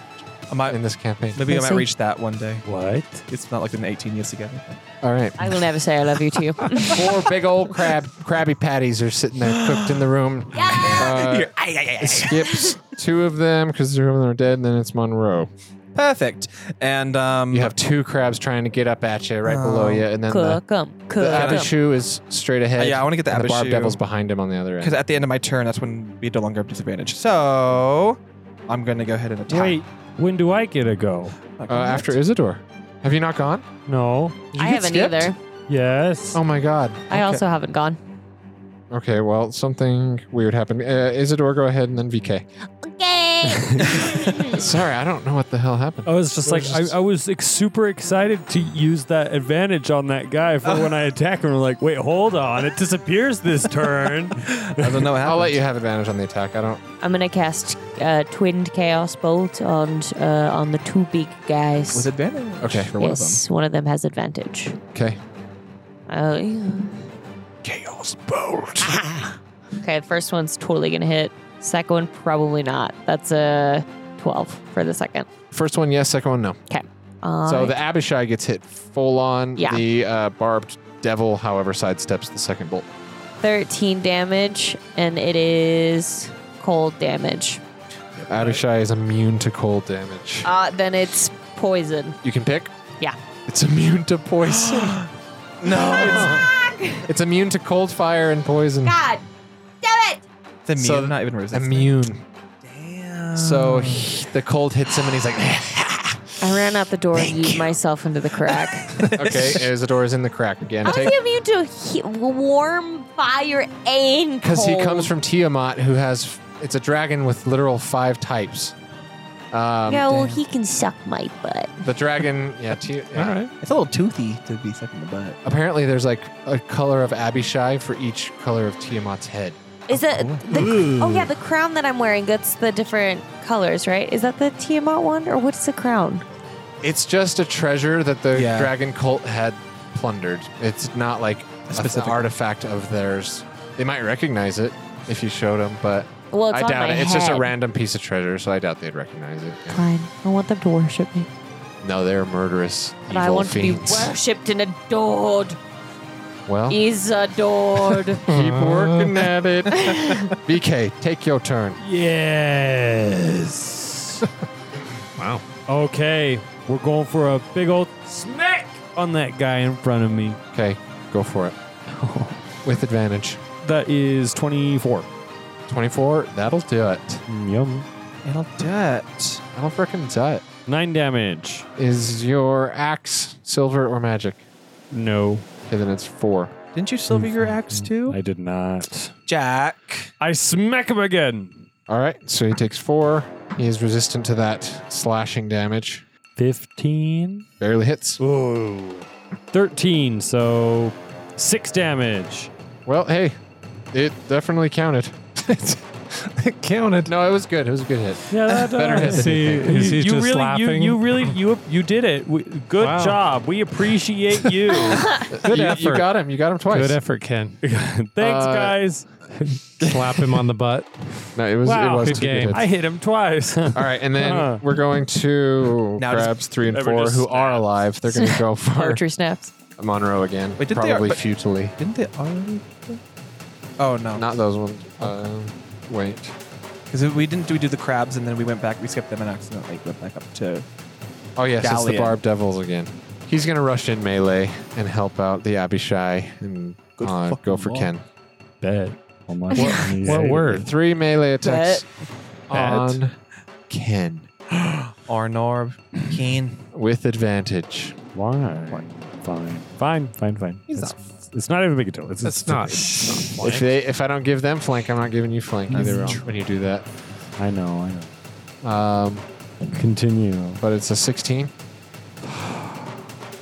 S4: I might,
S1: in this campaign.
S4: maybe I
S6: Let's
S4: might
S6: see.
S4: reach that one day.
S5: What?
S4: It's not like been 18 years together.
S1: All right.
S6: you. I will never say I love you to you.
S4: uh,
S1: Four big old crab crabby patties are sitting there cooked in the room. Uh,
S4: You're- ay, ay, ay, ay.
S1: skips two of them because two of them are dead, and then it's Monroe.
S4: Perfect. And um,
S1: You have two crabs trying to get up at you right below you, and then the,
S6: Oh, cook 'em,
S1: the
S6: cook 'em.
S1: Abishu is straight ahead.
S4: Uh, yeah, I wanna get the
S1: and The barb
S4: Abishu.
S1: devil's behind him on the other
S4: Because
S1: end.
S4: at the end of my turn, that's when we no longer have disadvantage. So I'm going to go ahead and attack.
S5: Wait, when do I get a go?
S4: Like,
S1: Uh, after Isidore, have you not gone?
S5: No.
S1: Did you
S6: I
S1: get
S6: haven't
S1: skipped?
S6: either.
S5: Yes.
S1: Oh my god.
S6: I also haven't gone.
S1: Okay, well, something weird happened. Uh, Isidore, go ahead, and then VK.
S11: Okay.
S1: Sorry, I don't know what the hell happened.
S5: I was just like, I, I was like, super excited to use that advantage on that guy for when I attack him. I'm like, wait, hold on. It disappears this turn.
S4: I don't know what happened.
S1: I'll let you have advantage on the attack. I don't.
S6: I'm gonna cast uh, twinned chaos bolt on uh, on the two big guys.
S4: With advantage.
S1: Okay.
S4: For one of them.
S6: yes, one of them has advantage.
S1: Okay.
S6: Oh, yeah.
S2: Chaos bolt.
S6: Okay, the first one's totally gonna hit. Second one probably not. That's a twelve for the second.
S1: First one, yes. Second one, no.
S6: Uh,
S1: so the Abishai gets hit full on.
S6: Yeah.
S1: The uh, barbed devil, however, sidesteps the second bolt.
S6: thirteen damage, and it is cold damage.
S1: Abishai is immune to cold damage.
S6: Uh, then it's poison.
S1: you can pick?
S6: Yeah.
S1: It's immune to poison.
S4: No.
S1: it's immune to cold fire and poison.
S11: God damn it.
S4: It's immune,
S1: So-
S4: not even resistant.
S1: Immune.
S4: Damn.
S1: So he- the cold hits him and he's like,
S6: I ran out the door and yeet myself into the crack.
S1: okay, Isidore is in the crack again.
S11: How is
S1: Take
S11: he immune to he- warm fire and
S1: Because he
S11: cold?
S1: comes from Tiamat, who has it's a dragon with literal five types. Um,
S11: No, well, he can suck my butt.
S1: The dragon, yeah. Ti- yeah.
S8: All right.
S4: It's a little toothy to be sucking the butt.
S1: Apparently, there's like a color of Abishai for each color of Tiamat's head.
S11: Is it? The, oh yeah, the crown that I'm wearing. That's the different colors, right? Is that the Tiamat one, or what's the crown?
S1: It's just a treasure that the
S4: Yeah.
S1: dragon cult had plundered. It's not like a
S4: specific-
S1: artifact of theirs. They might recognize it.
S4: if you showed them, but
S6: Well, it's
S1: I
S6: on
S1: doubt
S6: my
S1: it. It's just a
S6: head.
S1: random piece of treasure, so I doubt they'd recognize it. Yeah.
S6: Fine. I want them to worship me.
S1: No, they're murderous,
S6: But
S1: evil
S6: I want
S1: fiends.
S6: to be worshipped and adored.
S1: well,
S6: Is adored.
S1: keep working at it. BK, take your turn.
S5: Yes.
S8: Wow.
S5: okay, we're going for a big old smack on that guy in front of me.
S1: Okay, go for it. With advantage.
S5: That is 24.
S1: 24, that'll do it.
S5: Mm, Yum.
S4: it'll do it.
S1: That'll frickin' do it.
S5: Nine damage.
S1: Is your axe silver or magic?
S5: No,
S1: Okay, then it's four.
S4: Didn't you silver your axe too?
S5: I did not.
S4: Jack.
S5: I smack him again.
S1: All right, so he takes four. He is resistant to that slashing damage.
S5: 15.
S1: Barely hits.
S5: Ooh. 13, so six damage.
S1: Well, hey, it definitely counted.
S8: It counted.
S1: No, it was good. It was a good hit.
S5: Yeah, that
S1: Better hit than
S8: See,
S1: you think.
S8: is he just
S5: really,
S8: laughing?
S5: You, you really, you you did it. We, good
S8: Wow.
S5: job. We appreciate you.
S1: Good you, You
S8: effort.
S1: got him. You got him twice.
S8: Good effort, Ken.
S5: Thanks,
S1: Uh,
S5: guys.
S8: Slap him on the butt.
S1: No, it was.
S5: Wow,
S1: it was
S8: good
S1: two
S8: game.
S1: hits.
S5: I hit him twice.
S1: All right, and then
S5: Huh.
S1: we're going to
S4: Now just-
S1: grabs three and
S5: Everyone
S1: four
S5: just
S1: who are alive. They're going to go for
S6: Archery snaps.
S1: Monroe again.
S4: Wait, did they-
S1: probably
S4: but-
S1: futilely.
S4: Didn't they already? do- Oh no,
S1: Not those ones. Uh, wait.
S4: because we didn't. We do the crabs and then we went back. We skipped them and accidentally went back up to.
S1: Oh yes, it's
S4: Galleon.
S1: the Barb Devils again. He's going to rush in melee and help out the Abishai and
S4: Good
S1: uh,
S4: fucking
S1: go for
S4: luck.
S1: Ken.
S5: Bet. Oh my
S8: What word?
S1: Three melee attacks
S5: Bet.
S1: on Ken
S4: Arnorb, Keen.
S1: with advantage.
S5: Why? Fine. Fine. Fine. Fine.
S4: He's
S5: It's, it's not even big a deal. It's,
S8: That's
S5: it's
S8: not.
S1: If they, if I don't give them flank, I'm not giving you flank either. Rom, When you do that,
S5: I know. I know.
S1: um,
S5: Continue.
S1: but it's a 16.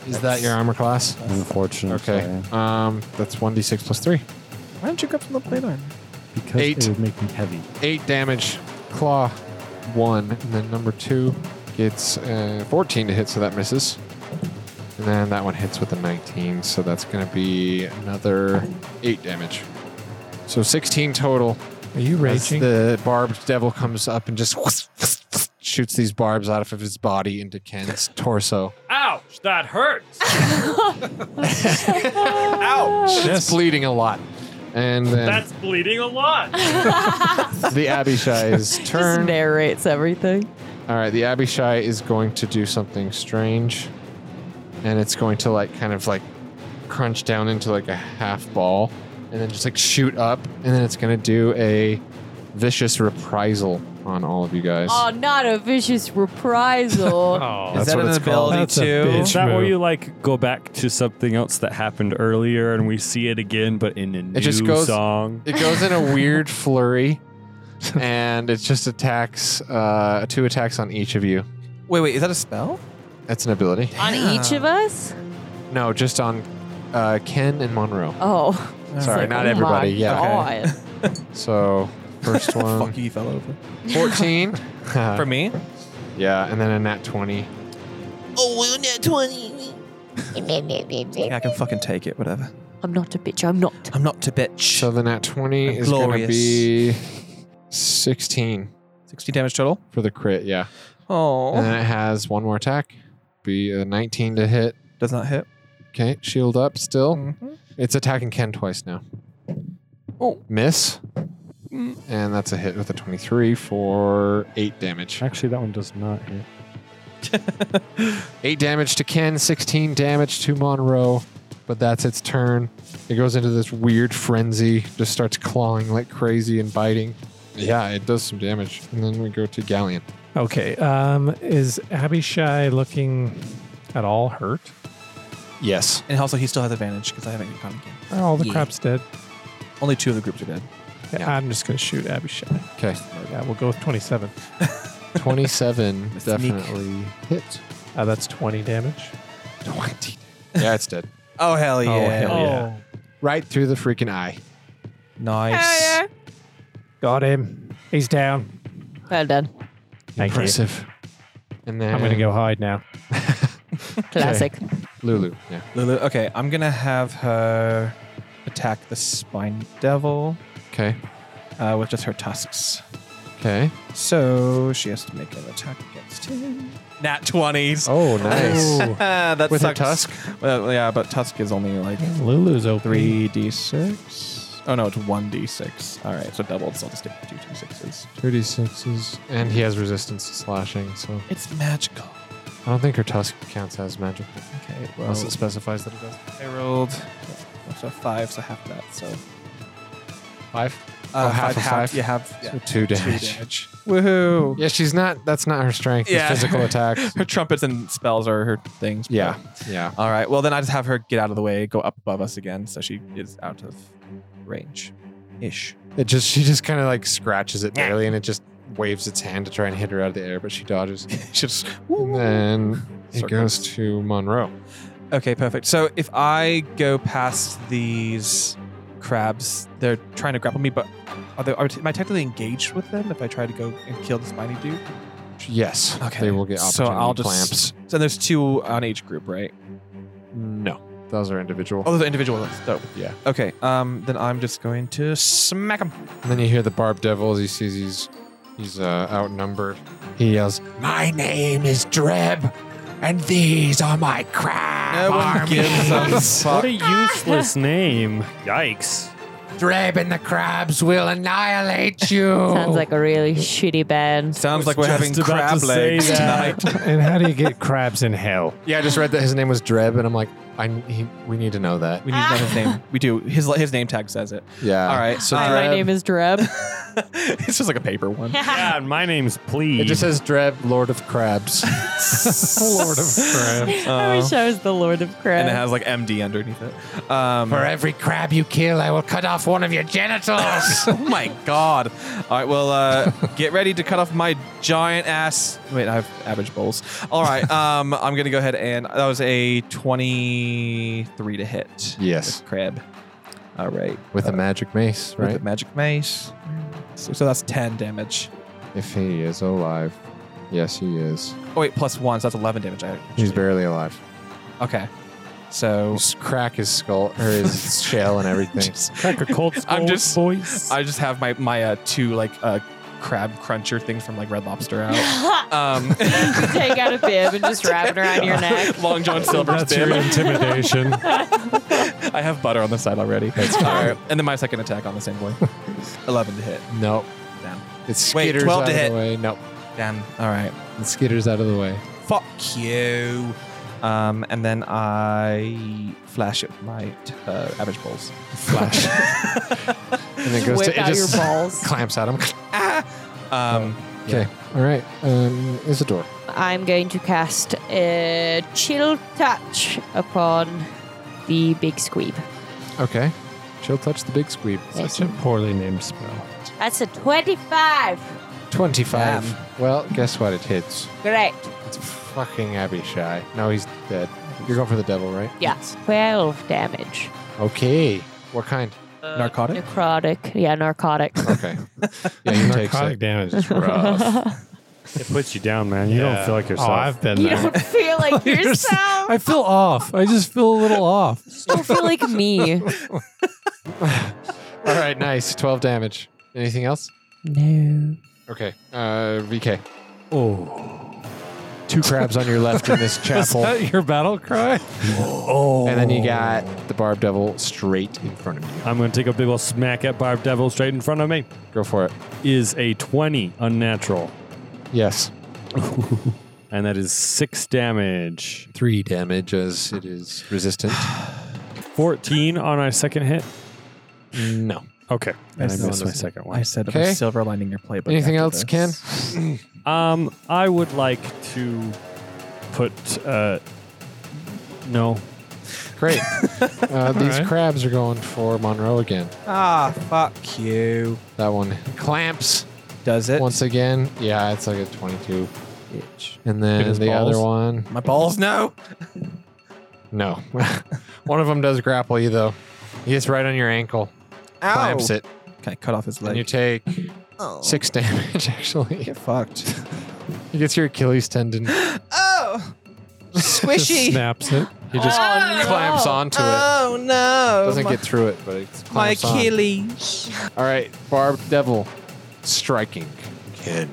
S1: Is that your armor class?
S5: Unfortunate.
S1: Okay.
S5: sorry.
S1: Um, that's 1d6 plus 3.
S4: Why don't you grab some of the plate armor?
S5: Because
S1: Eight.
S5: it would make me heavy.
S1: 8 damage. Claw 1. And then number 2 gets uh, 14 to hit, so that misses. And then that one hits with a 19, so that's going to be another 8 damage. So 16 total.
S8: Are you
S1: As
S8: raging?
S1: the barbed devil comes up and just shoots these barbs out of his body into Ken's torso.
S5: Ouch! That hurts.
S1: It's bleeding a lot. And then
S5: bleeding a lot.
S1: the Abishai's turn.
S6: narrates everything.
S1: All right, the Abishai is going to do something strange, and it's going to like kind of like crunch down into like a half ball, and then just like shoot up, and then it's going to do a vicious reprisal on all of you guys.
S6: Oh,
S11: Ah,
S6: not a vicious reprisal.
S8: Oh,
S4: Is that
S1: what
S4: an
S1: it's called.
S4: ability
S8: That's a
S4: too?
S5: Is
S8: bitch.
S5: that where
S8: Move.
S5: you like go back to something else that happened earlier and we see it again, but in a new
S1: just goes-
S5: song?
S1: It goes in a weird flurry, and it just attacks uh, two attacks on each of you.
S4: Wait, wait. Is that a spell?
S1: That's an ability.
S6: On each of us?
S1: No, just on uh, Ken and Monroe.
S6: Oh.
S1: Sorry,
S6: Like,
S1: not
S6: oh my
S1: everybody. Yeah.
S6: God.
S1: So first one,
S4: Fuck you, you fell over.
S1: 14.
S4: For me,
S1: Yeah, and then a nat 20.
S12: Oh, in that 20.
S4: yeah, I can fucking take it. Whatever.
S6: I'm not a bitch. I'm not.
S4: I'm not to bitch.
S1: So the nat 20
S4: I'm
S1: is going to
S4: glorious.
S1: be 16
S4: 16 damage total.
S1: for the crit, yeah. And
S4: Oh,
S1: then it has one more attack. Be a 19 to hit.
S4: does not hit.
S1: Okay, shield up still.
S4: Mhm.
S1: It's attacking Ken twice now.
S4: Oh. Mm.
S1: Miss. And that's a hit with a 23 for 8 damage.
S5: Actually, that one does not hit.
S1: 8 damage to Ken, 16 damage to Monroe. But that's its turn. It goes into this weird frenzy, just starts clawing like crazy and biting. Yeah, it does some damage. And then we go to Galleon.
S8: Okay. Um, is Abishai looking at all hurt?
S1: Yes.
S4: And also, he still has advantage because I haven't caught him yet.
S8: Are all the
S4: Yeah.
S8: crap's dead?
S4: Only two of the groups are dead.
S1: Yeah.
S8: I'm just going to shoot Abishai.
S1: Okay.
S8: Yeah, we'll go with 27.
S1: 27
S4: Sneak.
S1: definitely hit.
S8: Uh, that's 20 damage.
S1: 20. Yeah, it's dead.
S4: Oh hell yeah!
S8: hell yeah.
S1: Right through the freaking eye.
S4: Nice.
S8: Got him. He's down.
S6: Well done.
S8: Thank you.
S1: Impressive. And then
S8: I'm going to go hide now.
S6: Classic.
S1: Lulu. Yeah.
S4: Lulu. Okay, I'm gonna have her attack the spine devil.
S1: Okay.
S4: uh, with just her tusks.
S1: Okay.
S4: So she has to make an attack against him. Nat 20s.
S1: Oh, nice.
S4: Ah, that
S1: With her
S4: sucks.
S1: tusk.
S4: Well, yeah, but Tusk is only like
S8: Lulu's open.
S4: Mm. 3d6. Oh, no, it's 1d6. All right, so doubled, so I'll just get two d6s.
S1: 36s. And he has resistance to slashing, so
S4: It's magical.
S1: I don't think her tusk counts as magic.
S4: Okay, well,
S1: Unless it specifies that it does.
S4: I rolled so five, so half that. So
S1: Five? Oh,
S4: uh,
S1: half of five?
S4: You have yeah,
S1: So two damage.
S4: damage. Woohoo!
S1: Yeah, she's not. That's not her strength. It's
S4: Yeah.
S1: physical attacks.
S4: Her trumpets and spells are her things. but-
S1: yeah. Yeah.
S4: All right. Well, then I just have her get out of the way, go up above us again, so she is out of range, ish.
S1: It just she just kind of like scratches it barely, and it just waves its hand to try and hit her out of the air, but she dodges.
S4: She just.
S1: And then it
S4: Circles.
S1: goes to Monroe.
S4: Okay, perfect. So if I go past these crabs, they're trying to grapple me, but are they, are, am I technically engaged with them if I try to go and kill the spiny dude?
S1: Yes.
S4: Okay.
S1: They will get
S4: So
S1: opportunity
S4: I'll just-
S1: clamps.
S4: So there's two on each group, right?
S1: No, those are individual.
S4: Oh, the individual ones. Dope.
S1: Yeah.
S4: Okay. Um. Then I'm just going to smack him.
S1: And then you hear the barb devil as he sees he's he's uh, outnumbered. He yells,
S2: My name is Dreb, and these are my crab armies.
S5: What a useless name. Yikes.
S2: Dreb and the crabs will annihilate you.
S1: Oh.
S6: Sounds like a really shitty band.
S4: Sounds like we're having
S5: just about
S4: crab
S5: to say
S4: legs
S5: that.
S4: tonight.
S8: and how do you get crabs in hell?
S1: "Yeah, I just read that his name was Dreb," and I'm like, "I he, we need to know that."
S4: we need to know his name. We do. His his name tag says it.
S1: Yeah.
S4: All right. So
S6: Hi, my name is Dreb.
S4: it's just like a paper one.
S5: Yeah, and my name's Please.
S1: It just says Dreb, Lord of Crabs.
S8: Lord of crabs.
S6: I wish I was the Lord of
S4: and it
S6: Crap.
S4: has like MD underneath it. Um,
S2: For every crab you kill, I will cut off one of your genitals.
S4: oh my god! All right, well, uh, get ready to cut off my giant ass. Wait, I have average bowls. All right, um, I'm gonna go ahead and that was a 23 to hit.
S1: yes,
S4: crab. All right,
S1: with
S4: uh,
S1: a magic mace,
S4: with
S1: right?
S4: the magic mace. So, so that's 10 damage.
S1: If he is alive, yes, he is.
S4: Oh wait, plus one, so that's 11 damage. I
S1: He's barely alive.
S4: okay. So
S1: Just crack his skull or his shell and everything.
S5: Cracker Cold
S4: I'm just-
S5: voice.
S4: I just have my my uh, two like uh, crab cruncher things from like Red Lobster out. um,
S6: Take out a bib and just wrap it around your neck.
S4: Long John Silver's
S8: That's your
S4: bib.
S8: intimidation.
S4: I have butter on the side already. That's fire. and then my second attack on the same boy. 11 to hit.
S1: nope.
S4: Damn.
S1: It
S4: Wait,
S1: skitters
S4: 12
S1: out
S4: to
S1: of
S4: hit.
S1: the way. Nope.
S4: Damn. All right.
S1: It skitters out of the way.
S4: Fuck you. Um, and then I flash it with my uh, average balls.
S1: Flash. and it goes
S6: Whip
S1: to it
S6: out
S1: just
S6: your balls.
S1: clamps at him.
S4: Um,
S1: Okay. All right. Um, Isidore.
S6: I'm going to cast a chill touch upon the big squeeb.
S1: Okay. She'll touch the big squeeb.
S8: Such a poorly named spell.
S6: That's a 25.
S1: 25. Well, guess what? It hits.
S6: Great.
S1: It's fucking Abishai. No, he's dead. You're going for the devil, right?
S6: Yeah. 12 damage.
S1: Okay. What kind?
S4: narcotic?
S6: Necrotic. Yeah, narcotic.
S1: Okay. yeah, he takes
S8: Narcotic
S1: it.
S8: damage is rough.
S5: it puts you down, man. You
S8: Yeah.
S5: don't feel like yourself.
S8: Oh, I've been
S6: you
S8: there.
S6: don't feel like yourself.
S8: I feel off. I just feel a little off.
S6: don't feel like me.
S1: All right, nice. 12 damage. Anything else?
S6: No.
S1: Okay. Uh, VK.
S5: oh.
S1: Two crabs on your left in this chapel.
S8: Is that your battle cry?
S5: oh.
S1: And then you got the barb devil straight in front of you.
S5: I'm going to take a big old smack at Barb Devil straight in front of me.
S1: Go for it.
S5: Is a 20 unnatural.
S1: Yes.
S5: And that is six damage.
S1: Three damage as it is resistant.
S5: 14 on our second hit.
S1: no.
S5: Okay. And I,
S4: still
S5: missed my
S4: understand.
S5: second
S4: I
S5: one.
S4: said
S1: Okay.
S4: I'm silver lining your playbook.
S1: Anything
S4: after
S1: else,
S4: this.
S1: Ken?
S5: Um, I would like to put. Uh, no.
S1: Great. Uh, these
S8: right.
S1: crabs are going for Monroe again.
S4: Ah, fuck you.
S1: That one clamps
S4: Does it?
S1: once again. Yeah, it's like a 22.
S4: Itch.
S1: And
S8: Hit
S1: then
S8: his
S1: the other
S8: balls?
S1: one,
S4: My balls, no.
S1: no. one of them does grapple you, though. He gets right on your ankle,
S4: Ow.
S1: clamps it,
S4: Can I cut off his
S1: and you
S4: leg?
S1: take
S11: Oh.
S1: six damage, actually.
S4: Get fucked.
S1: He gets your Achilles tendon.
S4: Oh,
S8: Squishy. snaps it.
S1: He
S6: Oh,
S1: just clamps onto it.
S4: Oh no!
S1: Doesn't
S4: my,
S1: get through it, but it's
S4: my
S1: clamps on.
S4: Achilles.
S1: All right, barbed devil, striking again,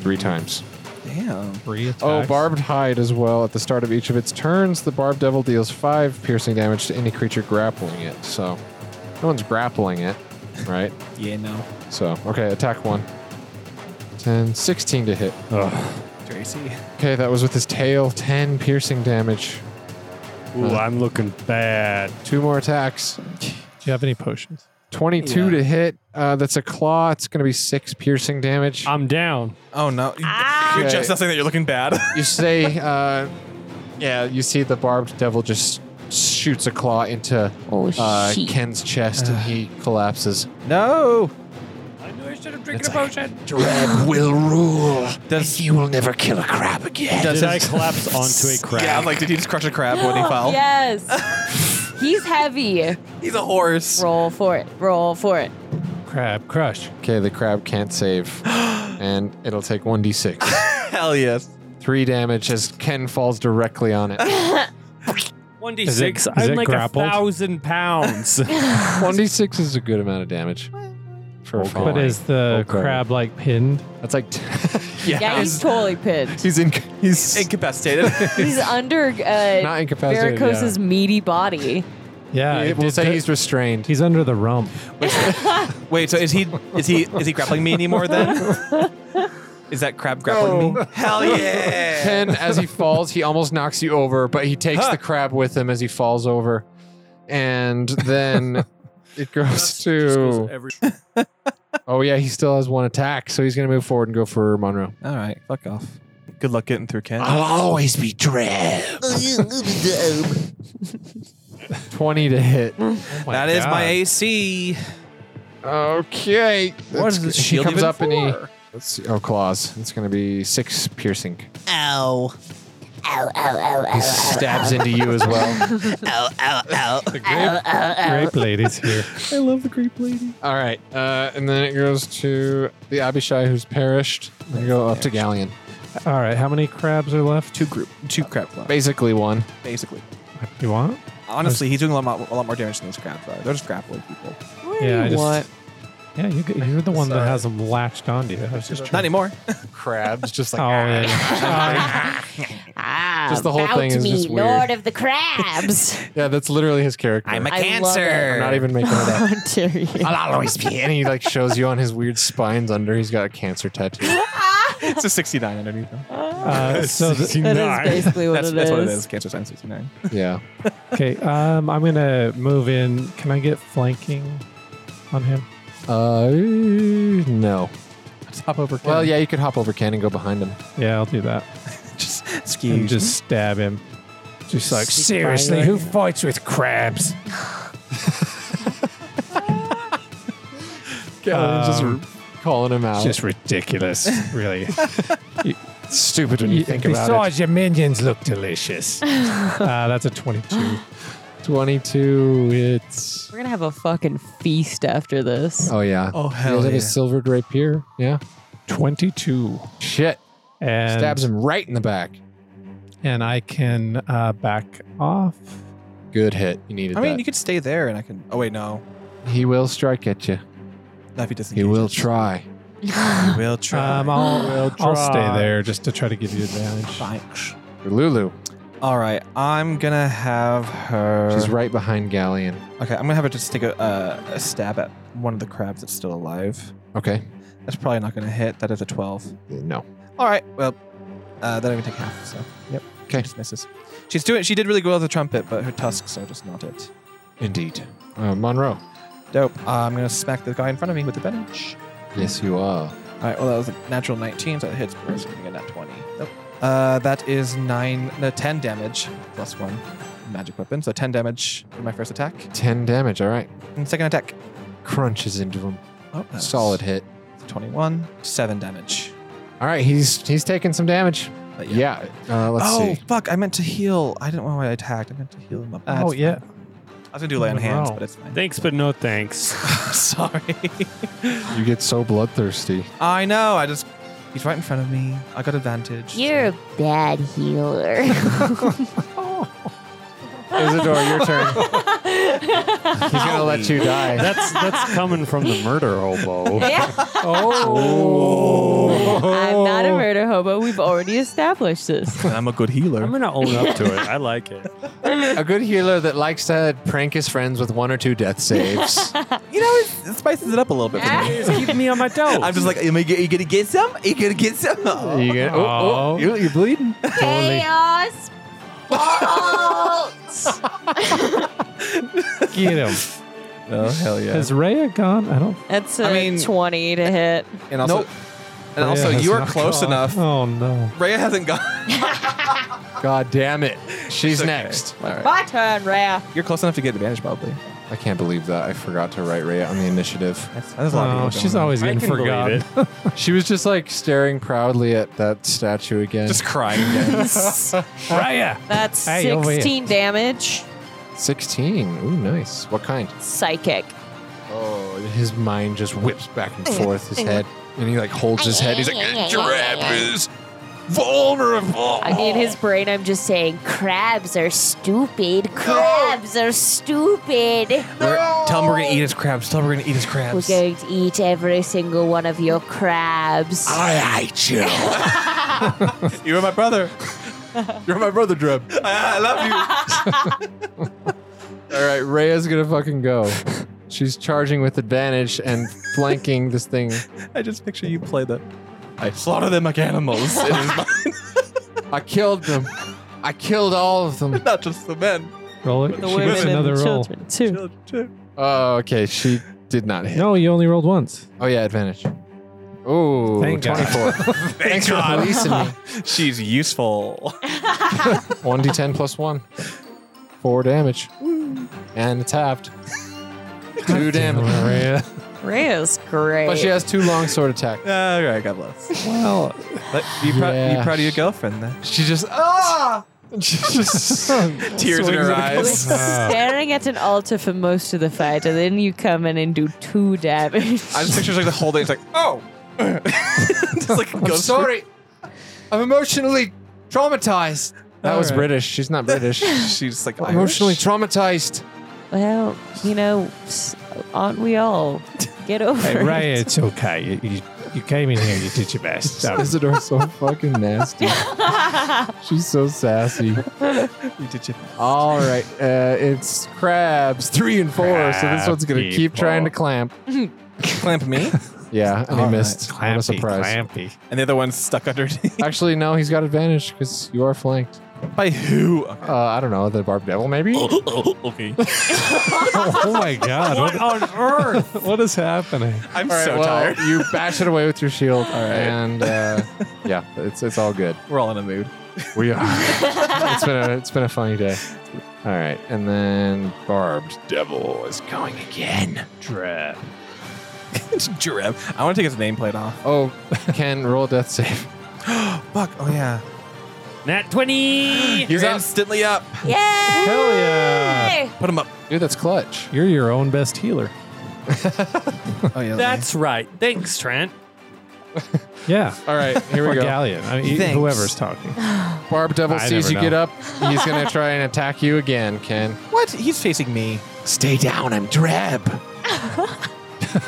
S1: three times.
S4: Damn.
S8: Three attacks.
S1: Oh, barbed hide as well. At the start of each of its turns, the barbed devil deals five piercing damage to any creature grappling it. So, no one's grappling it, right?
S4: Yeah, no.
S1: So, okay, attack one. 10, 16 to hit.
S4: Tracy.
S1: Okay, that was with his tail. 10 piercing damage.
S5: Ooh, I'm looking bad.
S1: Two more attacks.
S8: Do you have any potions?
S1: 22 to hit. Uh, that's a claw. It's going to be six piercing damage.
S2: Ah.
S5: I'm down.
S4: Oh no! You-
S6: Ah.
S4: You're
S1: Okay.
S4: just not saying that you're looking bad.
S1: you say, uh, yeah, you see the barbed devil just shoots a claw into
S6: Oh,
S1: uh,
S6: shit.
S1: Ken's chest and he collapses.
S4: no.
S2: Dread will rule.
S4: Does-
S2: you will never kill a crab again.
S4: Does
S5: Did I
S4: his-
S5: collapse onto a crab?
S4: Yeah, I'm like, did he just crush a crab when he fell?
S6: Yes. He's heavy.
S4: He's a horse.
S6: Roll for it. Roll for it.
S8: Crab crush.
S1: Okay, the crab can't save, and it'll take 1d6.
S4: Hell yes.
S1: Three damage as Ken falls directly on it.
S5: 1d6.
S8: Is it- is
S5: I'm
S8: it
S5: like
S8: grappled?
S5: a thousand pounds.
S1: 1d6 is a good amount of damage. For
S5: Okay.
S1: falling.
S8: But is the
S5: Okay.
S8: crab like pinned?
S1: That's like. T-
S6: Yeah, he's totally pinned.
S1: he's in. He's
S4: Incapacitated.
S6: He's under uh,
S1: not incapacitated.
S6: Varicoses' meaty body.
S1: Yeah.
S8: Yeah. it
S1: We'll
S8: did
S1: say
S8: the-
S1: he's restrained.
S8: he's under the rump.
S4: Wait, so is he is he is he grappling me anymore then? is that crab grappling me? Hell yeah!
S1: Ken, as he falls, he almost knocks you over, but he takes
S4: Huh.
S1: the crab with him as he falls over. And then it goes to. oh, yeah, he still has one attack, so he's going to move forward and go for Monroe.
S4: All right, fuck off. Oh Good luck getting through, Ken.
S2: I'll always be Dread.
S1: 20 to hit.
S8: Oh
S4: that is
S8: God.
S4: my AC.
S1: Okay.
S4: What is this
S1: She
S4: shield
S1: comes
S4: even
S1: up and he.
S4: for?
S1: Let's see. Oh, claws. It's going to be six piercing.
S12: Ow. Ow, ow, ow,
S1: He stabs into you as well.
S12: ow, ow, ow.
S8: The grape, grape lady's here.
S4: I love the creep lady.
S1: All right. Uh, and then it goes to the Abishai who's perished. And go up to Galleon.
S8: All right. How many crabs are left?
S4: Two group, two crab claws,
S1: Basically, one.
S4: basically.
S8: You want?
S4: Honestly, he's doing a lot, more, a lot more damage than those crabs are. They're just grappling people.
S8: Yeah. I just, Yeah. You, g- you're the one that has them latched onto you. I was just
S4: Not
S8: trying.
S4: anymore.
S1: Crabs, just
S8: Oh
S1: like.
S8: yeah. yeah.
S11: Ah,
S1: Just the whole
S11: bow
S1: thing
S11: to
S1: is
S11: me,
S1: just weird.
S11: Lord of the Crabs.
S1: Yeah, that's literally his character.
S2: I'm a
S6: I love it.
S2: cancer.
S1: I'm not even making it up.
S2: I'll always be
S1: and he like shows you on his weird spines under. He's got a cancer tattoo.
S4: it's a 69 underneath him.
S8: Uh, so the,
S6: That is basically what
S4: That's,
S6: it
S4: that's what it
S6: is.
S4: is. Cancer sign 69.
S1: Yeah.
S8: Okay, um, I'm gonna move in. Can I get flanking on him?
S1: Uh, no.
S4: Just hop over. Ken.
S1: Well, yeah, you could hop over Ken and go behind him.
S8: Yeah, I'll do that.
S4: just
S8: And
S4: ski.
S8: just stab him. Just like
S7: Seriously, who fights with crabs?
S1: Galleon's just
S8: Um,
S1: r- calling him out.
S7: It's just ridiculous, really.
S1: stupid when you think about it.
S7: Besides, your minions look delicious.
S8: uh, that's a 22.
S1: 22. It's.
S6: We're gonna have a fucking feast after this.
S1: Oh yeah.
S4: Oh,
S1: He does
S4: hell
S1: have
S4: yeah.
S1: a silver rapier. Yeah.
S8: 22
S1: Shit.
S8: and
S1: Stabs him right in the back.
S8: and I can uh, back off.
S1: Good hit. You needed
S4: I mean, you
S1: that.
S4: could stay there and I can. Oh, wait, no.
S1: He will strike at you.
S4: Not if he doesn't.
S1: He will try. Oh.
S4: He will try.
S8: Um, I'll I'll stay
S5: try.
S8: there just to try to give you advantage.
S4: Thanks.
S1: Lulu.
S4: All right, I'm gonna have her.
S1: She's right behind Galleon.
S4: Okay, I'm gonna have her just take a, uh, a stab at one of the crabs that's still alive.
S1: Okay.
S4: That's probably not gonna hit. That is a 12.
S1: Uh, No.
S4: All right, well, uh, that only take half. So, yep.
S1: 'Kay.
S4: just misses. She's doing. She did really good with the trumpet, but her tusks are just not it.
S1: Indeed. Uh, Monroe.
S4: Dope. Uh, I'm gonna smack the guy in front of me with the bench.
S1: Yes, you are.
S4: All right. Well, that was a natural 19, so it hits. But it's gonna get that 20. Nope. Uh, that is nine, no, 10 damage plus one magic weapon. So 10 damage for my first attack
S1: 10 damage. All right.
S4: and second attack.
S1: Crunches into him.
S4: Oh, that was-
S1: Solid hit.
S4: 21, 7 damage.
S1: All right. He's he's taking some damage.
S4: But
S1: Yeah. Uh, let's
S4: oh,
S1: see.
S4: fuck. I meant to heal. I didn't know why I attacked. I meant to heal him up. Ah,
S8: Oh
S4: it's
S8: yeah,
S4: fine. I was going to do lay on hands,
S8: Wow.
S4: but it's fine.
S5: Thanks, but no thanks.
S4: Sorry.
S1: You get so bloodthirsty.
S4: I know. I just. He's right in front of me. I got advantage.
S11: You're a bad healer.
S1: Isidore, your turn. He's gonna let you die.
S5: That's that's coming from the murder hobo.
S6: I'm not
S1: Oh.
S6: a murder hobo. We've already established this.
S4: I'm a good healer.
S5: I'm gonna own up to it. I like it.
S1: a good healer that likes to prank his friends with one or two death saves.
S4: you know, it, it spices it up a little bit for me.
S5: Keep me on my toes.
S4: I'm just like, am I, are you gonna get some? Are you gonna get some?
S1: you get, oh, oh,
S8: Aw.
S1: you- you're bleeding.
S11: Chaos.
S8: Get him.
S4: Oh hell yeah!
S8: Has Raya gone? I don't.
S6: That's a
S4: I mean-
S6: 20 to hit.
S4: And also,
S1: Nope.
S4: and also,
S8: Rhea has
S4: you are
S8: not
S4: close
S8: gone.
S4: enough.
S8: Oh no.
S4: Raya hasn't gone.
S1: God damn it. She's
S4: Okay.
S1: next.
S4: All right.
S6: My turn, Raya.
S4: You're close enough to get advantage, probably.
S1: I can't believe that. I forgot to write Raya on the initiative.
S4: That's, that's a lot of
S8: Oh,
S4: people
S8: she's
S4: going on.
S8: always getting forgotten.
S1: She was just like staring proudly at that statue again.
S4: just crying. Again.
S8: Raya.
S6: That's
S8: Hey, over here.
S6: 16 damage.
S1: 16. Ooh, nice. What kind?
S6: Psychic.
S1: Oh, his mind just whips back and forth his head. And he like holds his head. He's like, "Eh, giraffe is vulnerable.
S6: I mean, in his brain, I'm just saying,
S11: Crabs are stupid. Crabs are stupid.
S4: We're- Tell him we're gonna eat his crabs. Tell him we're gonna eat his crabs.
S11: We're going to eat every single one of your crabs.
S1: Ah.
S2: I hate you.
S4: You're my brother.
S1: You're my brother, Dreb.
S4: I, I love you.
S1: All right, Rhea's gonna fucking go. She's charging with advantage and flanking this thing.
S4: I just picture you play the. I slaughter them like animals. It is my-
S1: I killed them. I killed all of them.
S4: not just the men.
S8: Roll it.
S6: the
S8: she gets
S6: women and
S8: another
S6: the
S8: roll.
S6: children, too.
S1: Oh, okay. She did not hit.
S8: No, you only rolled once.
S1: Oh yeah, advantage. Ooh,
S8: Thank God.
S1: 24. Thanks for policing me.
S4: She's useful.
S1: 1d10 plus 1. 4 damage. And it's halved. 2 damage.
S8: Raya.
S6: Raya's great.
S1: But she has two longsword attack.
S4: all right, God bless.
S8: Well,
S4: But you, prou-
S1: Yeah.
S4: you proud of your girlfriend then?
S1: She just ah. She just
S4: Tears in her eyes.
S8: uh,
S6: staring at an altar for most of the fight, and then you come in and do two damage.
S4: I just picture she's like the whole day. It's like, oh. just like
S1: I'm
S4: goes
S1: sorry. I'm emotionally traumatized. That was
S4: Alright.
S1: British. She's not British.
S4: through- She's like Irish.
S1: emotionally traumatized.
S6: well, you know, s- aren't we all? Get over
S8: hey,
S6: it.
S8: Raya, it's okay. You, you, you came in here. You did your best. So,
S1: Isidore's so fucking nasty. She's so sassy.
S4: You did your
S1: All right, uh, it's crabs three and four, so this one's gonna
S8: Crab
S1: keep trying to
S8: people.
S1: clamp.
S4: clamp me,
S1: Yeah, and
S4: Oh,
S1: he
S8: All right.
S1: missed. what a
S8: Clampy,
S1: surprise!
S8: clampy.
S4: and the other one's stuck underneath.
S1: Actually, no, he's got advantage because you are flanked.
S4: By who? Okay.
S1: Uh, I don't know, the barb devil maybe.
S5: okay.
S8: oh my god. What on earth? what is happening?
S4: I'm
S1: All right,
S4: so
S1: well,
S4: tired.
S1: you bash it away with your shield,
S4: right.
S1: and uh, yeah, it's it's all good.
S4: We're all in a mood.
S1: We are. it's been a it's been a funny day. All right, and then barbed devil is going again.
S8: Dread.
S4: It's Jereb. I want to take his nameplate off.
S1: Oh, Ken, roll death save.
S4: Fuck. Oh yeah.
S5: Nat 20.
S4: You're instantly up.
S11: Yay!
S8: Hell yeah.
S4: Put him up.
S1: Dude, that's clutch.
S8: You're your own best healer.
S4: Oh yeah.
S5: That's right. Thanks, Trent.
S8: Yeah.
S1: All right, here
S8: Or
S1: we go.
S8: Galleon. I mean,
S4: Thanks.
S8: whoever's talking.
S1: Barb Devil
S8: I
S1: sees
S8: never
S1: you get
S8: know.
S1: up. He's going to try and attack you again, Ken.
S4: what? He's facing me.
S2: Stay down, I'm drab.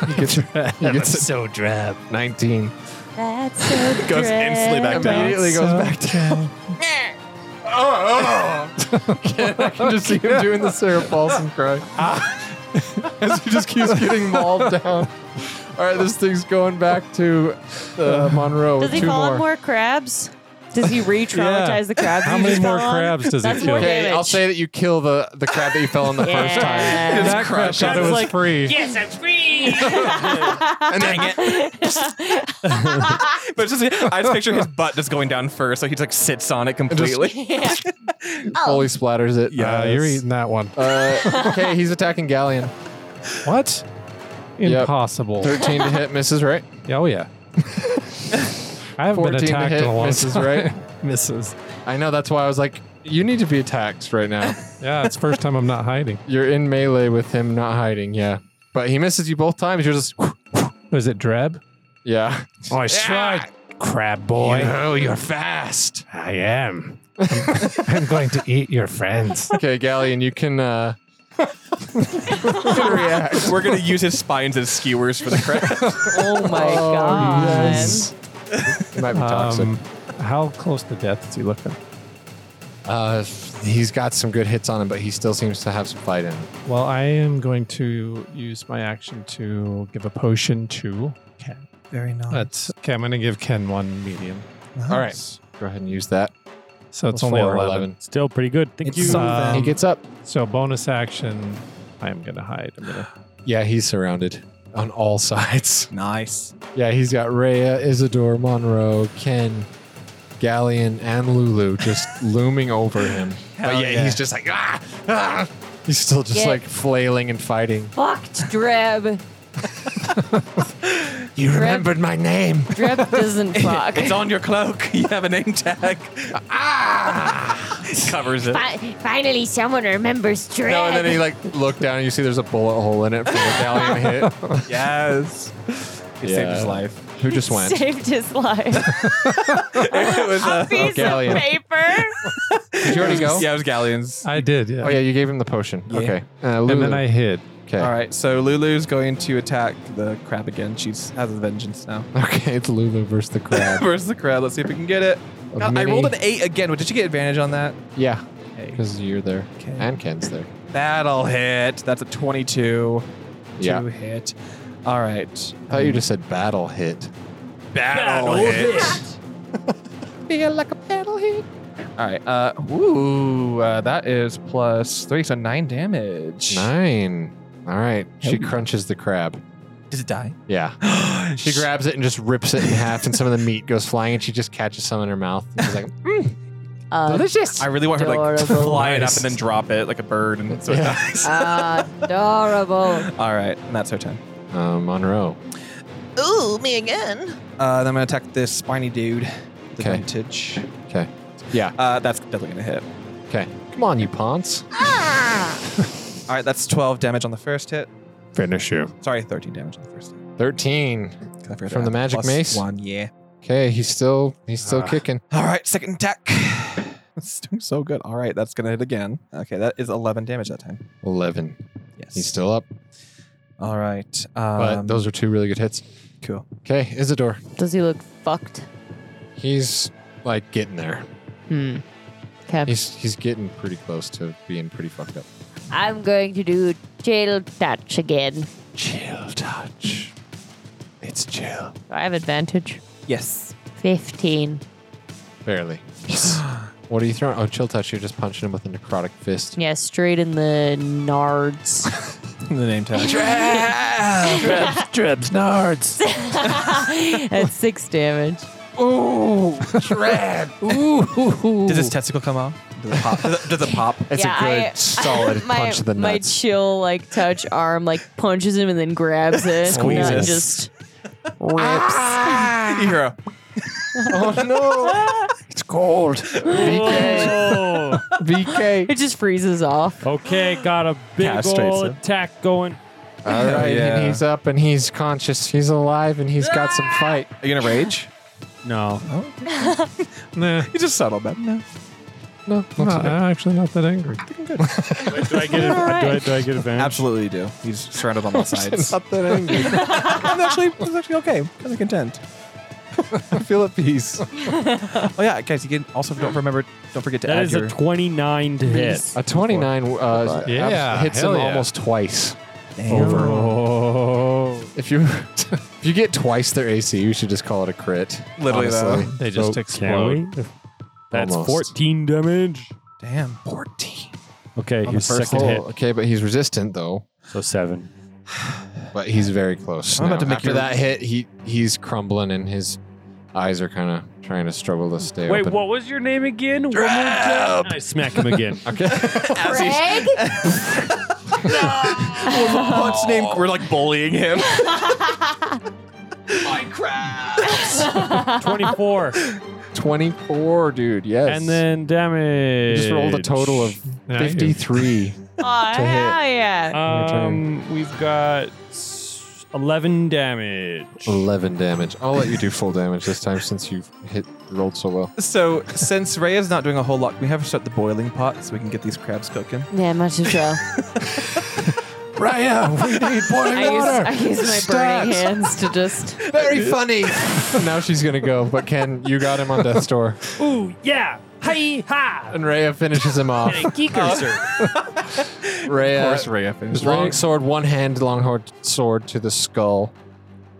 S1: He gets, he gets
S5: so drab.
S1: a 19.
S11: That's so
S4: Goes instantly back down.
S1: Immediately goes back down. Ken, I can just see him doing the Sarah Paulson cry. As he just keeps getting mauled down. All right, this thing's going back to uh, Monroe
S6: Does
S1: with
S6: he
S1: two
S6: fall
S1: more.
S6: on more crabs? Does he re-traumatize
S8: Yeah.
S6: the crabs?
S8: How
S6: he
S8: many
S6: just
S8: more
S6: fell on?
S8: crabs does he
S6: That's
S8: kill?
S6: More
S1: Okay, I'll
S6: damage.
S1: say that you kill the, the crab that you fell on the first time.
S6: Yeah.
S8: that crab thought it was free.
S5: Yes, I'm free.
S1: And then
S4: But it's just, I just picture his butt just going down first, so he just like sits on it completely.
S6: Oh.
S1: fully splatters it.
S8: Yeah, you're e- eating that one.
S1: Uh, okay, he's attacking Galleon.
S8: What?
S1: Yep.
S8: Impossible.
S1: 13 to hit misses, right?
S8: Yeah, Oh yeah. I haven't been
S1: 14 to
S8: attacked
S1: hit,
S8: in a long
S1: misses,
S8: time.
S1: right?
S8: misses.
S1: I know that's why I was like, you need to be attacked right now.
S8: Yeah, it's first time I'm not hiding.
S1: You're in melee with him, not hiding. Yeah, but he misses you both times. You're just
S8: Was it Dreb?
S1: yeah.
S8: Oh, I tried.
S7: crab boy.
S1: Oh, you're fast.
S7: I am. I'm, I'm going to eat your friends.
S1: Okay, Galleon, you can. Uh, you can react.
S4: We're gonna use his spines as skewers for the crab.
S6: Oh my god.
S1: It might be toxic.
S8: Um, how close to death is he looking?
S1: uh, he's got some good hits on him, but he still seems to have some fight in him.
S8: Well, I am going to use my action to give a potion to Ken.
S2: Very nice.
S12: Uh,
S8: That's okay. I'm going to give Ken one medium.
S1: All right, go ahead and use that.
S8: So it's only
S1: Four,
S8: 11.
S5: Still pretty good. Thank
S2: It's
S5: you.
S2: something.
S8: Um,
S1: he
S4: Uh,
S1: gets up.
S8: So bonus action, I am going to hide. I'm going to
S1: Yeah, he's surrounded on all sides.
S4: nice.
S1: Yeah, he's got Rhea, Isidore, Monroe, Ken, Galleon, and Lulu just looming over him. but
S4: Hell
S1: yeah,
S4: yeah.
S1: he's just like, ah, ah. He's still just
S6: Yeah.
S1: like flailing and fighting.
S6: Fucked Dreb.
S1: You remembered my name.
S6: Dreb doesn't fuck.
S4: It's on your cloak. You have a name tag. ah! Covers it.
S11: Finally, someone remembers Drip.
S1: No, and then he like looked down and you see there's a bullet hole in it from the Galleon hit.
S4: Yes. It saved his
S1: Yeah.
S4: life.
S1: Who just went?
S6: Saved his life.
S4: It was uh,
S6: Piece of
S1: Galleon.
S6: paper.
S1: Did you already go?
S4: Yeah, it was Galleon's.
S8: I did, yeah.
S1: Oh yeah, you gave him the potion. Okay. Uh, Lulu.
S8: And then I hid.
S1: okay.
S4: All right, so Lulu's going to attack the crab again. She's has a vengeance now.
S1: Okay, it's Lulu versus the crab.
S4: Versus the crab. Let's see if we can get it.
S1: A
S4: God, I rolled an
S1: mini-
S4: eight again. Did you get advantage on that?
S1: yeah,
S4: Okay.
S1: because you're there
S4: Okay.
S1: and Ken's there.
S4: That'll hit. That's a 22
S1: Yeah.
S4: to hit. All right. Um,
S1: I thought you just said battle hit.
S4: battle, hit.
S1: Feel like a battle hit.
S4: All right. Uh, ooh, uh, that is plus three, so nine damage.
S1: Nine. All right. She crunches the crab.
S4: Does it die?
S1: Yeah. She grabs it and just rips it in half, and some of the meat goes flying, and she just catches some in her mouth. And she's like,
S6: Delicious.
S4: I really want her to like
S6: Adorable.
S4: fly it up and then drop it like a bird, and so it dies.
S6: Adorable.
S4: All right, and that's her turn.
S1: uh, Monroe.
S12: Ooh, me again.
S4: Uh, then I'm gonna attack this spiny dude. The
S1: 'Kay.
S4: vintage.
S1: Okay. Yeah.
S4: Uh, that's definitely gonna hit.
S1: Okay. Come on, you pawns.
S4: All right, that's 12 damage on the first hit.
S8: Finish you.
S4: Sorry, 13 damage on the first hit.
S1: 13.
S4: 'Cause I forgot to
S1: From the
S4: add
S1: magic
S4: plus
S1: mace?
S4: One, yeah.
S1: Okay, he's still he's still
S8: Ah.
S1: kicking.
S4: All right, second attack. It's doing so good. All right, that's gonna hit again. Okay, that is 11 damage that time.
S1: 11.
S4: Yes.
S1: He's still up,
S4: All right. Um,
S1: but those are two really good hits.
S4: cool.
S1: Okay, Isidore.
S6: Does he look fucked?
S1: He's like getting there.
S6: Hmm. Okay.
S1: He's he's getting pretty close to being pretty fucked up.
S11: I'm going to do chill touch again.
S2: Chill touch. It's chill.
S6: Do I have advantage?
S4: Yes.
S11: 15.
S1: Barely. what are you throwing? Oh, chill touch. You're just punching him with a necrotic fist.
S6: Yeah, straight in the nards.
S4: the name tag.
S2: Trebs Nards.
S6: That's six damage.
S4: Does his testicle come off? Does it pop? does, it, does it pop?
S1: It's
S6: Yeah,
S1: a good
S6: I-
S1: solid
S6: my,
S1: punch to the
S6: my
S1: nuts.
S6: chill like touch arm like punches him and then grabs it.
S4: Squeezes.
S6: Not just rips.
S1: Ah.
S4: You hear a-
S1: Oh,
S2: It's cold.
S5: Oh.
S1: VK.
S6: It just freezes off.
S5: okay, got a big
S4: Castrates
S5: ol'
S4: him.
S5: attack going.
S1: All right,
S4: yeah.
S1: and he's up and he's conscious. He's alive and he's got
S6: Ah!
S1: some fight.
S4: Are you gonna rage?
S5: No.
S8: Nah,
S4: You just settle, man. No.
S1: No,
S8: I'm
S1: not
S8: not-
S1: today.
S8: I'm actually not that angry.
S5: Do I get, it, do I, do I get advantage?
S4: Absolutely, you do. He's surrounded on all sides.
S1: not that angry.
S4: I'm actually, I'm actually okay. Kind of content.
S1: I feel at peace.
S4: Oh yeah, guys. You can also don't remember. Don't forget to
S5: That
S4: add
S5: is
S4: your.
S5: a 29 to hit.
S1: A 29 uh,
S8: Yeah,
S1: abs- hits him
S8: hell yeah.
S1: almost twice.
S5: Oh.
S1: If you if you get twice their AC, you should just call it a crit.
S4: Literally, though.
S1: honestly.
S8: They just
S1: So-
S8: explode.
S5: That's
S1: Almost.
S5: 14 damage.
S4: Damn. Fourteen.
S5: Okay,
S4: On
S5: his
S4: the first
S5: second
S1: Oh,
S5: hit.
S1: okay, but he's resistant though.
S5: So seven.
S1: But he's very close.
S4: I'm about
S1: now.
S4: to make
S1: After
S4: your-
S1: that hit, he he's crumbling and his eyes are kind of trying to struggle to stay
S5: Wait,
S1: open.
S5: what was your name again? One more time. I smack him again.
S11: Greg?
S4: What's name? We're like bullying him.
S5: 24.
S1: 24, dude. Yes.
S5: And then
S1: You
S5: damage.
S1: just rolled a total of
S8: Now you-
S1: 53.
S6: Oh, hell
S1: hit. Uh,
S6: yeah.
S5: Um, we've got s- 11 damage.
S1: 11 damage. I'll let you do full damage this time since you've hit rolled so well.
S4: So since Rhea's not doing a whole lot, can we have her start the boiling pot so we can get these crabs cooking.
S6: Yeah, much as well.
S1: Raya, we need boiling
S6: I use, I use my burning hands to just.
S1: Very funny. now she's gonna go. But Ken, you got him on death's door,
S5: Ooh, yeah. Hi ha!
S1: and Raya finishes him off.
S5: Geeker, sir.
S1: Raya,
S4: Rhea finishes.
S1: long sword, one hand, long hor- sword to the skull,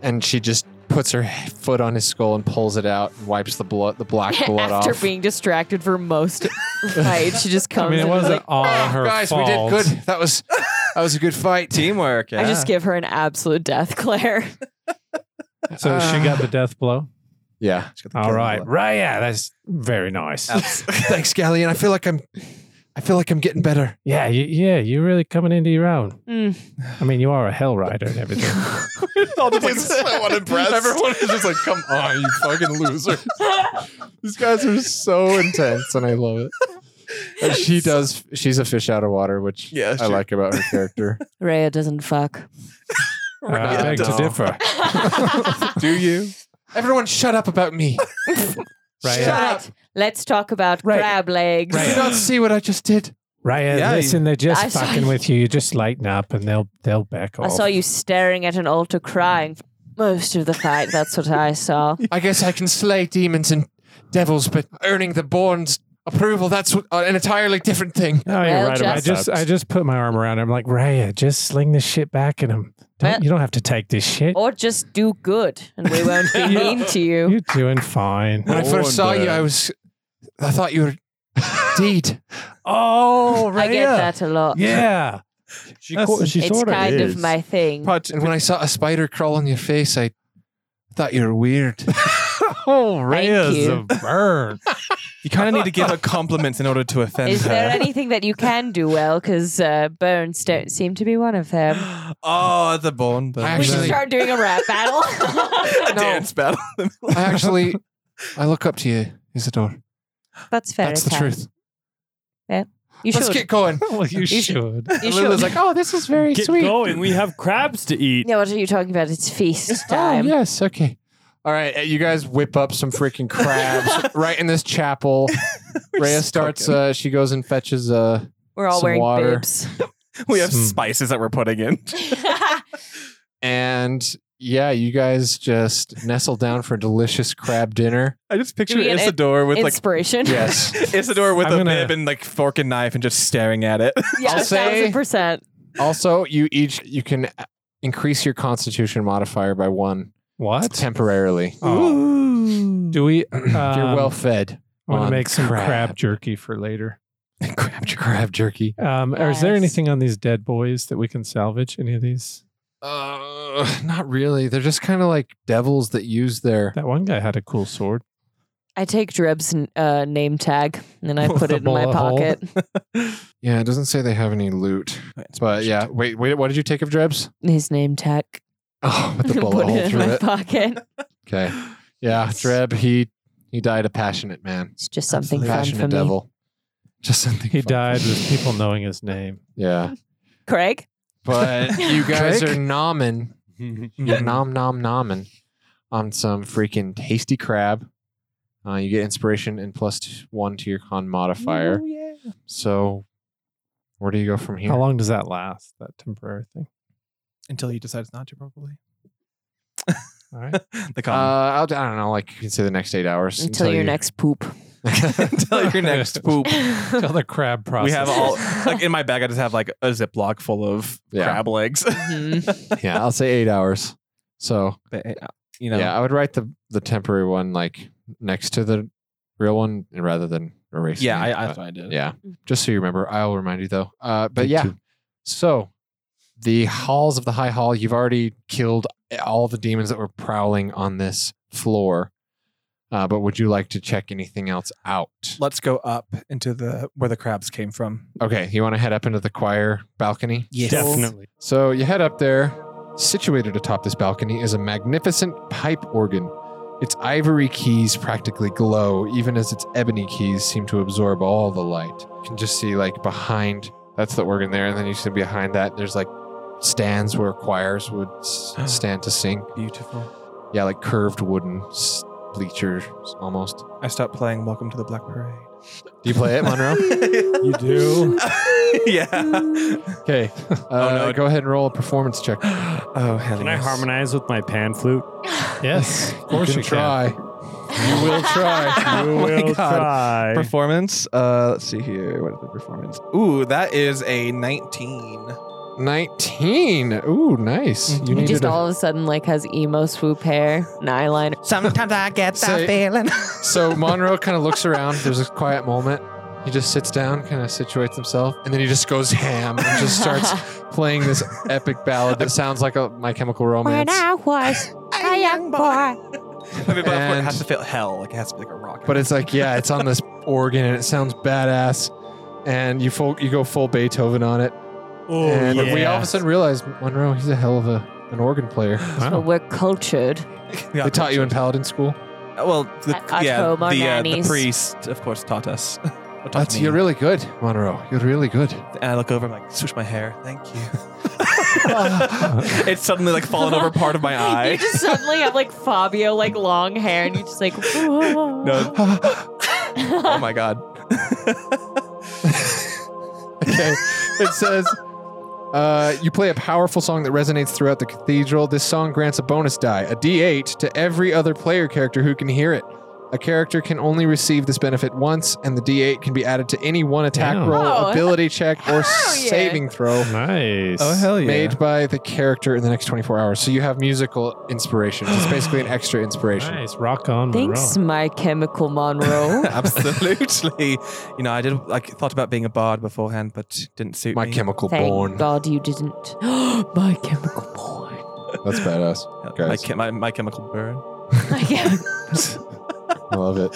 S1: and she just puts her h- foot on his skull and pulls it out and wipes the blood, the black blood
S6: After
S1: off.
S6: being distracted for most fight, she just comes.
S8: I mean, it
S6: in and is
S8: wasn't
S6: like,
S8: all her
S1: Guys,
S8: fault.
S1: we did good. That was that was a good fight.
S4: Teamwork.
S6: I just
S4: yeah.
S6: give her an absolute death glare.
S8: So she got the death blow.
S1: Yeah.
S4: She's got the
S8: All
S4: killing
S8: right,
S4: blow.
S8: right. Yeah, that's very nice.
S1: Thanks, Galleon. I feel like I'm, I feel like I'm getting better.
S8: yeah, you, yeah. You're really coming into your own.
S6: Mm.
S8: I mean, you are a hell rider and everything.
S4: I'll just like-
S1: Everyone is just like, "Come on, you fucking loser!" These guys are so intense, and I love it. And she does. She's a fish out of water, which
S4: Yeah,
S1: I
S4: sure.
S1: like about her character.
S6: Rhea doesn't fuck.
S8: Uh, I beg to differ.
S1: Do you? Everyone, shut up about me.
S8: Right.
S1: Shut up.
S6: But let's talk about
S8: Right.
S6: crab legs.
S1: Did you not see what I just did?
S8: Raya,
S4: Yeah,
S8: listen, they're just
S6: I saw
S8: fucking
S6: you.
S8: with you. You just lighten up and they'll they'll back off.
S6: I saw you staring at an altar crying for most of the fight. That's what I saw.
S1: I guess I can slay demons and devils, but earning the Born's approval, that's what- uh, an entirely different thing.
S8: Oh, you're
S6: Well,
S8: right. about- I
S5: just-
S8: just I just put my arm around him like, Raya, just sling this shit back at him. Don't,
S6: Well- Oh.
S8: you don't have to take this shit.
S6: Or just do good and we won't be mean to you.
S8: You're doing fine.
S1: When I first saw you, I was. I thought you were. Deed.
S8: Oh, Raya.
S6: I get that a lot.
S8: Yeah.
S5: She,
S8: That's-
S5: co- she
S6: it's
S5: sort
S6: kind
S5: is.
S6: of my thing.
S4: Pot-
S1: And when I saw a spider crawl on your face, I thought you were weird.
S8: Oh,
S6: Thank
S8: Raya's a
S6: you.
S8: burn.
S4: you kind of need to give her compliments in order to offend
S6: Is
S4: her.
S6: there anything that you can do well? Because uh, burns don't seem to be one of them.
S4: oh, the bone. burn.
S1: I
S6: We should
S1: Actually-
S6: start doing a rap battle.
S4: a dance battle.
S1: I actually, I look up to you, Isidore.
S6: That's fair.
S1: That's the
S6: Kat.
S1: truth.
S6: You
S1: Let's
S6: should.
S1: get going.
S8: well, you
S6: should-
S8: should.
S6: you
S1: And Lila's
S6: should.
S1: like, oh, this is very
S5: Get
S1: sweet.
S5: going. We have crabs to eat.
S6: Yeah, what are you talking about? It's feast
S1: Oh,
S6: time.
S1: yes. Okay. All right. uh, You guys whip up some freaking crabs right in this chapel. Rhea starts, uh, she goes and fetches uh,
S6: We're all
S1: Some
S6: wearing
S1: water.
S6: boobs.
S4: we have
S8: Hmm.
S4: spices that we're putting in.
S1: and yeah, you guys just nestle down for a delicious crab dinner.
S4: I just picture
S6: we get it-
S4: Isidore with like
S6: Inspiration.
S1: Yes.
S4: Isidore with
S8: I'm
S4: a
S8: gonna-
S4: bib and like fork and knife and just staring at it.
S6: Yeah,
S1: I'll
S6: a
S1: say-
S6: thousand percent.
S1: also, you each you can uh, increase your constitution modifier by one
S8: What?
S1: temporarily.
S8: Oh. Do we? Um,
S1: You're well fed.
S8: I'm gonna
S1: on
S8: make some crab.
S1: crab.
S8: jerky for later.
S1: crab, crab jerky.
S8: Um, or is there
S6: Yes.
S8: anything on these dead boys that we can salvage? Any of these?
S1: Uh, not really. They're just kind of like devils that use their.
S8: That one guy had a cool sword.
S6: I take Dreb's uh, name tag and I put
S8: a
S6: it in my
S8: bullet hole.
S6: pocket.
S1: Yeah, it doesn't say they have any loot. But yeah, wait, wait. What did you take of Drebs?
S6: His name tag.
S1: Oh, with the bullet
S6: put
S1: hole
S6: it in
S1: through
S6: my
S1: it.
S6: pocket.
S1: Okay. Yeah, Dreb. He he died a passionate man.
S6: It's just something fun
S1: passionate
S6: for me.
S1: devil. Just something.
S8: He
S1: fun.
S8: died with people knowing his name.
S1: Yeah.
S6: Craig,
S1: But you guys
S8: Drake?
S1: are nomming, you're nom nom nomming on some freaking tasty crab. Uh, you get inspiration and plus t- one to your con modifier. So, where do you go from here?
S8: How long does that last? That temporary thing.
S4: Until he decides not to, probably.
S8: All right.
S4: The
S1: Uh,
S4: comment.
S1: I'll, I don't know. Like you can say the next eight hours
S6: until, your
S1: you-
S6: next poop.
S4: Until your next poop.
S8: Till the crab process.
S4: We have all like in my bag. I just have like a Ziploc full of
S1: Yeah.
S4: crab legs.
S6: Mhm.
S1: yeah, I'll say eight hours. So
S4: But, uh, you know,
S1: yeah, I would write the the temporary one like next to the real one rather than erase.
S4: yeah,
S1: it.
S4: I, I, that's
S1: But,
S4: what I did.
S1: yeah. Just so you remember, I'll remind you though. Uh, but yeah, so the halls of the High Hall. You've already killed all the demons that were prowling on this floor. Uh, but would you like to check anything else out?
S4: Let's go up into the where the crabs came from.
S1: Okay, you want to head up into the choir balcony?
S12: Yes.
S5: Definitely.
S1: So you head up there. Situated atop this balcony is a magnificent pipe organ. Its ivory keys practically glow, even as its ebony keys seem to absorb all the light. You can just see, like, behind that's the organ there, and then you see behind that there's like stands where choirs would s- stand to sing.
S4: Beautiful.
S1: Yeah, like curved wooden s- bleachers almost.
S4: I stopped playing Welcome to the Black Parade.
S1: Do you play it, Monroe?
S5: You do?
S4: yeah.
S1: okay. Uh,
S4: no.
S1: Go ahead and roll a performance check. Of
S4: Oh, hell
S5: Can I
S4: yes.
S5: harmonize with my pan flute?
S6: Oh
S8: Yes, of course you,
S1: you can try. you will try.
S5: You will
S4: God.
S5: try.
S4: Performance. Uh, let's see here. What is the performance? Ooh, that is a 19.
S1: 19. Ooh, nice. You
S6: He
S1: needed
S6: just
S1: a-
S6: all of a sudden like has emo swoop hair and eyeliner.
S12: Sometimes I get that
S1: Say-
S12: feeling.
S1: So Monroe kind of looks around. There's a quiet moment. He just sits down, kind of situates himself, and then he just goes ham and just starts playing this epic ballad that sounds like a My Chemical Romance.
S6: was
S12: a young boy.
S4: I mean, but of course it
S1: And-
S4: has to feel hell. Like it has to be like a rock.
S1: But it's like, yeah, it's on this organ and it sounds badass. And you full, you go full Beethoven on it.
S5: Oh,
S1: and we
S5: yeah.
S1: all of a sudden realize Monroe, he's a hell of a, an organ player.
S6: But we're cultured.
S4: Yeah.
S1: They taught you in Paladin school.
S4: Well, the,
S6: At- at
S4: yeah,
S6: home, our
S4: the, uh, the
S6: nannies.
S4: priest, of course, taught us. Well, taught
S1: That's
S4: me.
S1: you're really good, Monroe. You're really good.
S4: And I look over, I'm like, swoosh my hair. Thank you. it's suddenly like fallen over part of my
S6: You
S4: eye.
S6: just suddenly have like Fabio like long hair and you just like
S4: No. oh my god.
S1: Okay. it says uh, you play a powerful song that resonates throughout the cathedral. This song grants a bonus die, a d8, to every other player character who can hear it. A character can only receive this benefit once, and the d8 can be added to any one attack
S8: Damn.
S1: roll,
S6: Oh.
S1: ability check, or saving throw
S8: Nice.
S4: Oh,
S1: Oh, made by the character in the next 24 hours. So you have musical inspiration. It's basically an extra inspiration.
S8: Nice. Rock on.
S6: Thanks, my chemical Monroe.
S4: Absolutely. You know, I did like thought about being a bard beforehand, but didn't suit
S1: My
S4: me.
S1: chemical
S6: Thank
S1: born.
S6: God you didn't. my chemical porn.
S1: That's badass.
S4: Uh, my,
S1: guys.
S4: chem- my, my chemical burn.
S1: I love it.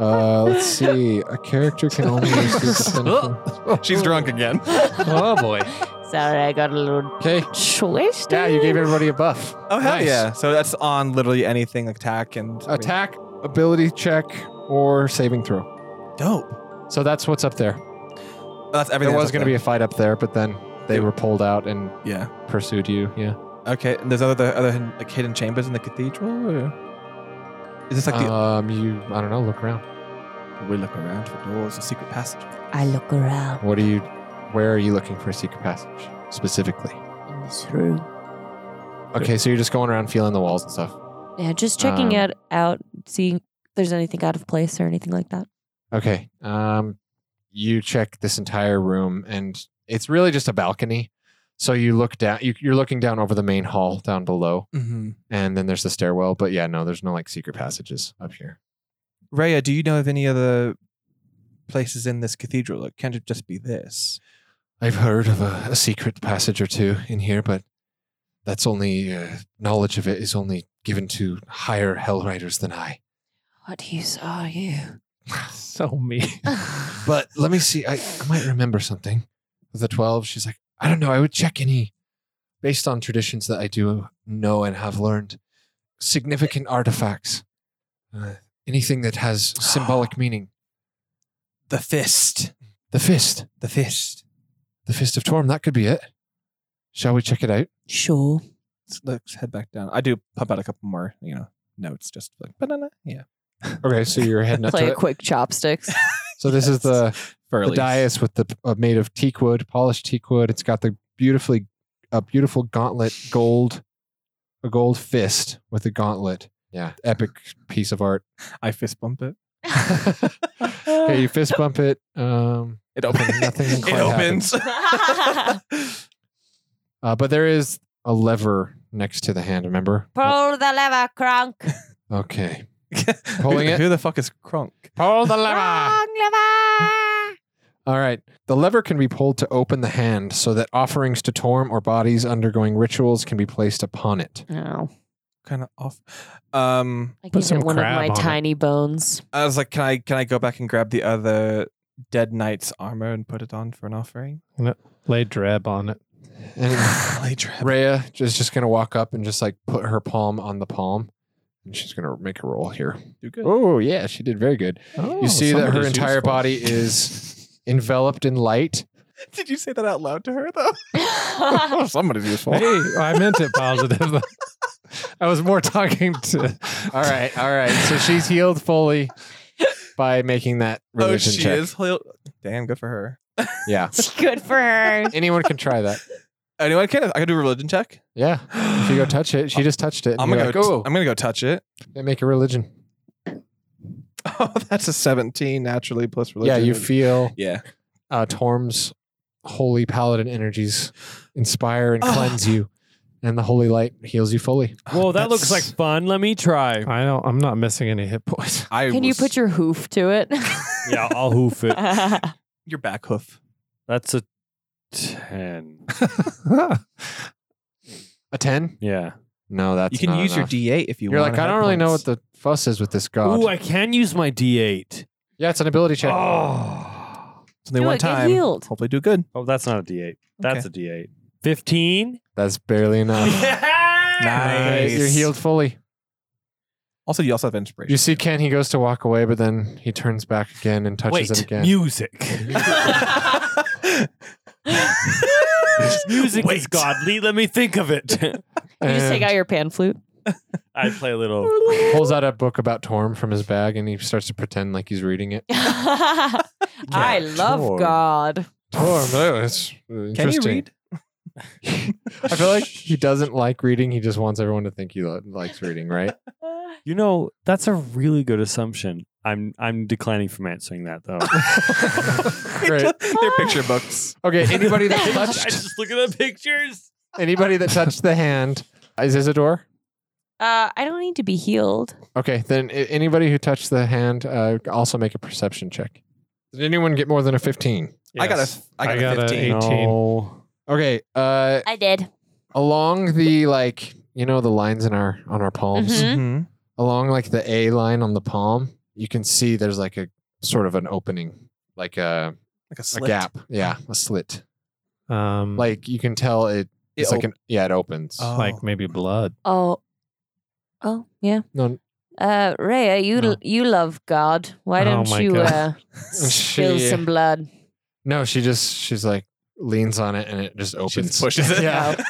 S1: Uh, let's see. A character can only receive this benefit.
S4: She's drunk again.
S8: Oh boy.
S6: Sorry, I got a little
S1: Okay.
S6: twist.
S1: Yeah, you gave everybody a buff.
S4: Oh hell
S1: Nice.
S4: yeah! So that's on literally anything attack and
S1: Attack, ability check, or saving throw.
S4: Dope.
S1: So that's what's up there.
S4: That's
S1: There
S4: everything.
S1: was going to be a fight up there, but then they
S4: Yeah.
S1: were pulled out and
S4: be. Yeah.
S1: pursued you. Yeah.
S4: Okay. And there's other other hin- like hidden chambers in the cathedral. Or? Is this like
S1: um, you, I don't know, look around. Uh,
S4: the? We look around for doors, a secret passage.
S6: I look around
S1: What are you, where are you looking for a secret passage specifically?
S6: in this room.
S1: Okay, so you're just going around feeling the walls and stuff.
S6: Yeah, just checking
S1: Um,
S6: it out, seeing if there's anything out of place or anything like that.
S1: Okay. Um, you check this entire room, and it's really just a balcony. So you look down. You, you're looking down over the main hall down below,
S4: Mm-hmm.
S1: and then there's the stairwell. But yeah, no, there's no like secret passages up here.
S4: Raya, do you know of any other places in this cathedral? It can't just be this.
S1: I've heard of a, a secret passage or two in here, but that's only uh, knowledge of it is only given to higher hell riders than I.
S6: What use are you?
S8: So me.
S1: But let me see. I, I might remember something. The 12, she's like, I don't know. I would check any, based on traditions that I do know and have learned, significant artifacts. Uh, anything that has symbolic meaning.
S4: The fist.
S1: The fist.
S4: The fist.
S1: The fist of Torm. That could be it. Shall we check it out?
S6: Sure.
S4: Let's- Let's head back down. I do pump out a couple more, you know, notes just like banana. Yeah.
S1: Okay, so you're heading up
S6: Play
S1: to
S6: a
S1: it.
S6: quick chopsticks.
S1: So this is the, the
S4: Furley.
S1: dais with the uh, made of teak wood, polished teak wood. It's got the beautifully a beautiful gauntlet gold, a gold fist with a gauntlet. Yeah, epic piece of art.
S4: I fist bump it.
S1: Okay, you fist bump it. Um,
S4: It opens.
S1: Nothing
S4: it
S1: quite happens.
S4: opens.
S1: uh, but there is a lever next to the hand. Remember?
S11: Pull the lever, Kronk.
S1: Okay. Pulling
S4: who,
S1: it?
S4: Who the fuck is Kronk?
S1: Pull the lever.
S11: Kronk lever.
S1: All right. The lever can be pulled to open the hand so that offerings to Torm or bodies undergoing rituals can be placed upon it.
S6: oh,
S4: Kind of off. Um,
S6: I
S8: Put
S6: gave
S8: some
S6: it one of
S8: crab
S6: my
S8: on it.
S6: tiny bones.
S4: I was like, can I can I go back and grab the other dead knight's armor and put it on for an offering?
S8: Lay drab on it.
S1: And
S4: Later.
S1: Rhea is just gonna walk up and just like put her palm on the palm, and she's gonna make a roll here.
S4: Do good.
S1: Oh yeah, she did very good.
S8: Oh,
S1: you see that her
S8: somebody's
S1: entire
S8: useful.
S1: body is enveloped in light,
S4: Did you say that out loud to her though? Somebody's useful.
S8: Hey, I meant it positive. I was more talking to.
S1: All right, all right. So she's healed fully by making that
S4: Oh,
S1: religion
S4: she
S1: check.
S4: is. Hel- Damn, good for her.
S1: Yeah.
S11: Good for her.
S1: Anyone can try that.
S4: Anyone can. I can do a religion check.
S1: Yeah. If you go touch it, she just touched it. and
S4: I'm
S1: you're
S4: gonna
S1: like,
S4: go.
S1: "Oh,
S4: i am I'm gonna go touch it.
S1: they make a religion.
S4: Oh, that's a 17 naturally plus
S1: Yeah,
S4: religion.
S1: you feel
S4: Yeah.
S1: uh, Torm's holy paladin energies inspire and
S4: Ah.
S1: cleanse you, and the holy light heals you fully.
S5: Whoa, that looks like
S4: That's-
S5: fun. Let me try.
S8: I don't. I'm not missing any hit points.
S4: I
S6: Can you
S4: was-
S6: put your hoof to it?
S5: Yeah, I'll hoof it.
S4: your back hoof?
S5: That's a 10.
S1: A ten?
S5: Yeah.
S1: No, that's
S4: you can
S1: not
S4: use
S1: enough.
S4: your D8 if you
S1: You're
S4: want.
S1: like, I don't really know what the fuss is with this god.
S5: Ooh, I can use my D8.
S1: yeah, it's an ability check.
S5: Oh.
S4: It's only
S6: Do
S4: one
S6: it, get
S4: time.
S6: healed.
S4: Hopefully, do good.
S5: Oh, that's not a D8. That's a D8. 15.
S1: That's barely enough.
S4: Nice.
S1: You're healed fully.
S4: Also, you also have inspiration.
S1: You see Ken, he goes to walk away, but then he turns back again and touches it
S5: Wait,
S1: again.
S5: music. music is
S4: Wait.
S5: godly. Let me think of it.
S6: you just take
S1: And
S6: out your pan flute.
S5: I play a little.
S1: pulls out a book about Torm from his bag and he starts to pretend like he's reading it.
S6: I love
S5: sure.
S6: God.
S1: Torm, oh, it's interesting.
S4: Can you read?
S1: I feel like he doesn't like reading. He just wants everyone to think he lo- likes reading, right?
S5: You know, that's a really good assumption. I'm I'm declining from answering that though.
S8: Mm-hmm.
S1: Great.
S4: They're picture books.
S1: Okay, anybody that
S5: I
S1: touched
S5: just look at the pictures.
S1: anybody that touched the hand is Isidore.
S6: Uh, I don't need to be healed.
S1: Okay, then a- anybody who touched the hand uh, also make a perception check. Did anyone get more than a fifteen?
S4: I got a.
S8: Yes.
S4: I got,
S8: I got
S4: a
S8: a
S4: 15.
S8: eight. 18.
S5: No.
S1: Okay, uh,
S11: I did.
S1: along the like, you know, the lines in our on our palms.
S6: Mhm.
S4: Mhm.
S1: along like the A line on the palm, you can see there's like a sort of an opening, like a,
S4: Like a,
S1: a
S4: slit. Mm.
S1: gap. Yeah, a slit.
S8: Um, like
S1: Like you can tell it,
S4: It
S1: it's like
S4: op-
S1: an yeah, it opens.
S4: Oh.
S8: like maybe blood.
S6: Oh, oh yeah.
S1: No,
S6: Uh, Rhea, you
S8: No.
S6: you love God. Why
S8: Oh
S6: don't
S8: my
S6: you
S8: God.
S6: uh, spill
S1: She-
S6: some blood?
S1: no, she just she's like leans on it and it just opens.
S4: She just pushes it.
S1: Yeah.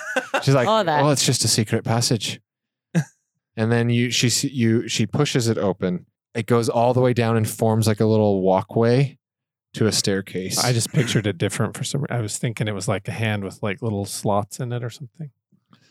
S1: She's like,
S6: All
S1: oh,
S6: that.
S1: it's just a secret passage. and then you she s- you she pushes it open. It goes all the way down and forms like a little walkway to a staircase.
S8: I just pictured it different for some. I was thinking it was like a hand with like little slots in it or something.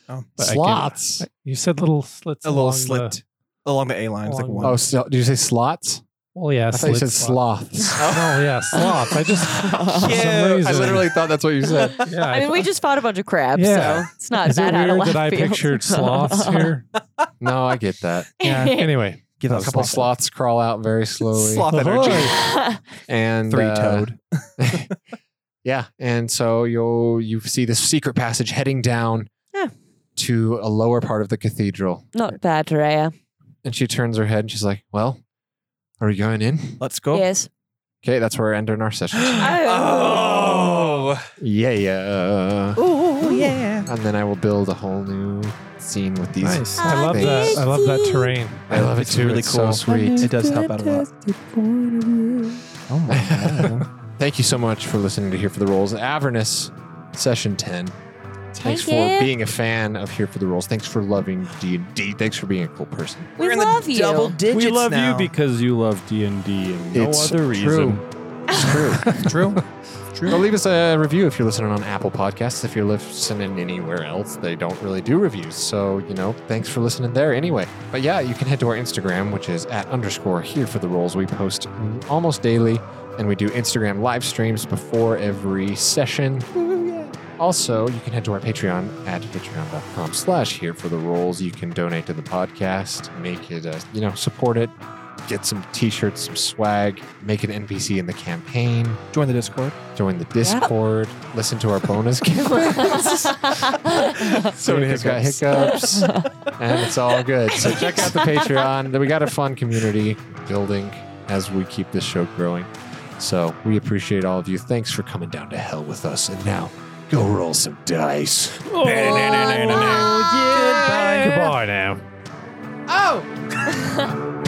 S4: Oh.
S8: But I get-
S1: slots.
S8: I- you said little slits.
S4: a little
S8: along
S4: slit
S8: The,
S4: along the A line. It's like
S8: along
S4: one.
S8: the-
S1: oh, so, did you say slots?
S8: well, yeah.
S1: I thought you
S8: slit
S1: said
S8: slot.
S1: sloths.
S8: Oh yeah, slots. I just. for
S4: Yeah,
S8: some
S4: I
S8: reason,
S1: thought that's what you said.
S8: Yeah,
S6: I mean, we just fought a bunch of crabs,
S8: Yeah.
S6: so it's not
S8: Is it
S6: that out of
S8: weird
S6: left
S8: that I
S6: field.
S8: pictured sloths here?
S1: no, I get that.
S8: Yeah. Anyway,
S4: Give
S1: A
S4: us
S1: couple
S4: sloth-
S1: sloths crawl out very slowly. Uh-huh.
S4: Sloth energy.
S1: and
S4: Three toed.
S1: uh, yeah, and so you'll you see this secret passage heading down
S6: Yeah.
S1: to a lower part of the cathedral,
S6: Not bad, Rhea.
S1: and she turns her head and she's like, "Well, are we going in?"
S4: Let's go.
S6: Yes.
S1: Okay, that's where we're ending our session.
S4: Oh.
S1: yeah, yeah.
S6: Ooh, yeah.
S1: And then I will build a whole new scene with these.
S8: nice. I love
S1: things.
S8: that. I love that terrain.
S1: I love it
S4: It's
S1: too.
S4: really
S1: it's
S4: cool.
S1: so sweet.
S4: It does help out a lot. Oh
S1: Thank you so much for listening to Here for the Rolls. Avernus, session 10. Thanks for being a fan of Here for the Rolls. Thanks for loving D&D. Thanks for being a cool person.
S11: We
S6: We're in the
S11: love you.
S6: double
S11: digits
S5: we love
S4: now.
S5: you because you love D and D and no
S1: It's
S5: other reason.
S1: It's true.
S4: True.
S1: true. Or leave us a review if you're listening on Apple Podcasts. If you're listening anywhere else, they don't really do reviews. So, you know, thanks for listening there anyway. But yeah, you can head to our Instagram, which is at underscore here for the rolls. We post almost daily and we do Instagram live streams before every session. Also, you can head to our Patreon at patreon.com slash here for the rolls. You can donate to the podcast, make it, uh, you know, support it, get some t-shirts, some swag, make an NPC in the campaign,
S4: Join the Discord.
S1: join the Discord, listen to our bonus campaigns. so many got hiccups, and it's all good. So check out the Patreon. We got a fun community building as we keep this show growing. So we appreciate all of you. Thanks for coming down to hell with us. And now, go roll some dice.
S8: Goodbye now.
S4: Oh.